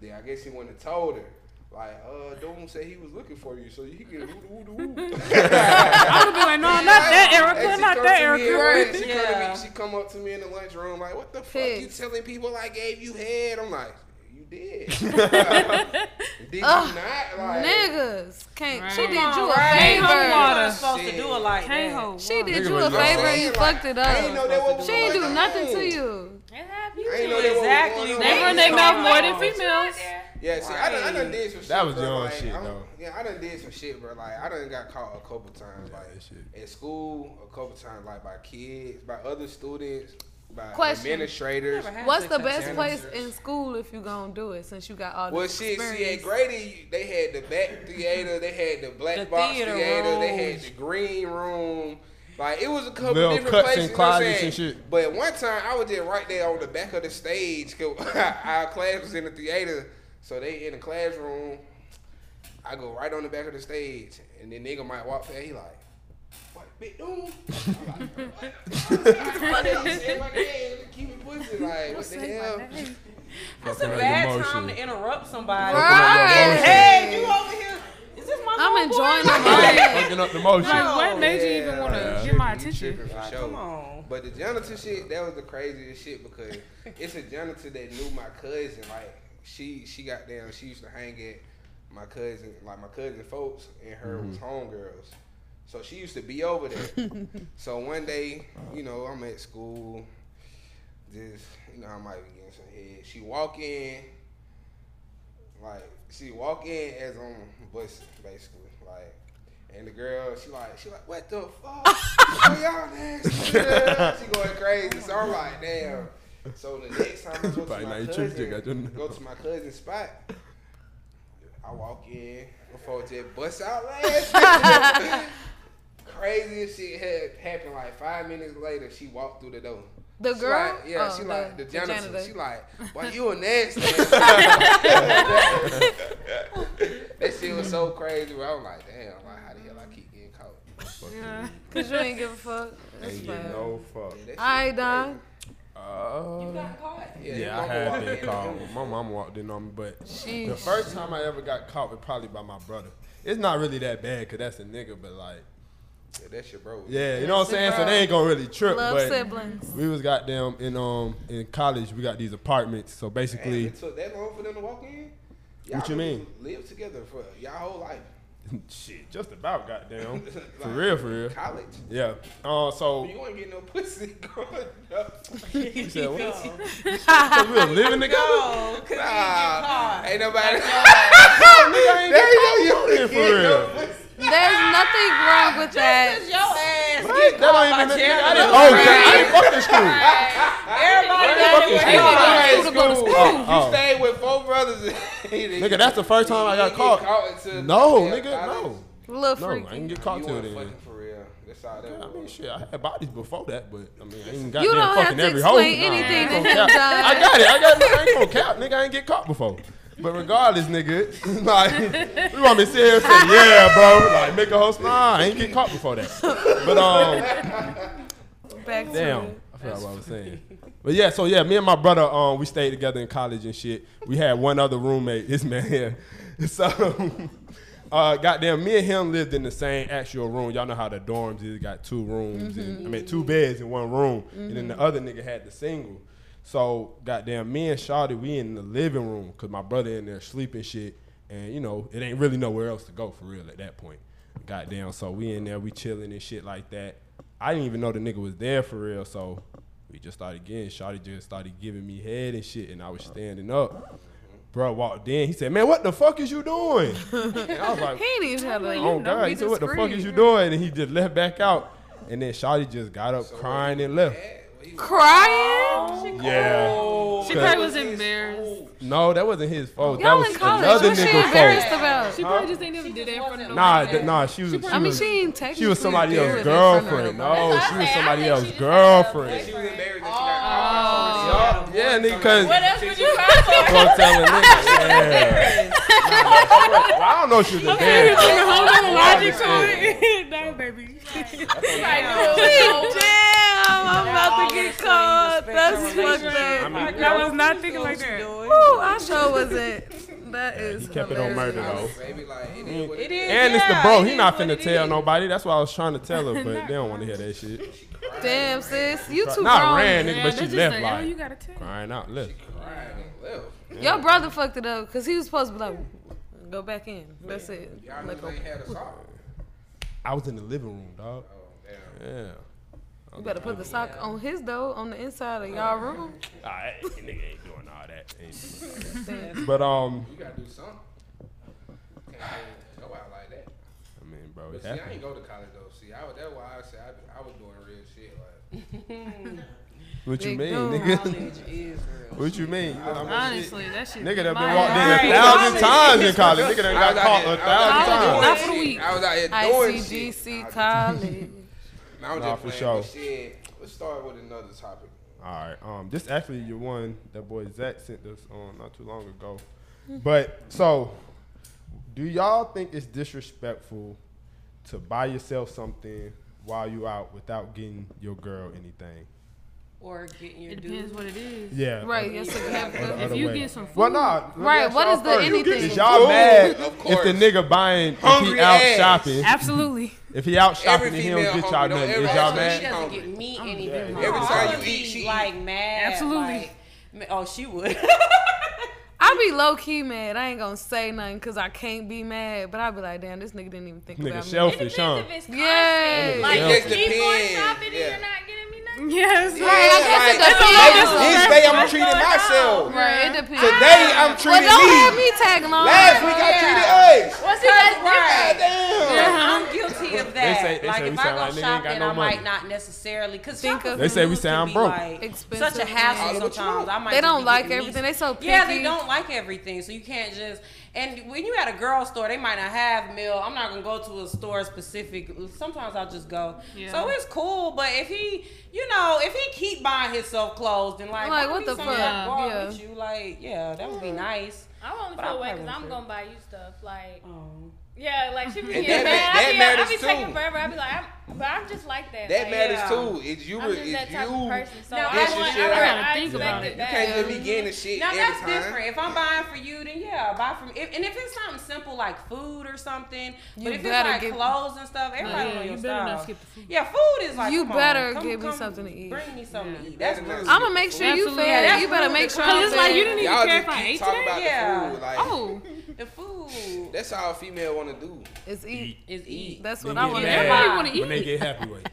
S3: Then I guess he went and told her. Like, uh, Doom said he was looking for you, so he can woo woo woo. Not (laughs)
S8: I would've been like, no, not that Erica, not that Erica.
S3: Right? She,
S6: Yeah.
S3: come to me, she come up to me in the lunchroom, like, what the fuck you
S1: Pissed.
S3: telling people I gave you head? I'm like, you
S1: (laughs)
S3: did. did you not? Like,
S1: Niggas can't. She did you a
S6: Right.
S8: Hey,
S6: You're
S1: favor.
S8: Tumwater.
S6: not supposed to do it like
S8: Hey,
S6: that.
S8: ho.
S1: She did
S4: Niggas
S1: you
S4: was
S1: a
S4: just
S1: favor and
S3: saying,
S1: you
S3: like,
S1: fucked it
S3: I ain't know
S1: up.
S3: that what was
S1: She ain't
S3: going
S1: do nothing
S3: on.
S1: to you.
S7: It happened.
S3: I ain't know
S7: You
S3: that what was
S6: Exactly.
S3: going on.
S8: They run their mouth more than females.
S7: out there.
S3: Yeah, see, I done, I done did some shit.
S4: That was
S3: bro,
S4: your own
S3: like,
S4: shit,
S3: I done-
S4: though.
S3: Yeah, I done did some shit, bro. Like, I done got caught a couple times.
S4: that shit.
S3: Like, at school, a couple times, like, by kids, by other students, by
S1: Question.
S3: administrators.
S8: (laughs)
S1: What's the best place in school if you gonna do it since you got all
S3: Well,
S1: this
S3: shit, see, at
S1: experience?
S3: Grady, they had the back theater, they had the black
S6: The
S3: box
S6: theater
S3: theater, they
S6: room.
S3: had the green room. Like, it was a couple
S4: Little
S3: different
S4: cuts
S3: places.
S4: and
S3: you know what I'm
S4: closets and
S3: saying?
S4: shit.
S3: But one time, I was just right there on the back of the stage, because (laughs) our class was in the theater. So they in the classroom. I go right on the back of the stage, and then nigga might walk past. He like, "What, big dude?" (laughs) I'm like, "What?" (laughs) Say my name, keep it pushing. Like, what the hell?
S6: That's a
S4: Fucking
S6: bad
S4: emotion.
S6: time to interrupt somebody.
S1: Right.
S6: Hey, you over here? Is this my?
S1: Ah, I'm
S6: homeboy?
S1: enjoying the moment.
S4: Fucking up the motion.
S2: Oh,
S8: Like, what made you even
S3: Oh, Yeah.
S8: want to
S3: Yeah.
S8: get my
S3: You
S8: attention?
S3: tripping for sure.
S6: Come on.
S3: But the janitor shit, that was the craziest shit because it's a janitor that knew my cousin. Like she, she got down. She used to hang at my cousin, like my cousin folks, and her
S8: Mm-hmm.
S3: was homegirls. So she used to be over
S8: (laughs)
S3: there. so one day, you know, I'm at school. Just you know, I might be getting some head. She walk in, like she walk in as on bus basically, like. And the girl, she like, she like, what the fuck? oh, y'all
S4: (laughs)
S3: nasty. girl." she going crazy. So I'm like, damn. So the next time I go
S4: Probably
S3: to
S4: not
S3: my
S4: even tripping, I
S3: cousin,
S4: don't know.
S3: go to my cousin's spot, I walk in before that bust out
S1: (laughs)
S3: last. Craziest shit had happened like five minutes later. She walked through the door.
S1: The
S3: She
S1: girl?
S3: like, yeah,
S1: Oh,
S3: she
S1: the-
S3: like the
S1: the
S3: janitor.
S1: janitor.
S3: She like, boy, you
S1: (laughs)
S3: a nasty. (laughs) that shit was so crazy. Bro. I was like, damn, like how the hell I keep getting caught?
S1: Cause you ain't give a fuck. That's fine.
S4: No fuck.
S3: Yeah, that shit
S1: All right,
S3: was
S1: Don.
S4: Uh,
S3: crazy.
S4: yeah,
S3: you
S4: I
S3: walk
S4: had
S3: in
S4: that
S3: the
S4: call.
S3: room.
S4: My mom walked in on me, but the
S1: Sheesh.
S4: first time I ever got caught was probably by my brother. It's not really that bad because that's a nigga, but like,
S3: Yeah, that's your bro.
S4: yeah, you know what I'm saying. So they ain't gonna really trip.
S1: Love
S4: but
S1: siblings.
S4: we was goddamn in um in college. We got these apartments, so
S3: Damn,
S4: basically,
S3: it took that long for them to walk in. Y'all
S4: What you
S3: really
S4: mean?
S3: Live together for y'all whole life.
S4: (laughs) shit, just about goddamn. For
S3: (laughs) Like,
S4: real, for real.
S3: College.
S4: Yeah. Uh, so
S3: You ain't get no pussy (laughs) growing up.
S4: you said what? (laughs) So we
S3: (laughs)
S4: was living together.
S6: Oh, 'cause
S3: Nah, ain't nobody. (laughs)
S4: Nigga, I ain't got no
S3: They
S4: unit
S3: ain't
S4: for
S3: get no
S4: real.
S3: pussy.
S1: There's nothing wrong with that.
S8: (laughs)
S6: your ass
S4: That
S6: get caught by
S4: don't even. nigga, I
S6: Chandler.
S4: didn't. Oh, I didn't fuck in school.
S6: Everybody
S4: fuck is
S6: got
S4: you?
S6: it.
S3: High
S1: school to go to
S3: school.
S1: school.
S4: Oh,
S3: You
S4: oh.
S3: stayed with four brothers. (laughs) nigga,
S4: Nigga, that's the first time I got caught.
S3: until
S4: No,
S3: yeah,
S4: nigga,
S3: college.
S4: no.
S1: Little
S4: No, I
S1: freaky.
S4: didn't get caught
S3: You
S4: till
S3: weren't
S4: then.
S3: fucking for real. That's all that
S4: I mean,
S3: was.
S4: shit, I had bodies before that, but I mean, I ain't got
S1: You
S4: them
S1: don't have
S4: fucking
S1: to
S4: every hoe.
S1: explain
S4: Nah, I ain't
S1: anything to
S4: gonna
S1: him,
S4: cap. I
S1: Don.
S4: got it. I got it. I ain't gonna cap, nigga. I ain't get caught before. But regardless, nigga, (laughs) like, we want me serious? Say, yeah, bro. Like, make a host. Nah, I ain't get caught before that. But um,
S1: Back to
S4: damn,
S1: it.
S4: I forgot what I was saying. (laughs) But yeah, so yeah, me and my brother, um, we stayed together in college and shit. We had one other roommate, this man here. (laughs) So, (laughs) uh, goddamn, me and him lived in the same actual room. Y'all know how the dorms is, got two rooms, and, I mean, two beds in one room. And then the other nigga had the single. So, goddamn, me and Shawty, we in the living room because my brother in there sleeping shit. And, you know, it ain't really nowhere else to go for real at that point. Goddamn, so we in there, we chilling and shit like that. I didn't even know the nigga was there for real, so we just started getting Shawty just started giving me head and shit, and I was standing up. Bro walked in, he said, Man, what the fuck is you doing? And I was like,
S1: He ain't even have a
S8: you
S4: Oh
S8: know
S4: God,
S8: he
S4: he said, What the
S8: just
S4: fuck is
S8: screamed.
S4: you doing? And he just left back out. And then Shawty just got up crying and left.
S6: Oh.
S1: crying.
S4: Yeah.
S8: She
S4: Cause-
S8: probably was embarrassed.
S4: no, that wasn't his fault. that
S1: Y'all
S4: was
S1: in college.
S4: another
S1: what she
S4: nigga's
S1: embarrassed
S4: fault.
S1: about?
S8: She probably just ain't even did that in front of
S4: Nah,
S8: nobody.
S4: th- nah, she was. She,
S1: I mean,
S4: was,
S1: she ain't technically.
S4: she was somebody else's
S1: embarrassed in front of
S4: girlfriend.
S1: nobody.
S4: No, she was somebody else's girlfriend.
S3: She was embarrassed that she got
S4: Yup, Yeah, nigga, cause
S7: What else would you cry for?
S4: Fuck telling niggas. Yeah. Well, I don't know if she was embarrassed.
S8: There's a whole lot of logic
S4: Yeah.
S8: to (laughs) it. no, baby.
S1: Damn, I'm about to get caught. That's fucked
S8: I,
S1: up.
S8: was not thinking like that.
S1: Ooh, I sure wasn't. That is.
S4: Kept it on murder though.
S3: caught. Baby, like, it is what it
S6: It is.
S4: And it's the
S6: yeah,
S4: bro.
S6: it
S4: He
S6: is
S4: not
S6: what
S4: finna
S6: it
S4: tell
S6: is.
S4: nobody. That's what I was trying to tell her, but they don't want to hear that shit.
S1: Damn, sis, you too
S4: Not
S1: grown.
S4: ran, nigga,
S1: man.
S4: but she
S8: Just
S4: left
S8: like, oh, you
S4: like
S8: gotta tell.
S4: crying out. Look,
S3: crying and left.
S1: Your brother fucked it up because he was supposed to be like, go back in. That's it.
S3: Y'all
S1: Let
S3: niggas
S1: go.
S3: ain't had a song.
S4: I was in the living room, dog.
S3: Oh, damn.
S4: Yeah.
S1: You better put the sock on his though, on the inside of y'all room.
S4: All right, nigga ain't doing all that. Ain't doing that. but um,
S3: You gotta do something. Can't just go out like that.
S4: I mean, bro,
S3: But
S4: it
S3: see, I ain't
S4: happened.
S3: go to college though. See, I was, that's why I said I, be- I was doing real shit. Like,
S4: What you
S1: Big
S4: mean,
S1: dude.
S4: nigga? What you mean? I mean,
S8: Honestly, that shit.
S4: Nigga done been
S8: my-
S4: walked in a thousand times in college. Nigga done
S3: I
S4: got
S3: was out
S4: caught
S3: here-
S4: a
S3: I was out here
S4: thousand times.
S3: doing
S1: Not for the
S3: shit.
S1: week.
S3: I was out here doing shit.
S1: ICGC college.
S3: And I was
S4: Nah,
S3: just
S4: for
S3: playing,
S4: sure.
S3: but shit, let's start with another topic.
S4: All right. Um, this actually your one that boy Zach sent us on not too long ago. But so, do y'all think it's disrespectful to buy yourself something while you out without getting your girl anything?
S6: Or getting your
S8: It
S6: dude.
S8: depends what it is.
S4: Yeah.
S1: right, your significant
S8: If
S4: other
S8: you
S4: way.
S8: get (laughs) some food,
S4: Well, nah. let me
S1: Right,
S4: ask
S1: what
S4: y'all
S1: is the
S4: first.
S1: anything?
S4: Is y'all
S3: Food,
S4: mad
S3: of
S4: if
S3: course.
S4: the nigga buying if he
S3: Hungry
S4: out
S3: ass.
S4: shopping?
S8: absolutely.
S4: If he out
S3: Every
S4: shopping and he don't
S3: female
S4: get y'all
S3: hungry, don't
S4: nothing,
S3: ever
S4: is
S3: ask
S4: y'all
S3: her
S6: she
S3: shit.
S4: mad?
S6: doesn't
S3: hungry.
S6: get me anything.
S3: Every
S6: Oh,
S3: time
S6: I
S3: you
S6: would
S3: eat,
S6: be,
S3: she
S6: like mad.
S8: Absolutely. (laughs)
S6: like, ma- oh, she (laughs) would.
S1: I be low key mad. I ain't gonna say nothing because I can't be mad. But I be like, damn, this nigga didn't even think
S4: Nigga
S1: about me.
S4: shellfish, huh?
S7: Depends if it's
S1: Yeah.
S7: constant.
S4: It
S7: Like,
S3: just
S7: you keep going
S3: depends.
S7: shopping and
S3: Yeah.
S7: you're not getting me nothing.
S8: Yes.
S1: Right, I guess it
S3: Like,
S1: depends.
S3: like, this day I'm treating myself.
S1: Right, it depends.
S3: Today I'm
S1: well,
S3: treating
S1: don't have
S3: me.
S1: me tag along.
S3: Last week I treated us.
S7: What's the best
S6: right.
S3: Damn.
S1: Uh-huh.
S6: I'm guilty of that.
S4: say- they
S6: like
S4: say we
S6: if I
S4: sound
S6: go
S4: like nigga ain't got
S6: shopping,
S4: no
S6: I
S4: money.
S6: might not necessarily because
S1: Think of-
S4: They say we sound broke.
S6: such
S1: Expensive
S6: a hassle
S1: things.
S6: sometimes. I might
S1: They
S6: just
S1: don't
S6: be
S1: like
S6: getting me-
S1: everything. They so
S6: yeah, they
S1: picky.
S6: don't like everything. So you can't just and when you at a girl store, they might not have meal. I'm not gonna go to a store specific. Sometimes I'll just go.
S8: Yeah.
S6: So it's cool, but if he, you know, if he keep buying himself clothes, then like,
S1: I'm like,
S6: buy
S1: what
S6: me
S1: the
S6: something
S1: fuck?
S6: I bought
S1: Yeah.
S6: with you, like, yeah, that would be nice.
S7: I only
S6: But
S7: feel
S6: I'm
S7: away
S6: probably
S7: because I'm
S6: gonna
S7: gonna buy you stuff. Like,
S6: Oh.
S7: yeah, like she be
S3: And that
S7: getting mad.
S3: ma-
S7: I
S3: that
S7: be, I
S3: matters
S7: be taking
S3: too.
S7: forever. I be like, I'm, but I'm just like that.
S3: That
S7: like,
S3: matters
S6: yeah.
S3: too. It's you.
S7: I'm just that
S3: It's
S7: type of
S3: you.
S7: person. So
S6: Now,
S7: I
S3: that's your
S7: want.
S3: shit.
S7: I,
S3: I
S8: gotta
S7: I
S8: think about
S7: expected
S8: it.
S7: that.
S3: Can't let me get the shit
S6: Now
S3: every
S6: that's
S3: time.
S6: different. If I'm buying for you, then yeah, buy from. If, and if it's something simple like food or something,
S1: You
S6: but if it's
S1: better
S6: like
S1: give-
S6: clothes and stuff, everybody
S8: Yeah,
S6: on
S8: you
S6: your
S8: better not
S6: style.
S8: skip the food.
S6: Yeah, food is like
S1: You
S6: come on,
S1: better
S6: come-
S1: give me
S6: come
S1: something to eat.
S6: Bring me something to eat.
S3: That's
S6: That's
S3: not-
S6: rude.
S1: I'm gonna make sure you
S8: Absolutely.
S1: fed.
S8: Yeah,
S1: you
S6: that's
S1: better
S6: rude
S1: make
S6: to
S1: sure
S6: call.
S1: I'm
S8: It's like
S1: fed.
S8: you didn't even
S3: Y'all
S8: care
S3: just
S8: if I
S3: keep
S8: ate
S3: talking
S8: today.
S3: about
S6: Yeah.
S3: the food. Like
S8: Oh,
S6: the food
S3: that's all female want to do.
S1: It's eat.
S6: is eat.
S1: That's
S4: They
S1: what I
S4: get
S1: want.
S4: mad
S8: Everybody wanna
S4: when
S8: eat.
S4: they get happy with. it.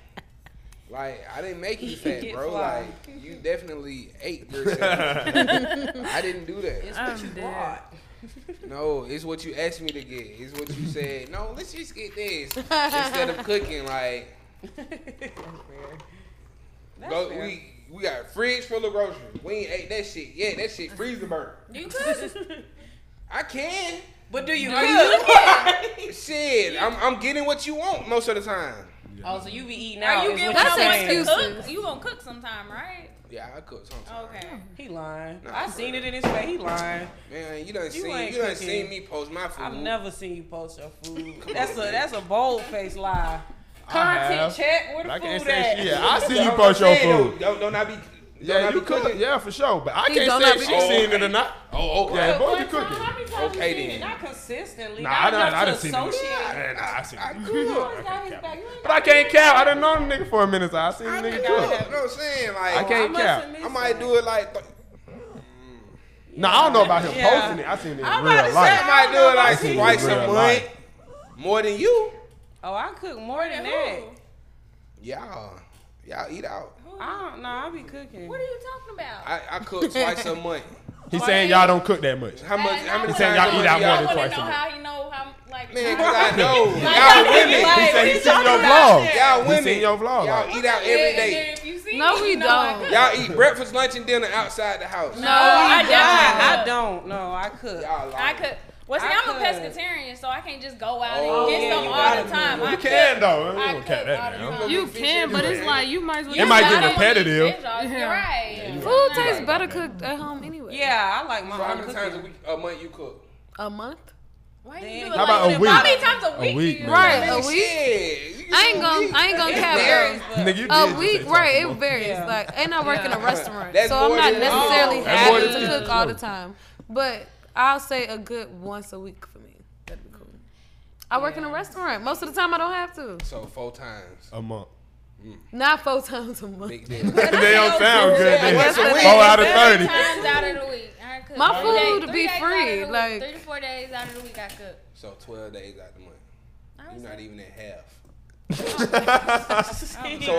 S3: Like I didn't make you fat,
S6: Get
S3: bro.
S6: fly.
S3: Like you definitely ate (laughs) yourself. I didn't do that.
S6: It's what
S8: I'm
S6: you
S8: dead.
S6: bought.
S3: No, it's what you asked me to get. It's what
S6: (laughs)
S3: you said. No, let's just get this instead of cooking. Like
S6: That's
S3: go,
S6: fair.
S3: we we got a fridge full of groceries. We ain't ate that shit yet. That shit freezer burn.
S6: You (laughs) could,
S3: I can.
S6: but do you? cook?
S3: Shit, I'm I'm getting what you want most of the time.
S6: oh, so you be eating out?
S7: Are you
S6: is
S7: getting
S1: That's
S6: what you
S1: an
S7: someone
S6: saying.
S1: excuse.
S7: to cook? You gonna cook sometime, right?
S3: Yeah, I cook sometimes.
S7: Okay.
S6: He lying.
S3: Nah,
S6: I
S3: for
S6: seen
S3: real.
S6: it in his face. He lying.
S3: Man, you done seen
S6: ain't
S3: you done
S6: cooking.
S3: seen me post my food.
S6: I've never seen you post your food.
S3: Come
S6: That's a
S3: on, man.
S6: that's a bold faced lie. Content
S4: have,
S6: check. Where
S4: but
S6: the
S4: I can't
S6: food
S4: say
S6: at?
S4: shit. I see you
S3: Don't-
S4: post your
S3: yeah, don't-
S4: food.
S3: Don't, don't I be. Don't I
S4: Yeah,
S3: be
S4: you cook.
S3: cooking?
S4: Yeah, for sure. But I
S1: He
S4: can't
S1: don't
S4: say
S1: have
S4: if
S1: to
S4: she
S1: cook.
S4: seen it or not.
S3: Oh, okay.
S4: Yeah, boy,
S6: One
S4: you
S6: time,
S4: cooking.
S6: How many times
S3: Okay,
S6: you seen
S3: then.
S6: it? Not consistently.
S4: Nah,
S6: not
S4: I done,
S6: enough
S4: I
S6: to
S4: done seen it.
S6: associate.
S4: Yeah, nah, I seen it.
S6: You always got his back. You ain't
S4: But I can't count. I didn't know the nigga for a minute. So I seen the
S3: I
S4: nigga
S3: think I
S4: cook.
S3: have- know what I'm saying?
S4: I
S3: Like,
S6: got- I
S4: can't
S6: must
S4: count.
S6: have missed
S3: I might
S6: that.
S3: do it like. th-
S4: No, I don't know about him
S6: Yeah.
S4: posting it. I seen it in
S6: I'm about
S4: real
S6: to
S4: life.
S6: say,
S3: I might do it like
S4: This is
S3: twice
S4: real
S3: a month.
S4: life.
S3: More than you.
S6: Oh, I cook more than that.
S3: Y'all. Y'all eat out.
S6: I don't know. I be cooking.
S7: What are you talking about?
S3: I, I cook twice a month.
S4: He's saying y'all don't cook that much.
S3: How much? How many
S7: He
S4: said
S3: times
S4: y'all eat out more
S7: I
S4: than
S7: wanna
S4: twice a
S7: know
S4: month.
S7: how he know how like.
S3: Man,
S7: how-
S3: cause I know
S6: Like,
S3: y'all women.
S6: like,
S4: He said he
S6: what
S4: seen
S6: you
S4: your
S6: talking about?
S4: vlog.
S3: Y'all
S4: He
S3: women.
S4: seen your vlog.
S3: Y'all eat out
S7: Yeah,
S3: every
S7: and then
S3: day.
S7: if you see
S1: No,
S7: me,
S1: we
S7: you know I
S1: don't.
S7: cook.
S3: Y'all eat breakfast, lunch, and dinner outside the house.
S1: No,
S6: I,
S1: I
S6: I, I
S1: definitely.
S6: don't. No, I cook.
S3: Y'all lying.
S7: I could. Well, see,
S6: I
S7: I am
S6: could.
S7: a pescatarian, so I can't just go out
S3: Oh,
S7: and get
S6: yeah,
S7: some
S6: you
S7: all
S6: gotta
S7: the time.
S4: You
S7: I
S4: can,
S7: cook-
S4: though. You
S7: I
S4: don't
S7: cook
S4: count that
S7: all the
S4: down.
S7: time.
S8: You can, but it's like you might as well.
S4: It might
S8: just-
S4: get
S7: I don't wanna eat
S4: repetitive.
S7: fish all- You're
S8: Yeah.
S7: right.
S1: Food tastes better cooked at home anyway.
S6: Yeah, I like my
S3: So how
S6: own
S3: many times a
S6: cooking.
S3: week, a month you cook?
S1: A month?
S7: Why
S6: Dang.
S7: you do it
S6: How
S4: about
S7: like
S4: a
S7: that? How
S4: week?
S7: many times a week?
S4: week,
S7: do you-
S4: man.
S1: Right, a week.
S3: Shit, you
S1: I
S3: get
S1: ain't
S3: a
S1: gonna,
S3: week.
S1: I ain't gonna
S6: It
S1: cap
S6: varies,
S1: it.
S6: but
S4: Nigga, you did
S1: A
S4: just say
S1: week,
S4: twice
S1: Oh, right?
S4: a
S1: It
S4: month.
S1: varies.
S6: Yeah.
S1: Like, and I work in a restaurant,
S3: That's
S1: so I'm
S3: more
S1: not
S3: than-
S1: necessarily
S3: Oh,
S4: that's more
S1: having
S4: than
S1: to
S4: that.
S1: cook all the time. But I'll say a good once a week for me. That'd be cool. I work in a restaurant. Most of the time, I don't have to.
S3: So four times.
S4: A month.
S1: Not four (laughs) times a month.
S3: Big
S2: (laughs)
S3: deal.
S4: they don't sound good.
S3: Yeah,
S4: Then.
S3: once a week.
S4: Four out of
S7: Seven
S4: thirty.
S7: times out of the week. I cook.
S1: My
S7: Three
S1: food
S7: days-
S1: be
S7: three days out of
S1: free,
S7: the week.
S1: like-
S7: three to four days out of the week, I cook.
S3: So twelve days out the month.
S7: I
S3: You're
S7: was-
S3: not even at half. so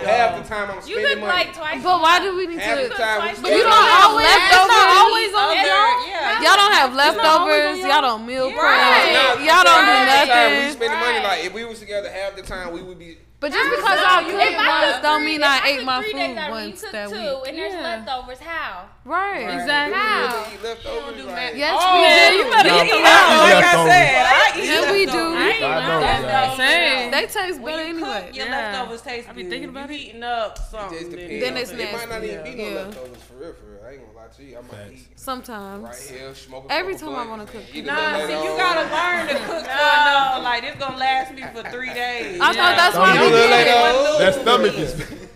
S3: half the time I'm
S7: You
S3: spending
S7: cook
S3: money.
S7: like twice.
S1: But why do we need
S3: half the
S1: to?
S3: time
S7: twice
S3: we
S7: a
S1: You don't
S3: spending money.
S1: always leftovers.
S6: always on
S7: Yeah.
S6: there. Yeah.
S1: Y'all don't have leftovers. Y'all don't meal prep.
S6: Right.
S1: Y'all don't do
S3: Half the time we
S1: nothing.
S3: spending money.
S7: Right.
S3: Like if we was together half the time, we would be.
S1: But just because I cook
S7: If I cook
S1: once don't
S7: three-
S1: mean
S7: if
S1: I
S7: cook
S1: ate my
S7: three days
S1: food
S7: out of the
S1: once
S7: week,
S1: that
S7: You cook
S1: week.
S7: two, and there's
S8: Yeah.
S7: leftovers. How?
S1: Right.
S8: Exactly.
S7: How?
S3: We left over. Like,
S1: Yes,
S8: Oh,
S1: we do.
S8: you better
S4: No,
S8: eat
S4: I
S8: them
S4: (laughs) eat
S6: Like
S8: out.
S6: I
S4: leftovers.
S6: said, I eat
S1: And we do.
S8: I ain't
S4: I
S8: lying.
S4: know,
S8: That's
S4: yeah.
S8: the same.
S1: They taste better
S6: When you cook,
S1: anyway.
S6: your
S8: Yeah.
S6: leftovers taste
S8: I
S6: good.
S8: be thinking about
S6: you
S8: it.
S6: eating up
S3: It
S6: something.
S3: just depends.
S1: Then it's
S3: It might not even be
S1: nasty,
S3: no
S1: yeah.
S3: leftovers for real, for real. I ain't gonna lie to you. I might
S4: Facts.
S3: eat right
S1: Sometimes.
S3: here, smoke a
S1: Every
S3: couple
S1: time I
S3: blunts,
S1: wanna
S3: man.
S1: cook.
S3: Eat a
S6: Nah,
S3: little
S6: see,
S3: later
S6: you
S3: on.
S6: gotta learn to cook for enough. Like it's gonna last me for three days.
S1: I thought that's why
S4: Don't
S1: we
S4: do that
S1: did it.
S3: Hello.
S4: That stomach is. (laughs)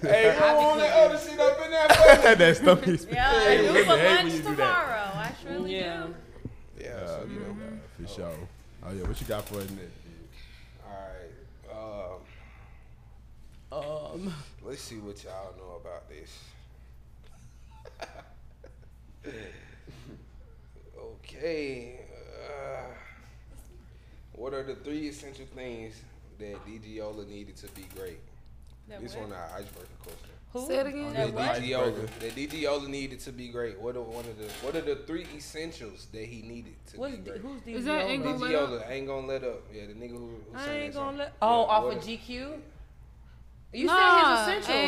S3: Hey, roll all that other Oh, shit up in that place.
S4: that stomach is. (laughs)
S7: Yeah, I
S4: women
S7: do for
S4: hate when you
S7: lunch
S4: do that.
S7: tomorrow. I surely
S6: Yeah.
S7: do.
S3: Yeah,
S4: Uh,
S3: so you know.
S4: For sure. Oh yeah, what you got for us next?
S3: All right. Um,
S6: Um,
S3: let's see what y'all know about this. (laughs) okay. Uh, what are the three essential things that DGOLA needed to be great?
S7: That
S3: This
S7: what?
S3: one our icebreaker question.
S1: Say it again.
S3: That
S7: what?
S3: DGOLA, that DGOLA needed to be great. What are one of the what are the three essentials that he needed to
S6: what's
S3: be
S6: D-
S3: great?
S6: who's DG?
S8: Is that Ain't Gonna Let Up?
S3: DGOLA ain't gonna let up. Yeah, the nigga who, who sang
S6: I
S3: that
S6: ain't
S3: song.
S6: gonna let.
S3: Yeah,
S6: Oh, off
S3: what
S6: of
S3: are-
S6: GQ. You
S1: Nah,
S6: said his
S1: I ain't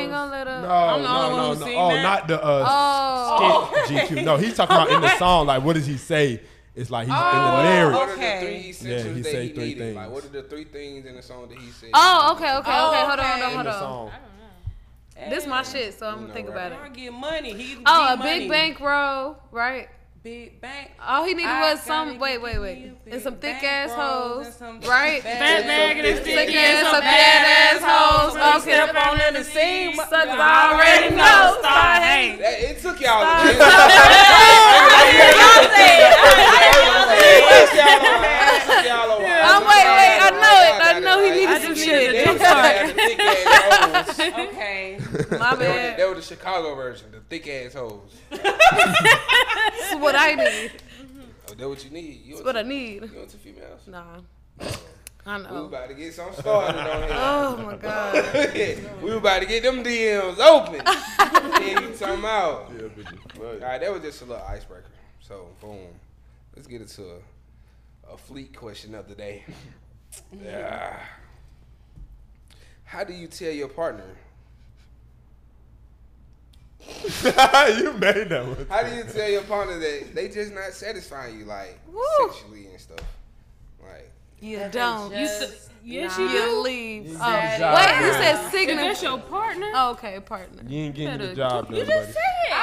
S6: essentials.
S1: gonna let up.
S4: No,
S6: I'm the only
S4: no,
S6: one
S4: no,
S6: who
S4: no.
S6: seen
S4: Oh,
S6: that.
S4: not the uh,
S1: Oh.
S4: skit GQ. No, he's talking about in the song. Like, what does he say? It's like he's in the
S6: Oh,
S4: lyrics.
S3: What are the
S6: Okay.
S3: three essentials
S4: Yeah, he
S3: that
S4: say
S3: he
S4: three
S3: needed? Like,
S4: things.
S3: what are the three things in the song that he said?
S1: Oh, okay, okay, okay.
S6: Oh,
S1: Hold on, hold on,
S6: okay.
S4: in
S1: hold
S4: the
S1: on.
S4: song.
S1: This my shit, so I'm
S3: know,
S1: gonna think
S3: right?
S1: about it.
S6: I get money. He
S1: Oh, a
S6: need
S1: big
S6: money.
S1: bankroll, right?
S6: Big bank.
S1: All he needed
S6: I
S1: was
S6: gotta
S1: some. Wait,
S6: get
S1: wait,
S6: me
S1: wait.
S6: a
S1: And some
S6: big
S1: thick
S6: bank rolls
S1: assholes,
S6: and some
S1: right?
S6: bad
S8: Fat bag and his
S1: Thick
S8: thick
S1: ass,
S8: ass,
S1: some
S8: a
S1: bad
S8: bad
S1: assholes.
S8: ass
S1: Okay.
S8: Step on in the scene,
S1: Suckers
S6: (laughs)
S8: suckers
S1: already
S8: already
S1: know.
S8: know. Start hating.
S3: That, it took y'all. a minute.
S1: (laughs)
S3: It took y'all a while. It took y'all a while.
S1: Oh, wait, wait. I know it. I
S3: Y'all got
S1: know he
S3: right.
S1: needed
S3: I
S1: some
S3: just
S1: shit.
S3: needed
S1: I'm
S3: them
S1: sorry.
S3: thick
S1: (laughs)
S3: ass hoes.
S6: Okay.
S1: My
S3: They were the-
S1: bad.
S3: They were the Chicago version, the thick ass hoes.
S1: That's what I need.
S3: Oh, that what you need. You
S1: That's what
S3: want
S1: I
S3: some-
S1: need.
S3: You want some females?
S1: Nah. I
S3: We
S1: know.
S3: about to get some started on here.
S1: (laughs) Oh my god.
S3: (laughs) we were about to get them DMs
S4: (laughs)
S3: open. yeah, you talking about. All right, that was just a little icebreaker. So, boom. Let's get into a, a fleet question of the
S4: (laughs)
S3: day. Yeah. How do you tell your partner?
S4: (laughs) you made that one.
S3: How do you tell your partner that they just not satisfying you, like
S1: Woo.
S3: sexually and stuff? Like,
S1: You don't. You
S8: s-
S1: s-
S8: yes,
S1: you
S8: you do.
S1: leave. Oh,
S2: Exactly.
S1: wait, you
S6: Yeah.
S1: said
S8: If
S1: signature. Oh,
S8: that's your partner,
S1: Okay, partner.
S2: You ain't getting the
S8: Better-
S2: job done, buddy.
S6: I was about to say. I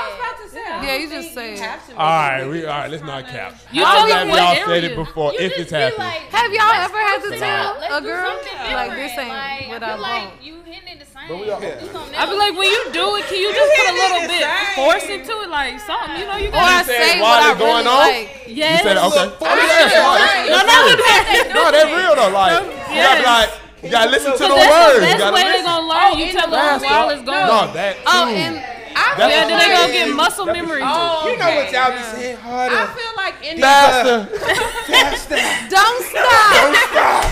S1: Yeah,
S6: don't
S1: you just say it.
S6: think have to
S2: All right,
S6: make
S2: we
S6: it.
S2: all right. Let's not cap.
S8: You
S2: I'm
S8: told
S2: glad
S8: me
S2: y'all
S8: what
S2: said it
S8: area.
S2: before.
S7: You
S2: if
S7: just
S2: it's
S7: be
S2: happening,
S7: like,
S1: Have y'all ever had to
S7: "Let's
S1: tell
S7: do
S1: a girl
S7: something
S1: like this ain't
S7: different." Like,
S1: what
S7: I
S1: I
S7: feel like
S1: want?
S7: you hitting it the same.
S4: But we all-
S7: Do something
S8: I be
S7: else.
S8: like, when you do it, can you just put a little bit
S6: Right.
S8: force into it, like something? You know, you
S1: Or I
S8: got.
S2: said
S1: say what
S2: while
S1: I
S2: it's going
S1: really
S2: on?
S1: like.
S8: Yes.
S2: You said it, okay.
S4: I mean, that's right.
S8: No, no, you got that
S4: No, that's real though. Like, you gotta be
S8: Yes.
S4: like, you gotta listen to the words.
S8: That's the
S4: You
S8: best
S4: gotta
S8: way they
S4: listen.
S8: gonna learn. you tell them
S4: That's
S8: while
S4: the-
S8: it's going.
S4: No, that.
S1: Oh,
S2: mm.
S4: too.
S1: and I
S4: That's
S8: yeah,
S4: the
S8: then they gonna
S4: first
S8: get
S4: thing.
S8: muscle memory.
S6: Oh,
S4: You know what
S6: okay.
S4: y'all be saying harder.
S6: I feel like in
S4: Faster,
S1: don't
S3: (laughs)
S1: stop.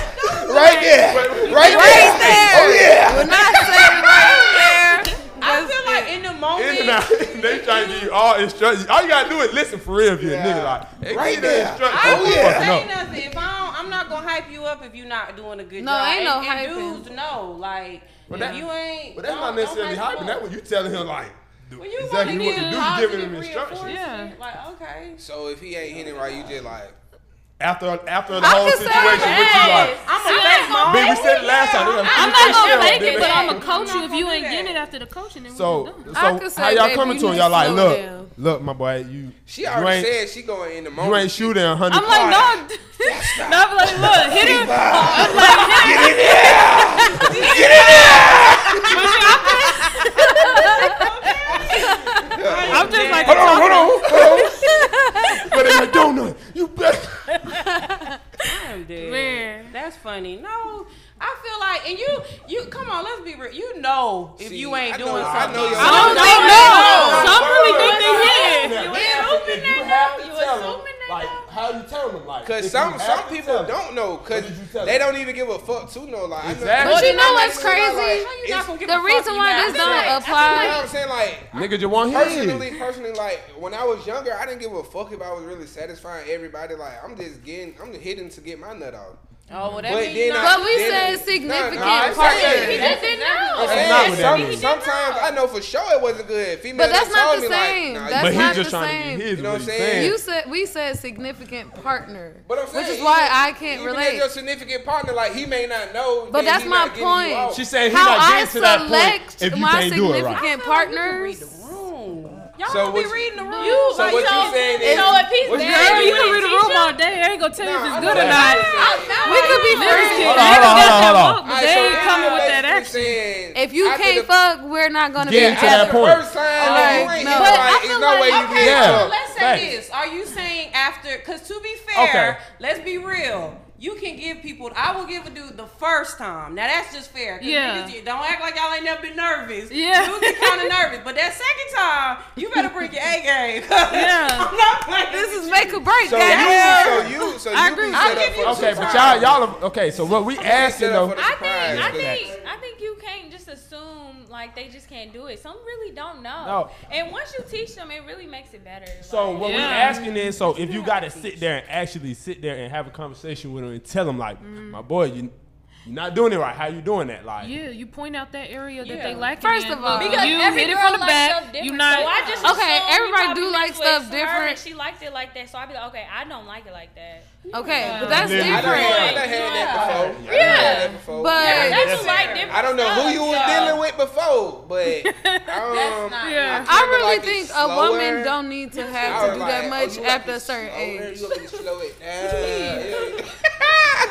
S4: right there, right
S1: Right
S4: there.
S1: there.
S4: Oh yeah.
S1: When I say right there.
S6: I feel like in the moment.
S2: In and out. (laughs) they try to give you all instructions. All you gotta do is listen for real if you're a nigga. Like, hey,
S4: Right
S2: give me
S4: there.
S2: the instructions.
S6: I
S2: Oh,
S6: won't
S2: yeah.
S6: say nothing. If I don't, I'm not gonna hype you up if you're not doing a good
S1: No,
S6: job.
S1: ain't no
S6: and,
S1: hyping.
S6: And dudes know, like,
S2: that-
S6: if you ain't,
S4: But that's
S6: don't-
S4: not
S6: don't
S4: necessarily
S6: hype
S4: hyping.
S6: them
S4: That
S6: up.
S4: what you telling him like.
S6: When you
S4: exactly what
S6: want to
S4: to
S6: get
S4: do,
S6: positive
S4: giving them instructions.
S6: reinforcement, Like, okay.
S3: So if he ain't hitting right, you just like,
S2: After after the whole
S1: just
S2: situation, what
S1: saying,
S2: you like?
S6: I'm a fake mom.
S2: Babe, we said it last time. They're gonna
S8: I'm not gonna
S2: finish
S8: fake it,
S2: this
S8: but
S2: out,
S8: I'm
S2: baby.
S8: gonna coach you if you
S6: do
S8: ain't
S6: that.
S8: getting it after the coaching. Then
S2: So,
S8: we're done.
S1: I
S2: so
S1: could say,
S2: how y'all
S1: baby,
S2: coming
S1: you
S2: to him?
S1: need
S2: Y'all
S1: to
S2: like,
S1: slow
S2: look,
S1: down.
S2: look, my boy, you.
S3: she
S2: you
S3: already
S2: ain't-
S3: said she going in the moment.
S2: You ain't shooting a hundred.
S8: I'm like, no, no, I'm like, look, hit it. I'm like, hit it. Get in there. I'm just like,
S2: Hold on, hold on, hold on. but in a donut, you better.
S6: Damn, dude.
S8: Man.
S6: That's funny. No, I feel like, and you, you come on. Let's be real. You know, if
S3: See,
S6: you ain't
S3: I
S6: doing
S3: know- I
S6: something,
S3: know y'all-
S8: I don't
S1: No,
S8: think
S1: no, no.
S8: no. Some really think they hit.
S2: You
S6: assuming
S2: you
S6: that
S2: have to
S6: though. You
S2: tell them,
S6: assuming that
S2: like how you tell them, like if
S3: Cause
S2: you
S3: some
S2: have
S3: some
S2: to
S3: people
S2: tell them.
S3: don't know, cause
S2: did you tell
S3: they
S2: her?
S3: don't even give a fuck to know. Like, I know-
S2: Exactly.
S1: But you know
S6: I'm like,
S1: what's
S6: you know, like,
S1: crazy?
S6: how you not gonna give a
S1: The
S6: fuck
S1: reason
S6: you
S1: why
S6: not?
S1: this
S6: That's right.
S1: don't
S3: You know
S1: apply.
S3: what I'm saying? Like,
S2: Nigga, just want
S3: personally, personally, like when I was younger, I didn't give a fuck if I was really satisfying everybody. Like, I'm just getting, I'm just hitting to get my nut off.
S6: Oh, well, that
S3: But
S6: means
S3: then I-
S6: you know.
S1: But we said significant
S3: I'm saying-
S1: partner.
S6: He just didn't know.
S3: I'm saying
S2: not what that
S3: some-
S2: means.
S3: sometimes I know for sure it wasn't good. Female
S1: But that's
S3: that
S1: not
S3: told
S1: the
S3: me, like,
S1: same.
S3: nah, you
S1: That's
S2: But
S1: not
S2: he just
S1: the
S2: trying to
S1: same.
S2: get his.
S3: You know
S2: what
S3: what
S2: he
S3: I'm saying?
S1: You said we said significant partner,
S3: But I'm saying,
S1: which is why
S3: even-
S1: I can't
S3: even
S1: relate.
S3: If your significant partner, like he may not know.
S1: But
S3: then
S1: that's
S3: he
S1: my
S3: not getting you
S1: point.
S3: off.
S2: She said he
S1: How
S2: not
S1: I
S2: getting to that point if
S1: select
S2: you
S1: my
S2: can't do it right.
S1: significant partners.
S6: Y'all
S3: So
S6: don't be
S3: what-
S6: reading the room.
S7: You,
S3: So what you
S7: so,
S3: saying
S7: so
S3: is-
S7: if he's
S3: what you
S7: there,
S8: Girl, you can read
S7: wouldn't
S8: a
S7: teach
S8: room all
S7: him?
S8: day. I ain't gonna tell you if
S3: Nah,
S8: it's
S3: I'm
S8: good or
S3: saying-
S8: not.
S1: We could be friends.
S8: Niggas
S1: Hold
S2: on, hold on,
S8: got that
S2: hold on, hold
S8: book,
S2: on.
S8: but
S3: Alright,
S8: they
S3: so
S8: ain't
S3: now
S8: coming
S3: you're
S8: with that
S3: basically
S8: action.
S3: saying,
S1: If you
S3: I did
S1: can't
S3: a-
S1: fuck, we're not gonna
S2: Get
S1: be
S2: to that
S1: together.
S2: point.
S3: First time, like,
S1: Like,
S3: you ain't
S1: no.
S3: no.
S1: But
S3: like, it's no way you
S6: okay,
S3: can.
S2: Yeah.
S6: so let's say
S2: Facts.
S6: this. Are you saying after? Because to be fair,
S2: Okay.
S6: let's be real. You can give people. I will give a dude the first time. Now that's just fair. 'cause
S8: Yeah.
S6: niggas, don't act like y'all ain't never been nervous.
S8: Yeah.
S6: Dudes get kind of nervous, but that second time, you better bring your A game. (laughs)
S8: Yeah.
S6: I'm not playing.
S1: This
S6: with
S1: is
S6: you.
S1: make or break,
S3: So
S1: guys.
S3: you, so you, so
S1: I
S3: you
S1: agree.
S3: be
S1: I'll
S3: set
S6: give
S3: up for
S6: you
S3: the
S2: Okay, but
S3: surprise.
S2: y'all, y'all, are- okay. So what we
S3: You
S2: asking
S3: set up
S2: though?
S3: for the
S7: I think I
S3: surprise.
S7: think I think you can't just assume like they just can't do it. Some really don't know.
S2: No.
S7: And once you teach them, it really makes it better.
S2: So
S7: like-
S2: what we
S8: Yeah.
S2: asking is, so if you gotta sit there and actually sit there and have a conversation with them and tell them like, my boy, you, you're not doing it right. How you doing that? Like,
S8: Yeah, Mm. you point out that area that they
S6: Yeah.
S8: lack.
S1: First
S8: in,
S1: of all-
S8: but
S1: Because
S8: you
S7: every
S8: hit it
S7: girl
S8: from the
S7: likes stuff
S8: back.
S7: different,
S8: You
S7: So I
S8: not.
S7: just
S1: Okay,
S7: assumed you
S1: everybody
S7: probably
S1: do
S7: messed
S1: like
S7: with
S1: stuff
S7: her and
S1: different.
S7: She liked it like that, so I'd be like, okay, I don't like it like that.
S1: Okay, but that's
S2: Yeah.
S3: I done had, I done
S1: different.
S3: had that before. I done
S1: Yeah.
S3: had that before.
S1: But- Yeah,
S7: That's
S2: that's
S7: who like
S2: fair.
S7: different.
S3: I don't know who
S7: stuff.
S3: you was dealing with before, but um,
S8: Yeah.
S1: I really
S3: like it
S1: think a
S3: slower.
S1: woman don't need to
S3: I
S1: have
S3: was
S1: to do
S3: like,
S1: that
S3: oh,
S1: much
S3: you like
S1: after
S3: it
S1: a certain
S3: slower,
S1: age.
S3: You want me to
S1: (laughs)
S3: slow it down. Yeah.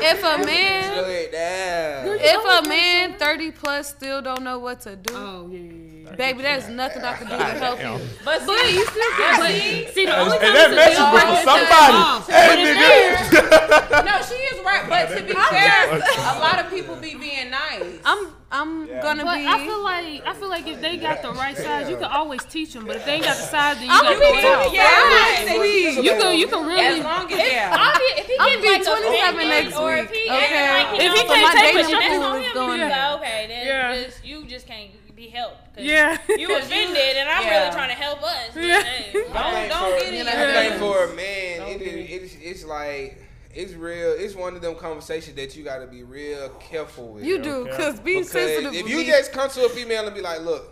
S1: If a
S3: Slow
S1: man,
S3: it down.
S1: if a man thirty plus still don't know what to do,
S8: Oh yeah, yeah, yeah.
S1: baby, there's nothing I can do to help you.
S8: But see, you still but see the only
S2: and
S8: time
S2: that
S8: it's a
S2: message
S8: deal
S2: was for
S8: breaker is "Oh,
S2: somebody.
S8: that-
S2: Hey,
S8: But if
S2: nigga.
S6: No, she is right.
S2: (laughs)
S6: But to be fair, a lot of people be being nice.
S1: I'm, I'm gonna
S8: But
S1: be.
S8: I feel like I feel like if they got the right size, you can always teach them. But if they ain't got the size, then you
S1: I'm
S8: gotta
S1: be
S8: go out.
S1: too young.
S8: You can you can
S6: As
S8: really.
S6: long as yeah.
S7: I'll be- if he
S1: I'm
S7: getting like
S1: gonna be
S7: a
S1: 27
S7: big
S1: next
S7: or
S1: week.
S7: if he
S1: Okay.
S7: acting like
S8: If he
S7: don't
S8: can't
S7: like
S8: take
S7: it,
S8: it,
S7: that's
S8: you
S7: on
S1: do it.
S7: him. You
S1: Yeah.
S7: go, okay, then
S8: Yeah.
S7: just, you just can't be helped. 'cause
S8: (laughs) Yeah.
S7: you
S8: (laughs)
S7: offended, and I'm
S6: Yeah.
S7: really trying to help us.
S8: Yeah.
S7: Hey.
S6: Don't don't get it.
S3: I
S6: Yeah.
S3: think for a man, it is, it's, it's like it's real. It's one of them conversations that you got to be real careful with.
S1: You do, cause be
S3: Because
S1: sensitive.
S3: if
S1: with
S3: you
S1: me.
S3: just come to a female and be like, "Look,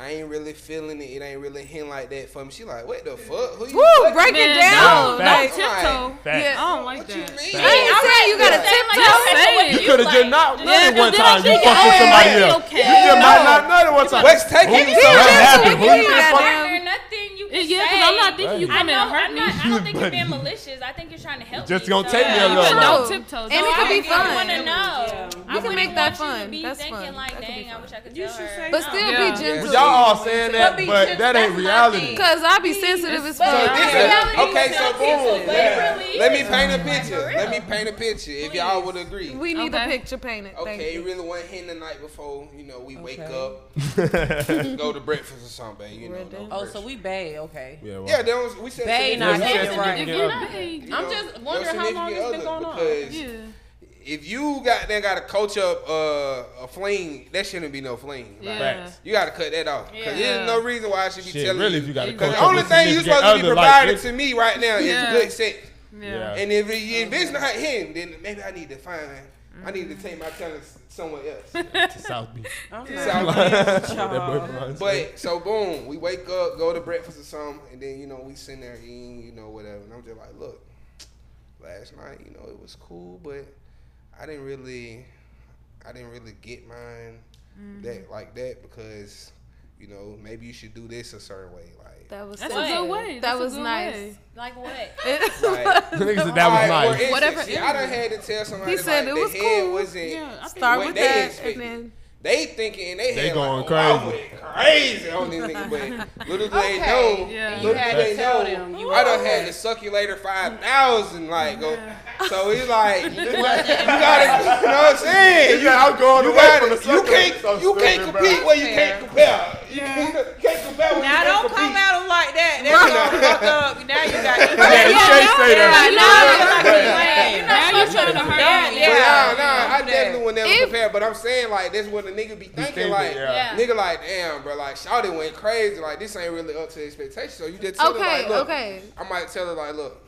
S3: I ain't really feeling it. It ain't really hitting like that for me. She like, what the fuck? Who you?
S1: Woo,
S3: fucking
S1: break it
S8: Man,
S1: down.
S2: Yeah,
S8: No, no
S2: facts.
S3: with?"
S8: tiptoe.
S2: Facts.
S1: Yeah.
S8: I don't like
S3: What
S8: that.
S3: you
S1: I
S3: mean?
S1: ain't saying you gotta tiptoe.
S8: Just
S2: You
S8: say it.
S2: could have just not nutted
S8: Yeah, 'cause
S2: one
S8: then I
S2: time. You
S8: think,
S2: fucked with
S8: oh,
S2: somebody
S8: it's
S2: else.
S8: okay.
S2: You just might not nutted one (laughs) time.
S3: What's taking
S2: Who you
S3: you so
S2: thought
S3: long?
S2: happened? Who you
S1: You
S2: been
S1: got
S2: fucking-
S1: down.
S7: There's nothing you can
S8: Yeah,
S7: say.
S8: because I'm not thinking you
S7: I
S8: come in
S7: know,
S8: and hurt
S7: I'm
S8: me.
S7: not, I don't think you're being malicious. I think you're trying to help.
S2: Just
S7: me,
S2: gonna
S7: so-
S2: take me a
S8: you
S2: little
S8: should
S2: while.
S8: know tiptoes.
S1: And it
S8: Don't
S1: could be
S8: argue.
S7: I want
S1: fun.
S7: to know. I
S1: can
S7: wouldn't
S1: make
S7: want
S1: that
S7: you to
S1: fun.
S7: be
S1: That's
S7: thinking
S1: fun.
S7: like,
S1: That could be
S7: dang, I
S1: fun.
S7: wish I could
S6: You
S7: tell
S6: should
S7: her.
S6: say
S1: But
S7: no.
S1: still
S8: Yeah.
S1: be gentle.
S2: Y'all all saying that,
S6: be
S2: but
S6: just-
S2: that
S6: that's
S2: ain't
S6: my
S2: reality.
S6: thing.
S1: Cause I be sensitive as
S8: It's
S1: fuck.
S8: fun.
S3: So this
S8: Yeah.
S3: is-
S7: Yeah.
S3: okay, so
S7: Yeah.
S3: boom.
S7: Yeah.
S3: yeah. Let me
S7: Yeah.
S3: paint a picture.
S7: for real.
S3: Let me paint a picture. If y'all would agree.
S1: We need a
S8: Okay.
S1: picture painted. Thank
S3: Okay,
S1: you.
S3: it really wasn't hitting the night before. You know, we wake
S6: Okay.
S3: up, go to breakfast or something. babe, You know. no
S6: Oh, so
S3: pressure.
S6: we bae, okay.
S4: Yeah, well,
S3: yeah, that was we said.
S6: Bae,
S3: to-
S6: not
S3: you
S6: hitting
S3: know,
S6: right.
S8: You're not hating.
S6: I'm just
S3: your
S6: wondering how long
S3: significant
S6: it's been
S3: other,
S6: going on.
S3: because
S8: Yeah.
S3: If you got then got to coach up uh, a fling, that shouldn't be no fling. Like,
S8: Yeah.
S3: You got to cut that off because
S8: Yeah.
S3: there's no reason why I should be
S2: Shit,
S3: telling
S2: really, if
S3: you.
S2: you got to coach
S3: Because the
S2: up
S3: only
S2: with
S3: thing you're
S2: significant
S3: supposed to be
S2: other, like,
S3: providing
S2: it-
S3: to me right now
S8: Yeah.
S3: is good sex. (laughs)
S8: Yeah.
S2: Yeah.
S3: And if, it, if it's not him, then maybe I need to find. I need to take my talent somewhere else.
S2: To South Beach.
S3: So,
S2: That boy from (laughs) Huntsville.
S3: But so boom, we wake up, go to breakfast or something, and then you know we sitting there eating, you know whatever, and I'm just like, look, last night you know it was cool, but I didn't really, I didn't really get mine that like that because you know maybe you should do this a certain way,
S1: (laughs)
S3: like.
S1: That was
S8: That's
S1: sensitive.
S8: a good way.
S1: That
S8: That's a
S1: was
S8: good
S1: nice. (laughs)
S8: way.
S7: Like
S3: (laughs)
S7: what?
S3: like
S2: Nigga said that was
S3: Alright,
S2: nice.
S3: for
S1: Whatever
S3: instance, yeah, I done had to tell somebody
S1: He said
S3: like,
S1: it was
S3: the head
S1: cool.
S3: wasn't
S8: Yeah, I think
S1: Start
S3: what
S1: with
S3: they
S1: that,
S3: expected.
S1: and then
S3: They thinking and they,
S2: They
S3: had
S2: going
S3: like, oh, I
S2: crazy.
S3: went crazy on these niggas, but little do they
S6: Okay,
S3: know,
S8: yeah.
S3: little
S8: You
S6: had
S3: do
S6: to
S3: they
S6: tell
S3: know,
S6: them you
S3: I done
S6: were
S3: had the circulator five thousand like go. So he's like, you gotta, you know what I'm saying?
S4: Yeah, I'm going
S3: You
S4: away
S3: got
S4: from the
S3: it. You
S4: circle.
S3: can't.
S4: So
S3: you can't
S4: stupid,
S3: compete
S4: bro.
S3: where you can't compare. You can't compare where you
S6: Now
S3: can't
S6: don't
S3: compete.
S6: come at him like that. That's gonna fuck up. Now you (laughs) got.
S4: Yeah, you can't say that.
S8: Now you're trying to hurt
S6: Yeah,
S8: me.
S3: Yeah, nah, nah,
S6: yeah,
S3: I
S6: do that.
S3: definitely would never
S1: If-
S3: compare. But I'm saying like that's what the nigga be thinking.
S4: thinking,
S3: like,
S4: yeah.
S7: Yeah.
S3: nigga, like, damn, bro, like, Shawty went crazy. Like, this ain't really up to expectation. So you just tell her
S1: Okay,
S3: like, look,
S1: okay.
S3: I might tell her like, look,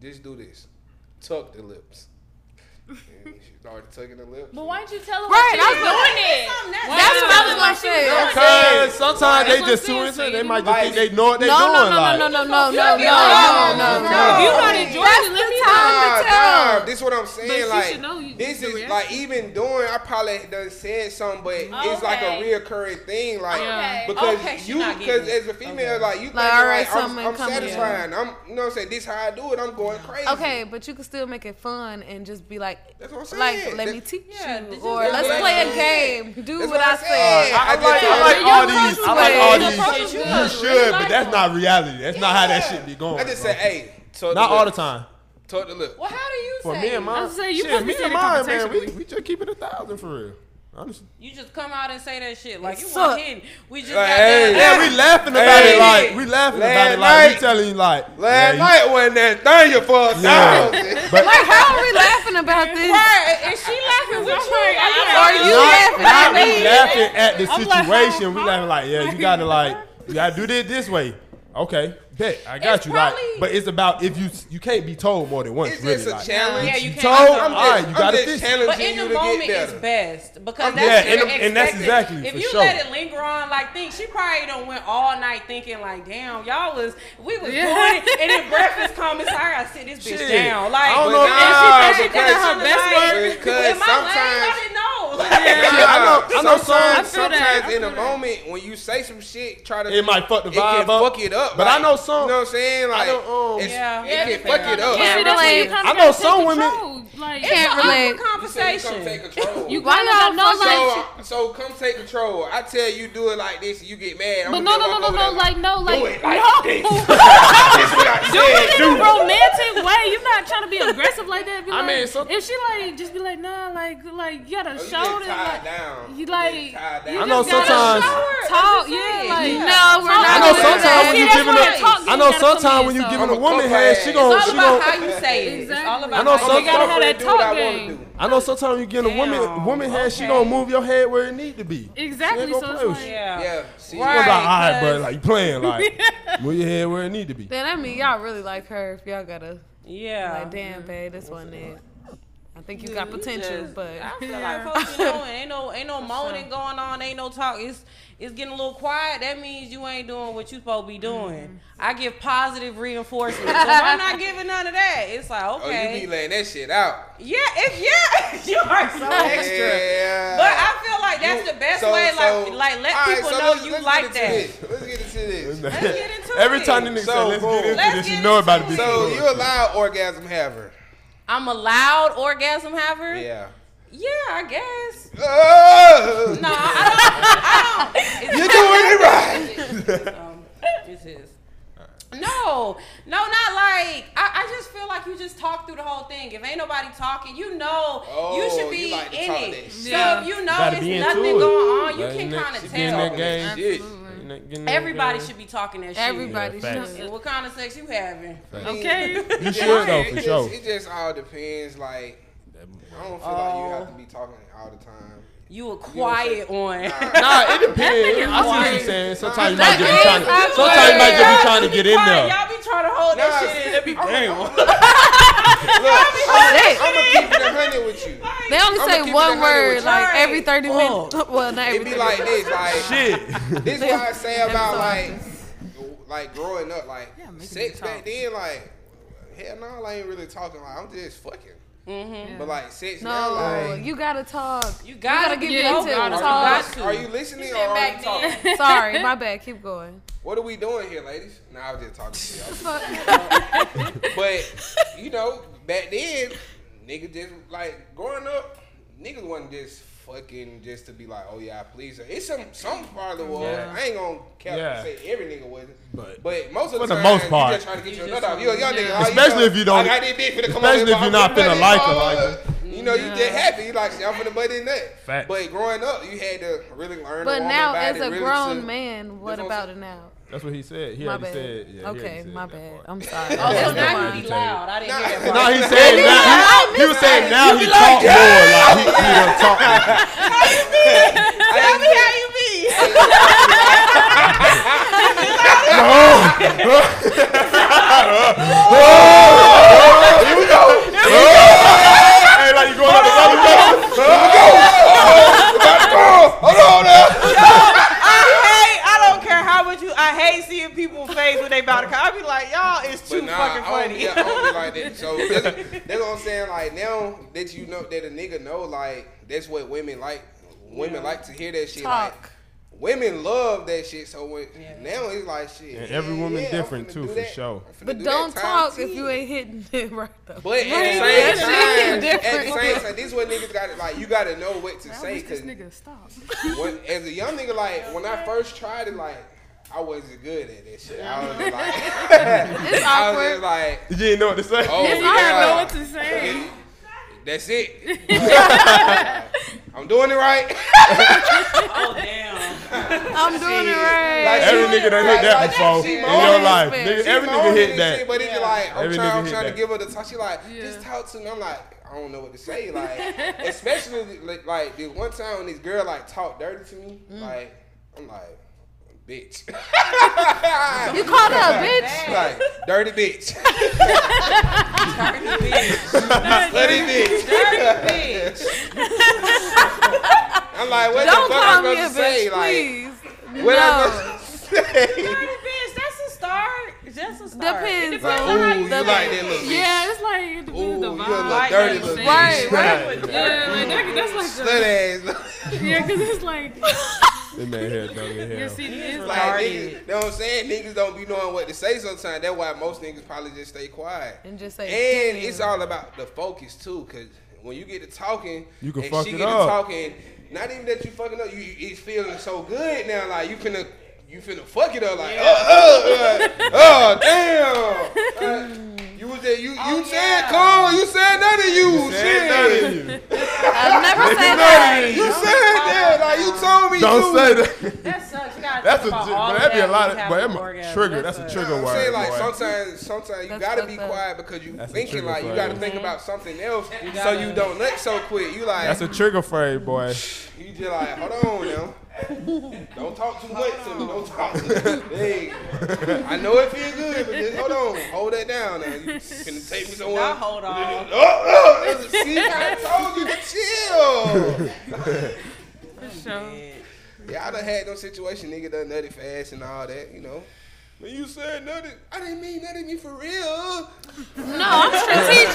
S3: just do this, tuck the lips. And she started tucking the lips.
S7: But why don't you tell
S1: Right,
S7: her what
S1: I
S7: you're
S1: was gonna-
S7: doing it?
S1: that's what I was gonna say.
S2: Because sometimes they
S8: That's
S2: just too
S8: what I'm
S2: into it.
S8: saying,
S2: They
S8: so
S2: might
S3: you
S2: just think they know what they
S1: No,
S2: doing.
S1: no, no,
S2: like,
S1: no, no, no, no, no,
S6: Look at
S1: no, no,
S6: him.
S1: no.
S6: If you
S1: no.
S6: not
S8: enjoying
S1: That's
S8: it,
S1: the
S8: let me
S1: time to
S3: Nah, nah,
S1: tell.
S3: Ah, this what I'm saying.
S8: she
S3: like,
S8: should know you-
S3: this
S8: the
S3: is
S8: reaction.
S3: like even doing. I probably done said something, but it's like a
S7: Okay.
S3: reoccurring thing. Like
S8: Okay.
S3: because
S6: Okay, she
S3: you,
S6: not
S3: because
S6: getting it.
S3: as a female,
S6: Okay.
S3: like you, think,
S1: Like,
S3: like,
S1: all right,
S3: I'm,
S1: something
S3: I'm
S1: coming.
S3: satisfying. I'm, you know, what I'm saying this how I do it. I'm going crazy.
S1: Okay, but you can still make it fun and just be like,
S3: That's what I'm
S1: like,
S3: saying.
S1: let
S3: That-
S1: me teach
S6: Yeah,
S1: you,
S6: this is
S1: or
S6: what
S1: let's
S6: I'm
S1: play a
S3: saying.
S1: game, do
S3: That's
S1: what,
S3: what
S1: I
S3: I'm
S1: say.
S3: saying.
S2: I, I
S3: I
S2: like,
S3: just-
S2: I like
S1: Your
S2: all these.
S1: approach
S2: I like
S1: was-
S2: all
S1: your
S2: these.
S6: approach
S2: You
S6: was
S2: should, but
S6: really
S2: that's not reality. That's not how that
S3: Yeah.
S2: shit be going.
S3: I just
S2: bro.
S3: said, hey, tuck
S2: not
S3: the
S2: all the
S3: lip,
S2: time.
S3: Tuck the lip.
S6: Well, how do you
S2: For
S6: say?
S2: me and
S8: I
S2: mine,
S8: was saying, you
S2: shit,
S8: supposed to
S2: me
S8: be
S2: and
S8: in a
S2: mine, man, we,
S8: competition.
S2: we just keep it a thousand for real. Honestly.
S6: You just come out and say that shit like you
S1: Suck.
S6: want in. We just
S3: Like,
S6: got
S3: hey.
S6: done.
S2: Yeah, we laughing about
S3: Hey.
S2: it like we laughing about
S3: Last
S2: it like
S3: night-
S2: we telling you like
S3: Last
S2: yeah,
S3: night wasn't that thing you for a
S2: Yeah.
S3: thousand.
S2: you- but
S1: Like, how are we laughing about this?
S6: Right, and she laughing with you.
S1: Are you
S2: not,
S1: laughing at
S2: not we
S1: me?
S2: laughing at the situation.
S8: like,
S2: we laughing like yeah, you gotta like you gotta do this this way. Okay, bet I got
S6: It's
S2: you. Like,
S6: probably-
S2: but it's about if you you can't be told more than once.
S3: It's
S2: really,
S3: just a
S2: like.
S3: challenge.
S6: Yeah,
S2: You
S6: you can't-
S2: told,
S6: I'm just-
S2: all right, you
S3: I'm
S2: gotta
S3: just
S2: fix it.
S6: But
S3: challenging
S6: in
S3: you
S6: the
S3: to
S6: moment,
S3: get
S6: it's
S3: better.
S6: best because
S3: I'm-
S6: that's
S2: yeah, and-
S6: your
S2: and that's
S6: expected.
S2: exactly,
S6: If
S2: for
S6: you
S2: sure.
S6: let it linger on like think, she probably done went all night thinking like, damn, y'all was we was doing it, and then breakfast comes, so I gotta sit this bitch
S2: Shit.
S6: down. Like,
S2: I don't
S3: But
S2: know if-
S6: and she
S3: nah,
S6: think she
S3: because
S6: doing her best
S3: sometimes-
S6: work.
S3: because
S6: Am I lame? I
S3: sometimes-
S6: didn't know.
S3: Yeah,
S2: Yeah, I know- I know some- I
S3: sometimes,
S8: feel
S3: sometimes
S8: that. I
S3: in
S8: feel
S3: a
S8: that.
S3: moment when you say some shit, try to
S2: It might fuck the
S3: it can
S2: vibe up.
S3: fuck it up.
S2: But I
S3: like,
S2: know some-
S3: You know what I'm saying? Like,
S2: don't, um,
S3: it's,
S6: Yeah.
S3: it
S6: Yeah,
S3: can
S6: depending
S3: fuck it
S6: on
S3: up.
S1: the-
S8: But see, that's where you kinda
S2: I know
S8: gotta take
S2: some women-
S8: control. Like,
S1: Can't relate.
S6: (laughs) conversation.
S3: You
S1: Why y'all know like?
S3: so, uh, so come take control. I tell you, do it like this, and you get mad. I'm gonna
S8: But no,
S3: just
S8: no, no,
S3: walk
S8: no,
S3: over
S8: no,
S3: there
S8: like no, like
S3: do it like
S8: (laughs)
S3: this.
S8: no.
S3: That's what I said.
S8: in a (laughs) romantic way. You're not trying to be aggressive like that. Be
S2: I
S8: like,
S2: mean, some-
S8: if she like just be like, nah, like like you gotta
S3: Oh, you
S8: show
S3: get
S8: it.
S3: tied
S8: Like,
S3: down.
S8: you like,
S3: get tied down.
S8: you
S2: I know
S8: just gotta
S2: sometimes-
S8: show her. talk, yeah, like
S1: No, we're not.
S2: I know
S1: gonna do
S2: sometimes
S1: that.
S2: when you
S8: See, that's
S2: giving
S8: why the
S2: a,
S8: talk
S2: I
S8: game
S2: know
S8: gotta come
S2: sometimes
S8: in,
S2: when you
S8: so-
S2: giving
S3: I'm
S2: a
S3: a
S2: woman
S3: cuck
S2: head,
S3: ass.
S2: she
S3: It's
S2: gon'
S6: It's all
S2: she gon'
S6: about how you say it. It's all about
S2: I know
S6: how
S2: some-
S6: you say it.
S8: gotta have that
S3: Do what I
S8: talk
S3: wanna
S8: game.
S3: do.
S2: I know sometimes you get a woman
S6: Damn,
S2: woman head, she gonna move your head where it need to be.
S8: exactly.
S2: She ain't
S8: So
S2: gonna
S8: it's
S2: play with
S8: like,
S2: you.
S6: (laughs) Yeah.
S3: Yeah, see,
S2: She gonna be like, all right, bro,
S6: 'cause-
S2: like you playing,
S6: (laughs)
S2: like move your head where it need to be.
S1: Then I mean, y'all really like her if y'all gotta
S6: Yeah.
S1: like,
S3: Mm-hmm.
S1: damn, babe, this one is. I think you got
S6: You
S1: potential,
S6: just-
S1: but (laughs)
S2: (laughs)
S6: (laughs) I feel like folks, you know, and ain't no ain't no moaning going on, ain't no talk. It's it's getting a little quiet, that means you ain't doing what you supposed to be doing. I give positive reinforcement. (laughs) so if I'm not giving none of that, it's like
S3: Oh, you
S6: okay,
S3: be laying that shit out.
S6: yeah, if yeah, (laughs) you are so (laughs) extra.
S3: Yeah.
S6: But I feel like that's the best
S3: So-
S6: way. Like,
S3: so-
S6: like let
S3: all right,
S6: people
S3: so
S6: know
S3: let's-
S6: you
S3: let's
S6: like
S3: get
S6: that.
S3: into this. Let's get into this.
S6: Let's get
S2: (laughs)
S6: into
S4: Every
S6: it.
S4: time the nigga say,
S3: So
S4: let's
S3: cool.
S4: get into
S6: Let's
S4: this,
S6: get
S4: you know
S6: into
S4: about to be
S6: it.
S3: So
S4: cool.
S3: you allow orgasm haver?
S6: I'm a loud orgasm haver.
S3: Yeah.
S6: Yeah, I
S3: (laughs)
S6: guess. (laughs)
S3: Oh,
S6: No,
S3: (laughs)
S6: I don't. I don't.
S3: you're doing it right.
S6: It's, um, it's his. No, no, not like. I, I just feel like you just talk through the whole thing. If ain't nobody talking, you know you
S3: Oh,
S6: should
S3: you
S6: be
S3: like to
S6: in
S3: talk
S6: it.
S3: that
S6: So
S3: shit.
S6: if you know
S2: Gotta be
S6: it's
S2: into
S6: nothing
S2: it.
S6: going on, you
S3: Right,
S6: can
S3: you
S6: kind of
S3: should
S2: Get in that
S6: tell.
S2: game.
S3: Shit.
S2: Get in that- get in that
S6: Everybody
S2: game.
S6: should be talking that shit.
S1: Everybody
S2: Yeah, facts.
S1: should.
S6: And what kind of sex you having?
S8: Okay.
S2: You should though,
S3: It
S2: for
S3: just-
S2: sure.
S3: It just all depends. Like, I don't feel like you have to be talking all the
S6: (laughs)
S3: time.
S6: You a quiet (laughs) one.
S2: Nah, it depends. I see what you're saying. Sometimes you might
S1: That
S2: just
S1: is
S2: be trying. To,
S1: awkward.
S2: sometimes you might just be
S6: Y'all
S2: trying to
S6: be
S2: get in
S6: quiet.
S2: there.
S6: Y'all be trying to hold
S3: Nah,
S6: that shit in. (laughs) That be
S3: Damn. (laughs) Look,
S1: Shit.
S3: I'm gonna keep it a hundred with you.
S1: They only
S3: I'ma keep
S1: say
S3: it
S1: one
S3: 100
S1: word
S3: with
S1: like
S6: you.
S1: every 30 minutes.
S2: Oh.
S1: (laughs) Well, not
S3: It
S1: every 30
S3: be like
S1: minutes.
S3: this. Like,
S2: Shit.
S3: (laughs) This is why I say about like, like growing up, like
S1: make me
S3: sex
S1: talk.
S3: back then, like hell no, I ain't really talking. Like I'm just fucking. But like sex now,
S1: No,
S3: like
S1: you gotta
S3: (laughs)
S1: talk.
S6: You gotta,
S1: give
S6: get
S1: it
S6: over
S1: to
S6: it.
S1: her.
S6: You
S1: Talk.
S6: got to.
S3: are you listening or
S6: said
S3: are you
S6: back
S3: talking?
S6: then.
S1: Sorry, my bad. Keep going.
S3: What are we doing here, ladies? Nah, I was just talking shit. I was
S1: Fuck.
S3: just- But you know, back then, nigga just like growing up, niggas wasn't just fucking just to be like, oh yeah, I please. her. It's some some part of the world. I ain't gonna cap
S2: Yeah.
S3: say every nigga wasn't,
S2: But-
S3: but, most of
S2: for
S3: the,
S2: the
S3: time,
S2: most
S3: you
S2: part.
S3: just trying to get your nut off. You, y'all nigga, oh,
S2: Especially
S3: you
S2: if you don't-
S3: I got this bitch finna come
S2: especially
S3: over here,
S2: if you
S3: I'm
S2: not
S3: finna
S2: finna
S3: butt
S2: like
S3: it,
S2: her,
S3: oh,
S2: like
S3: uh,
S2: her.
S3: You know, you just happy. You like, shit, I'm finna butt in that.
S2: Facts.
S3: But growing up, you had to really learn.
S1: But
S3: a woman
S1: now,
S3: body,
S1: as a
S3: really
S1: grown
S3: to- (laughs)
S1: man, what
S3: That's what I'm
S1: about it now?
S2: That's what he said. He
S1: My
S2: already
S1: bad.
S2: said. Yeah, he already
S1: okay,
S2: said
S1: my
S2: that
S1: bad.
S2: part. (laughs)
S1: I'm sorry.
S6: Oh, so
S1: That's
S6: now
S1: fine.
S6: you be loud. I didn't hear
S2: No,
S6: that
S2: he said now. He was saying now he talk more. Like he, he done talk.
S6: part. Tell me how you be.
S2: Hey, like you going up another level.
S6: I hate. I
S3: Oh.
S6: don't care how much you. I hate seeing people face when they about to come. I be like, y'all is too
S3: But nah,
S6: fucking
S3: I don't
S6: funny.
S3: be, I don't be like
S1: (laughs)
S3: that. So that's, that's what I'm saying. Like now that you know that a nigga know, like that's what women like. Women like to hear that shit.
S1: Talk.
S3: Like women love that shit. So when, now it's like shit.
S2: And every woman different,
S3: I'm finna
S2: too,
S3: do
S2: for
S3: that.
S2: sure.
S3: I'm finna
S1: But
S3: do that
S1: don't
S3: time,
S1: talk
S3: too.
S1: if you ain't hitting it (laughs) right though.
S3: But
S1: That
S3: at the
S1: shit
S3: same
S1: is
S3: time, at the
S1: different.
S3: same time, this is what niggas got. to Like you got to know what to say. Cause
S8: Nigga, stop.
S3: when, as a young nigga, like when I first tried it, like I wasn't good at that shit. I was just like, (laughs)
S1: It's
S3: I was
S1: awkward.
S3: just like,
S2: You didn't know what to say.
S3: oh
S8: I
S3: yeah.
S8: don't know what to say.
S3: That's it.
S1: (laughs)
S3: I'm doing it right.
S6: (laughs) oh damn.
S1: I'm doing it right.
S3: Like,
S2: Every
S3: she-
S2: nigga done hit
S3: like,
S2: that
S3: like,
S2: before
S3: she
S2: in
S3: moaning
S2: your
S3: and
S2: life.
S1: shit.
S2: Nigga,
S1: She
S2: every
S3: She
S2: nigga
S3: moaning
S2: hit
S3: and
S2: that.
S3: shit, but it's like I'm
S2: Every nigga
S3: trying, I'm
S2: hit
S3: trying to
S2: that.
S3: give her the talk. She like, just talk to me. I'm like, I don't know what to say. Like, especially like, like this one time when this girl like talked dirty to me.
S1: Mm.
S3: Like, I'm like, bitch.
S1: You called out, bitch.
S3: (laughs) like,
S1: (laughs)
S3: dirty bitch, (laughs)
S6: Dirty bitch.
S3: bloody bitch.
S6: Dirty bitch.
S3: I'm like, what
S1: Don't
S3: the fuck
S1: call
S3: am
S1: me
S3: I
S1: a
S3: supposed
S1: bitch,
S3: to say? Like,
S1: please.
S3: what am I
S1: No.
S3: supposed to say?
S6: Dirty bitch. That's a start. That's a start.
S1: Depends.
S3: Like,
S6: It depends on how
S3: ooh,
S6: you
S3: you like that little bitch.
S8: Yeah, it's like it
S3: Ooh,
S8: depends
S3: you a
S8: the
S3: little
S8: vibe.
S3: dirty little bitch.
S1: Right, right.
S8: Yeah, like that, that's like
S3: (laughs)
S8: the,
S3: Slut ass. (laughs)
S8: yeah, cause
S2: (laughs)
S8: it's like
S2: That man had done
S8: your
S2: it.
S8: CD is
S3: Like
S8: like
S3: niggas, you know what I'm saying? Niggas don't be knowing what to say sometimes. That's why most niggas probably just stay quiet.
S1: And just say.
S3: And it's all about the focus too, cause when you get to talking,
S2: You can
S3: and
S2: fuck
S3: she
S2: it
S3: get
S2: up.
S3: to talking, not even that you fucking up, you you- it's feeling so good now. Like you finna you finna fuck it up, like oh oh oh, oh damn. Uh, you was there, you you
S1: Oh,
S3: said calm, you said none of you, shit.
S1: I've never said that.
S3: You said that, like you told me.
S2: Don't
S3: to.
S2: say that.
S6: That sucks. You gotta
S2: That's a
S6: think about all
S2: but that'd be a
S6: that
S2: lot
S6: when
S2: of
S6: you have
S2: but
S6: an
S2: that's a
S6: orgasm.
S2: trigger.
S6: That
S2: That's a
S6: sucks.
S2: trigger
S3: I'm saying
S2: word.
S3: like
S2: boy.
S3: sometimes, sometimes you
S1: That's
S3: gotta
S1: fucked
S3: be
S1: up.
S3: quiet because you
S2: That's a
S3: thinking
S2: trigger
S3: like you
S2: phrase.
S3: gotta think about something else, so
S6: gotta-
S3: you don't nut so quick. You like
S2: That's a trigger phrase,
S3: (laughs)
S2: boy.
S3: you just like hold on now, don't talk too much to me, don't talk. Too much. Hey, I know it feel good, but just hold on, hold that down now. You finna take me somewhere.
S6: Now hold on.
S3: Oh, oh, see, I told you to chill.
S8: for sure.
S3: Yeah, I done had no situation. Nigga done nutty fast and all that, you know. When you said nutty, I didn't mean nutty me for real.
S1: No, I'm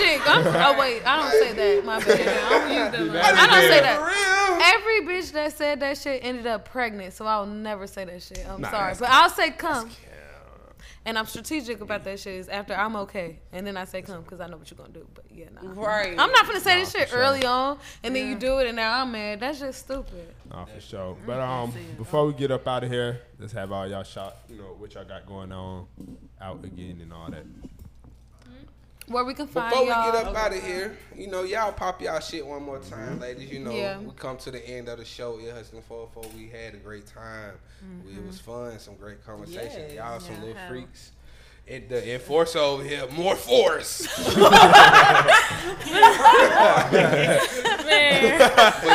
S1: strategic. I'm, oh wait, I don't say that. My bad. I don't use that. line. I don't say
S3: For
S1: that. Every
S3: real.
S1: bitch that said that shit ended up pregnant, so I'll never say that shit. I'm sorry, but I'll say come. And I'm strategic about that shit. Is after I'm okay, and then I say come because I know what you're gonna do. But yeah, nah.
S6: Right.
S1: I'm not gonna say this shit early on, and then you do it, and now I'm mad. That's just stupid.
S4: Nah, for sure. But um, before we get up out of here, let's have all y'all shot. You know what y'all got going on, out again and all that.
S1: Where we can find
S3: Before we
S1: y'all.
S3: get up out of here, you know, y'all pop y'all shit one more
S6: Mm-hmm.
S3: time, ladies. You know,
S1: Yeah.
S3: we come to the end of the show. It Hustling 44. We had a great time. We- It was
S8: Mm-hmm.
S3: fun. Some great conversations. Y'all some little freaks. It, the enforcer over here, more force.
S8: (laughs) Man,
S3: But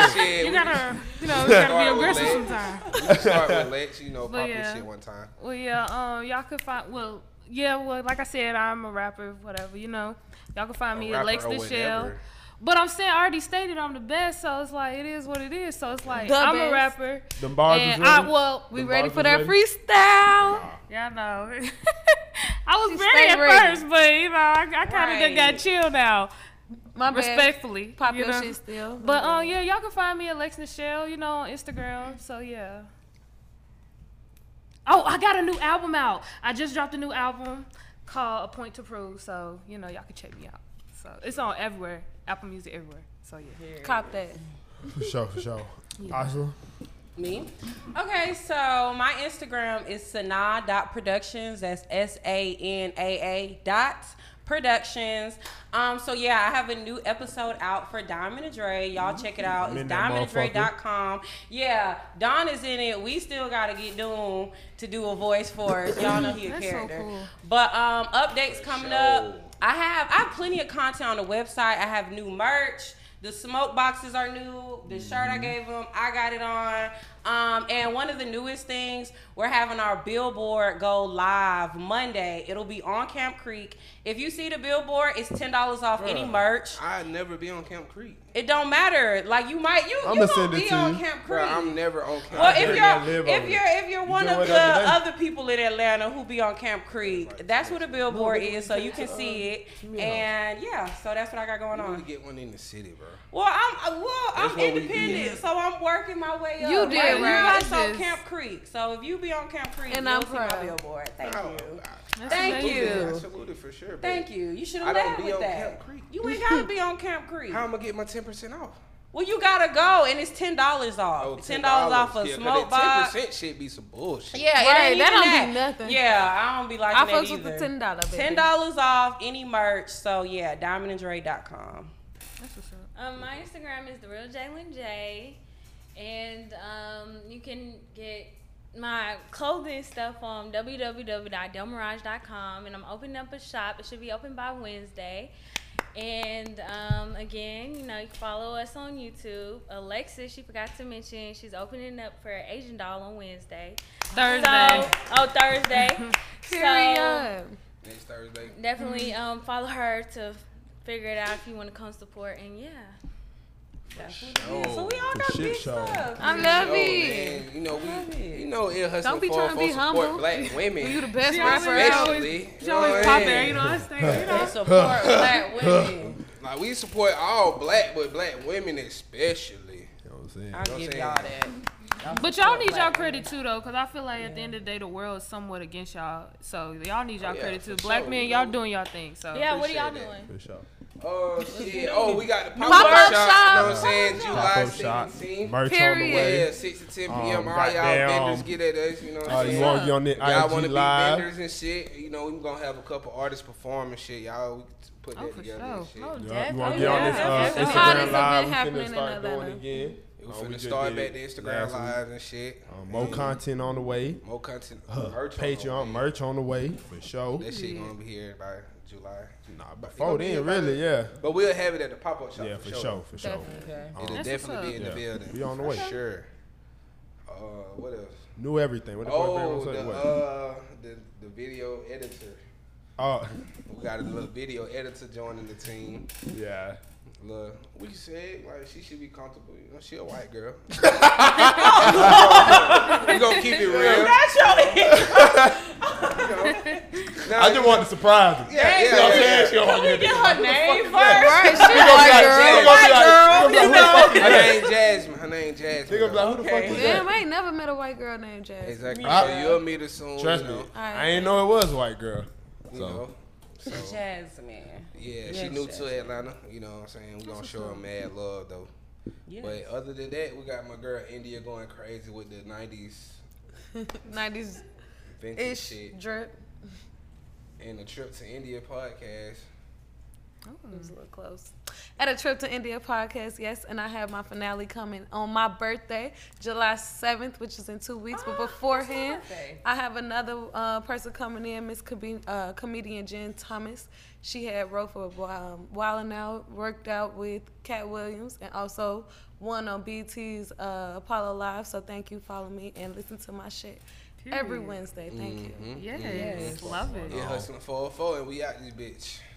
S3: shit,
S8: you
S3: we
S8: gotta, you know, you gotta
S3: Alright,
S8: be
S3: well,
S8: aggressive
S3: ladies.
S8: sometimes.
S3: we start with Lex, you know,
S8: But
S3: pop
S8: yeah.
S3: your shit one time.
S8: Well, yeah, um, y'all could find. Well, yeah, well, like I said, I'm a rapper, whatever, you know. Y'all can find
S3: A
S8: me at Lakes
S3: rapper or
S8: the Shell.
S3: whatever.
S8: But I'm saying I already stated I'm the best, so it's like it is what it is. So it's like
S1: The
S8: I'm
S1: best.
S8: a rapper.
S4: Them bars
S8: and
S4: is ready?
S8: I well,
S1: We
S8: we,
S1: ready
S4: bars
S1: for
S4: is
S1: that
S4: ready?
S1: freestyle?
S8: y'all know. (laughs) I was
S1: She
S8: ready
S1: stay
S8: at
S1: ready.
S8: first, but you know, I, I kind of
S6: Right.
S8: got chill now,
S1: My bad.
S8: respectfully.
S1: Pop
S8: you
S1: your
S8: know?
S1: shit still.
S8: But um, yeah, y'all can find me at Lex Nichelle, you know, on Instagram. So yeah. Oh, I got a new album out. I just dropped a new album called A Point to Prove. So you know, y'all can check me out. So it's on everywhere, Apple Music everywhere. So yeah.
S1: cop that.
S5: For sure, for sure. Asha,
S6: Me? Okay, so my Instagram is sana.productions. That's S A N A A dot productions. Um, so yeah, I have a new episode out for Diamond and Dre. Y'all check it out. It's
S4: in that
S6: diamondanddre.com. Yeah, Don is in it. We still gotta get Doom to do a voice for us. Y'all know he a
S8: That's so
S6: character.
S8: cool.
S6: But um updates coming
S3: sure.
S6: up. I have I have plenty of content on the website. I have new merch. The smoke boxes are new. The shirt
S4: Mm-hmm.
S6: I gave them, I got it on. Um, and one of the newest things, we're having our billboard go live Monday. It'll be on Camp Creek. If you see the billboard, it's ten dollars off any merch.
S3: I never be on Camp Creek.
S6: It don't matter. Like you might you
S4: I'ma
S6: you
S4: send
S6: gonna
S4: it
S6: be
S4: to
S6: on
S4: you.
S6: Camp Creek.
S3: Bro, I'm never on Camp
S6: Well,
S3: Creek.
S6: if you're
S4: that live
S6: if
S4: over
S6: you're if you're one
S4: do
S6: of
S4: it
S6: the
S4: every day.
S6: other people in Atlanta who be on Camp Creek, that's where the billboard is, so you can see
S3: um,
S6: it. And yeah, so that's what I got going
S3: I want
S6: on.
S3: to get one in the city, bro.
S6: Well, I'm uh, well, I'm
S3: what we
S6: independent,
S3: did.
S6: so I'm working my way up.
S1: You did right.
S6: right. You guys on
S1: Yes.
S6: Camp Creek, so if you be on Camp Creek,
S1: And
S6: you'll
S1: I'm
S6: see my
S1: proud.
S6: billboard. Thank
S3: Oh,
S6: you.
S3: I-
S6: Thank
S3: I
S6: you.
S3: salute it for sure. Bro.
S6: Thank you. You should
S3: I
S6: have
S3: don't
S6: led
S3: be
S6: with
S3: on
S6: that.
S3: Camp Creek.
S6: You ain't
S3: (laughs)
S6: gotta be on Camp Creek.
S3: How am I get my ten percent off?
S6: Well, you gotta go, and it's ten dollars off.
S3: Oh,
S6: ten dollars off a smoke box.
S3: Ten percent shit be some bullshit.
S6: Yeah,
S1: Right,
S6: it ain't
S1: that
S6: even
S1: don't do nothing.
S6: Yeah, I don't be liking
S1: I
S6: that
S1: fucks
S6: either.
S1: with the ten dollar.
S6: Ten dollars off any merch. So yeah, diamondanddre.com.
S7: Um, my Instagram is the real Jalen J, and um, you can get my clothing stuff on www.delmirage.com, and I'm opening up a shop. It should be open by Wednesday. And um, again, you know, you can follow us on YouTube. Alexis, she forgot to mention, she's opening up for Asian Doll on Wednesday.
S8: Thursday.
S7: So- oh, Thursday. so,
S1: Period.
S3: Next Thursday.
S7: definitely um, follow her to figure it out if you want to come support. And yeah.
S3: Oh,
S6: So we all got
S4: shit
S6: big
S4: show.
S6: stuff.
S1: I love
S3: oh,
S1: it.
S3: man. You know we. You know it hustling
S1: Don't be
S3: for
S1: trying to be
S3: for
S1: humble.
S3: support black women. (laughs)
S1: You the best
S8: She always-
S1: rapper.
S8: she
S1: out.
S8: always,
S3: Especially.
S8: she always
S3: Oh,
S8: pop
S3: yeah.
S8: there, you know. I stay, you know.
S6: Support (laughs) black women.
S3: Like we support all black, but black women especially.
S4: You know what I'm saying?
S6: I
S3: Don't
S6: give
S3: say
S6: y'all that.
S8: But y'all need y'all credit too, though, because I feel like at the end of the day, the world is somewhat against y'all. So y'all need y'all
S3: Oh, yeah,
S8: credit too.
S3: for
S8: Black
S3: sure.
S8: men, y'all doing y'all thing. So
S7: Yeah, what are y'all
S3: Appreciate
S7: doing?
S4: For sure.
S3: Oh shit! Oh, we got the pop
S1: Pop-up
S3: up shop. You
S1: shop.
S3: know what I'm saying?
S4: Pop
S3: July
S4: up shop,
S3: 16th.
S4: merch on the
S1: Period.
S4: way.
S3: Yeah, six to ten p.m.
S4: Um,
S3: all y'all
S4: goddamn.
S3: vendors get at us. You know what
S4: Uh,
S3: I'm
S4: you
S3: saying?
S4: want to be on the
S3: Y'all
S4: IG
S3: want to be
S4: live?
S3: vendors and shit. You know, we gonna have a couple artists performing shit. Y'all we put that
S8: Oh, for
S3: together
S8: sure.
S3: and shit.
S8: Oh,
S4: Yeah, you
S8: definitely.
S4: want to get on this uh,
S1: Yeah.
S4: Instagram
S1: Hottest
S4: live?
S1: event
S4: We
S1: happening
S4: finna
S1: in
S4: start doing
S1: Atlanta.
S4: again.
S3: Oh, We
S4: Uh,
S3: finna
S4: just
S3: start
S4: did
S3: back the Instagram
S4: last week.
S3: live and shit.
S4: Uh, more
S3: Yeah.
S4: content on the way.
S3: Um, More content. Merch on the
S4: Patreon
S3: way.
S4: merch on the way for sure.
S3: That shit gonna be here by July.
S4: Nah,
S3: It'll
S4: before
S3: be
S4: then,
S3: about it.
S4: really, yeah,
S3: But we'll have it at the pop up shop.
S4: yeah, for sure, for sure.
S1: Definitely.
S3: It'll
S8: That's what's
S3: definitely be in the
S4: up. Yeah.
S3: building.
S4: We on the
S3: for
S4: way.
S3: Sure. Uh, what else?
S4: Knew everything. What the
S3: Oh,
S4: oh,
S3: the,
S4: fuck?
S3: uh, the the video editor.
S4: Oh,
S3: (laughs) We got a little video editor joining the team.
S4: yeah.
S3: Look, what you said, like she should be comfortable. You know, she a white girl. we gonna keep it real.
S6: That's your
S3: Nah,
S4: I just wanted to surprise him.
S3: yeah, yeah,
S4: You know what I'm
S3: yeah,
S4: saying?
S3: yeah.
S4: She don't want to
S6: (laughs) Get
S4: get
S6: her name first.
S1: Right, she
S4: They gonna be
S1: like,
S4: like,
S1: girl.
S4: they gonna be like, they gonna be like, who the fuck
S1: (laughs)
S3: Her
S4: is that?
S3: name Jasmine. Her name Jasmine.
S4: They gonna be like, who the fuck
S6: Okay.
S4: is
S1: Damn,
S4: that?
S1: I ain't never met a white girl named Jazz.
S3: exactly.
S4: Yeah.
S3: So you'll meet her soon.
S4: Trust
S3: you
S4: me,
S3: know,
S4: I ain't know it was a white girl.
S3: You
S4: So.
S3: know. So,
S6: Jasmine.
S3: yeah, she
S6: Yes,
S3: new
S6: Jasmine.
S3: to Atlanta. You know what I'm saying? We gonna show her mad love though. But other than that, we got my girl India going crazy with the '90s
S1: 90s
S3: vintage
S1: ish
S3: shit
S1: drip.
S3: and the trip to India podcast.
S1: It was a little close. At a trip to India podcast, yes, and I have my finale coming on my birthday, July 7th, which is in two weeks. but beforehand, I have another uh, person coming in, Miss Com- uh, comedian Jen Thomas. She had wrote for um, Wild 'N Out, worked out with Cat Williams, and also won on BT's uh, Apollo Live. So thank you, follow me and listen to my shit every
S8: Period.
S1: Wednesday. Thank you.
S8: Yes, love it.
S3: Yeah, hustling 404, and we out this bitch.